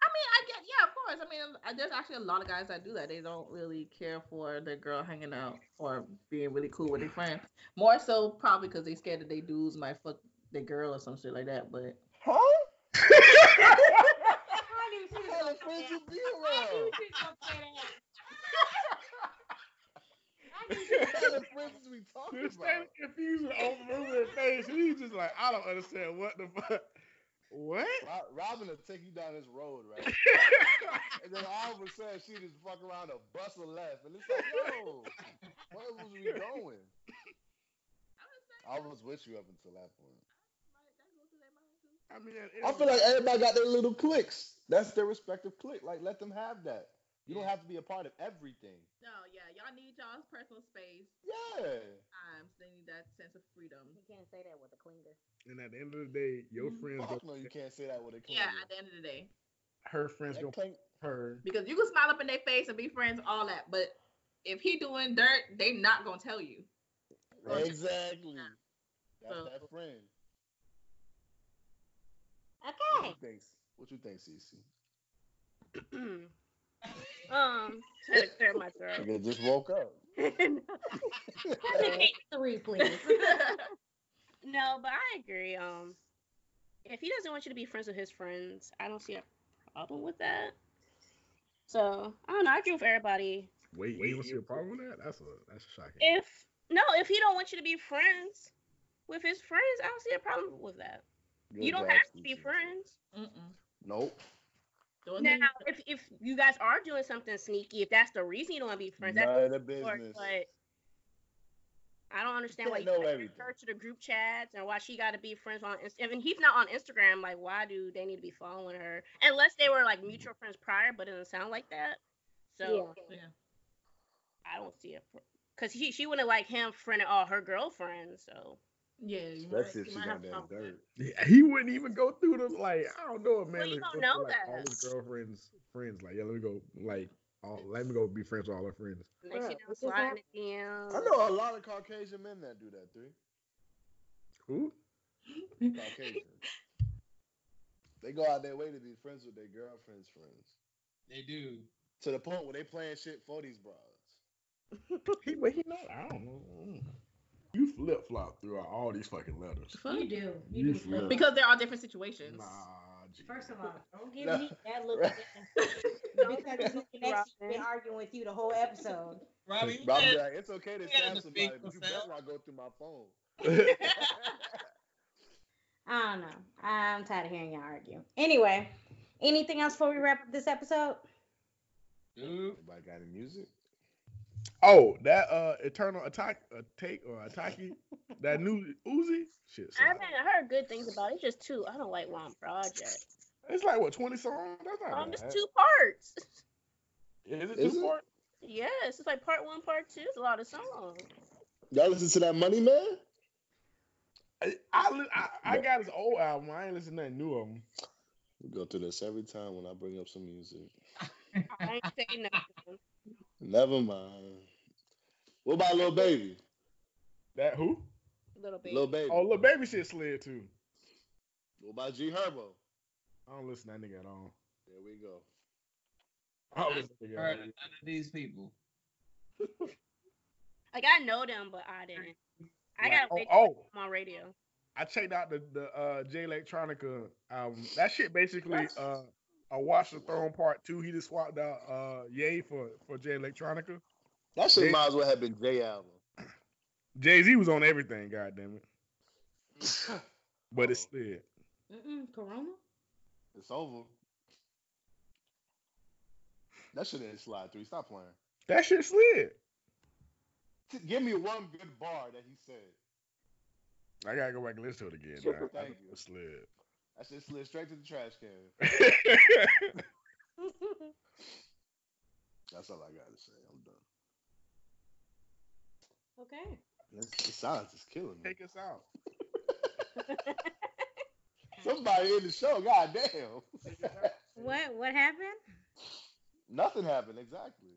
Speaker 5: I mean, I get, yeah, of course. I mean, um, I- there's actually a lot of guys that do that. They don't really care for their girl hanging out or being really cool with their friends. More so, probably because they scared that they dudes might fuck their girl or some shit like that. But
Speaker 3: Huh?
Speaker 1: I don't even see
Speaker 3: What
Speaker 1: this
Speaker 3: kind
Speaker 1: going
Speaker 3: of friends
Speaker 1: down.
Speaker 3: you be
Speaker 1: I knew
Speaker 3: around?
Speaker 1: she was gonna say that. I knew she
Speaker 3: What kind of friends is we talking
Speaker 2: This
Speaker 3: about?
Speaker 2: thing confused with over Ruben's face. He's just like, I don't understand what the fuck. What?
Speaker 3: Ro- Robin will take you down this road, right? And then all of a sudden, she just fuck around and bust a left. And it's like, yo, where was we going? I was with you up until that point.
Speaker 2: I mean, at the end
Speaker 3: I
Speaker 2: of the
Speaker 3: feel like everybody got their little clicks. That's their respective click. Like, let them have that. You don't have to be a part of everything.
Speaker 5: no, yeah, y'all need y'all's personal space.
Speaker 3: Yeah.
Speaker 5: Times they need that sense of freedom.
Speaker 1: You can't say that with a clinger.
Speaker 2: And at the end of the day, your friends, go,
Speaker 3: Fuck no, you can't say that with a cling.
Speaker 5: Yeah, at the end of the day,
Speaker 2: her friends
Speaker 3: That
Speaker 2: go
Speaker 3: cling-
Speaker 2: her.
Speaker 5: because you can smile up in their face and be friends, all that. But if he doing dirt, they not gonna tell you.
Speaker 3: Exactly. That's
Speaker 5: So-
Speaker 3: that friend. What
Speaker 1: Okay.
Speaker 3: you think? What you think, Cece?
Speaker 6: um,
Speaker 7: Um,
Speaker 6: had to clear my throat.
Speaker 3: Nigga just woke up.
Speaker 1: Three, please.
Speaker 7: No, but I agree. Um, if he doesn't want you to be friends with his friends, I don't see a problem with that. So I don't know. I agree with everybody.
Speaker 2: Wait, you don't see a problem with that? That's a that's shocking.
Speaker 7: If no, if he don't want you to be friends with his friends, I don't see a problem with that. You don't have to be friends.
Speaker 5: Mm-mm.
Speaker 3: Nope.
Speaker 5: The only
Speaker 7: Now,
Speaker 5: thing-
Speaker 7: if if you guys are doing something sneaky, if that's the reason you don't want to be friends, that's
Speaker 3: None of the
Speaker 7: of course,
Speaker 3: business.
Speaker 7: but I don't understand why you
Speaker 3: Can't know
Speaker 7: gotta
Speaker 3: everything.
Speaker 7: refer to the group chats and why she got to be friends on Instagram. And he's not on Instagram. Like, why do they need to be following her? Unless they were like mutual friends prior, but it doesn't sound like that. So
Speaker 5: Yeah.
Speaker 7: I don't see it. Because she, she wouldn't like him friending all her girlfriends. So
Speaker 5: Yeah. you
Speaker 3: That's
Speaker 5: might-
Speaker 3: if
Speaker 5: you
Speaker 3: she
Speaker 5: might
Speaker 3: got
Speaker 5: have
Speaker 3: that
Speaker 5: something.
Speaker 3: dirt.
Speaker 2: Yeah, he wouldn't even go through them. Like I don't know, man.
Speaker 7: Well, you
Speaker 2: Like,
Speaker 7: don't
Speaker 2: go
Speaker 7: know
Speaker 2: through, like, All
Speaker 7: that.
Speaker 2: his girlfriends, friends. Like yeah, let me go. Like all, let me go be friends with all her friends.
Speaker 7: next
Speaker 3: Yeah,
Speaker 7: you know,
Speaker 3: it's just
Speaker 7: sliding the DMs.
Speaker 3: I know a lot of Caucasian men that do that, three.
Speaker 2: Who?
Speaker 3: Caucasian. they go out their way to be friends with their girlfriend's friends.
Speaker 8: They do.
Speaker 3: To the point where they playing shit for these bras.
Speaker 2: He, but he not. I don't know. Mm. You flip flop throughout all these fucking letters.
Speaker 5: Fuck.
Speaker 1: You do. You
Speaker 2: You
Speaker 1: do.
Speaker 2: flip.
Speaker 5: Because they're all different situations.
Speaker 2: Nah,
Speaker 1: First of all, don't give
Speaker 3: No.
Speaker 1: me that look. because next she's been arguing with you the whole episode.
Speaker 8: Robbie,
Speaker 3: But I'm like, it's okay to
Speaker 8: You gotta
Speaker 3: stab
Speaker 8: just
Speaker 3: somebody,
Speaker 8: think
Speaker 3: but you
Speaker 8: for
Speaker 3: better
Speaker 8: self.
Speaker 3: not go through my phone.
Speaker 1: I don't know. I'm tired of hearing y'all argue. Anyway, anything else before we wrap up this episode?
Speaker 8: dude.
Speaker 3: Anybody got any music?
Speaker 2: Oh, that uh Eternal Attack uh, take or Ataki, that new Uzi shit.
Speaker 7: I
Speaker 2: slap.
Speaker 7: haven't heard good things about it. It's just two. I don't like long project.
Speaker 2: It's like what twenty songs? That's not
Speaker 7: Um,
Speaker 2: bad.
Speaker 7: it's two parts.
Speaker 2: Is it
Speaker 3: Is
Speaker 2: two
Speaker 3: it?
Speaker 2: part?
Speaker 7: Yes, it's like part one, part two. It's a lot of songs.
Speaker 3: Y'all listen to that Money Man?
Speaker 2: I, I li- I I got his old album. I ain't listen to nothing new of him.
Speaker 3: We go through this every time when I bring up some music.
Speaker 7: I ain't saying nothing.
Speaker 3: Never mind. What about Lil Baby?
Speaker 2: That who?
Speaker 7: Little bit.
Speaker 3: Lil Baby.
Speaker 2: Oh, little baby shit slid too.
Speaker 3: What about G Herbo?
Speaker 2: I don't listen to that nigga at all.
Speaker 3: There we go.
Speaker 2: I don't listen to that
Speaker 8: Heard of
Speaker 2: nigga.
Speaker 8: none of these people.
Speaker 7: Like I know them, but I didn't. I
Speaker 2: Like,
Speaker 7: got wait
Speaker 2: oh, oh,
Speaker 7: on radio.
Speaker 2: I checked out the the uh, J Electronica album. That shit basically
Speaker 7: That's-
Speaker 2: uh, a Watch the Throne Part Two. He just swapped out uh, Yay for for J Electronica.
Speaker 3: That shit
Speaker 2: Jay-
Speaker 3: might as well have been J album.
Speaker 2: Jay Z was on everything. God damn it! But it slid.
Speaker 1: Mm-mm, Corona?
Speaker 3: It's over. That shit didn't slide three. Stop playing.
Speaker 2: That shit slid.
Speaker 3: T- Give me one good bar that he said.
Speaker 2: I gotta go back and listen to it again. dog. I
Speaker 3: Thank
Speaker 2: think It slid.
Speaker 3: That shit slid straight to the trash can. That's all I got to say. I'm done.
Speaker 1: Okay.
Speaker 3: This, the silence is killing me.
Speaker 2: Take us out.
Speaker 3: Somebody in the show, goddamn.
Speaker 1: What what happened?
Speaker 3: Nothing happened, exactly.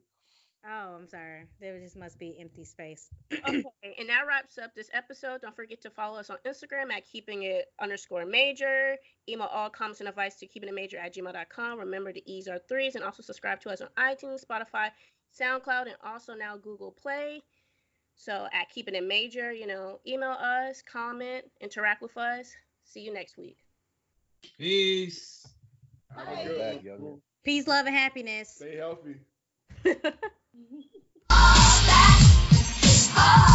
Speaker 1: Oh, I'm sorry. There just must be empty space.
Speaker 7: Okay, and that wraps up this episode. Don't forget to follow us on Instagram at keeping it underscore major. Email all comments and advice to keeping it major at gmail.com. Remember the E's are threes and also subscribe to us on iTunes, Spotify, SoundCloud, and also now Google Play. So at keeping it major, you know, email us, comment, interact with us. See you next week.
Speaker 8: Peace.
Speaker 2: Have
Speaker 3: I'll
Speaker 2: a
Speaker 3: be
Speaker 2: good
Speaker 3: back,
Speaker 2: one.
Speaker 3: youngin'.
Speaker 1: Peace, love, and happiness.
Speaker 2: Stay healthy.
Speaker 6: All that is all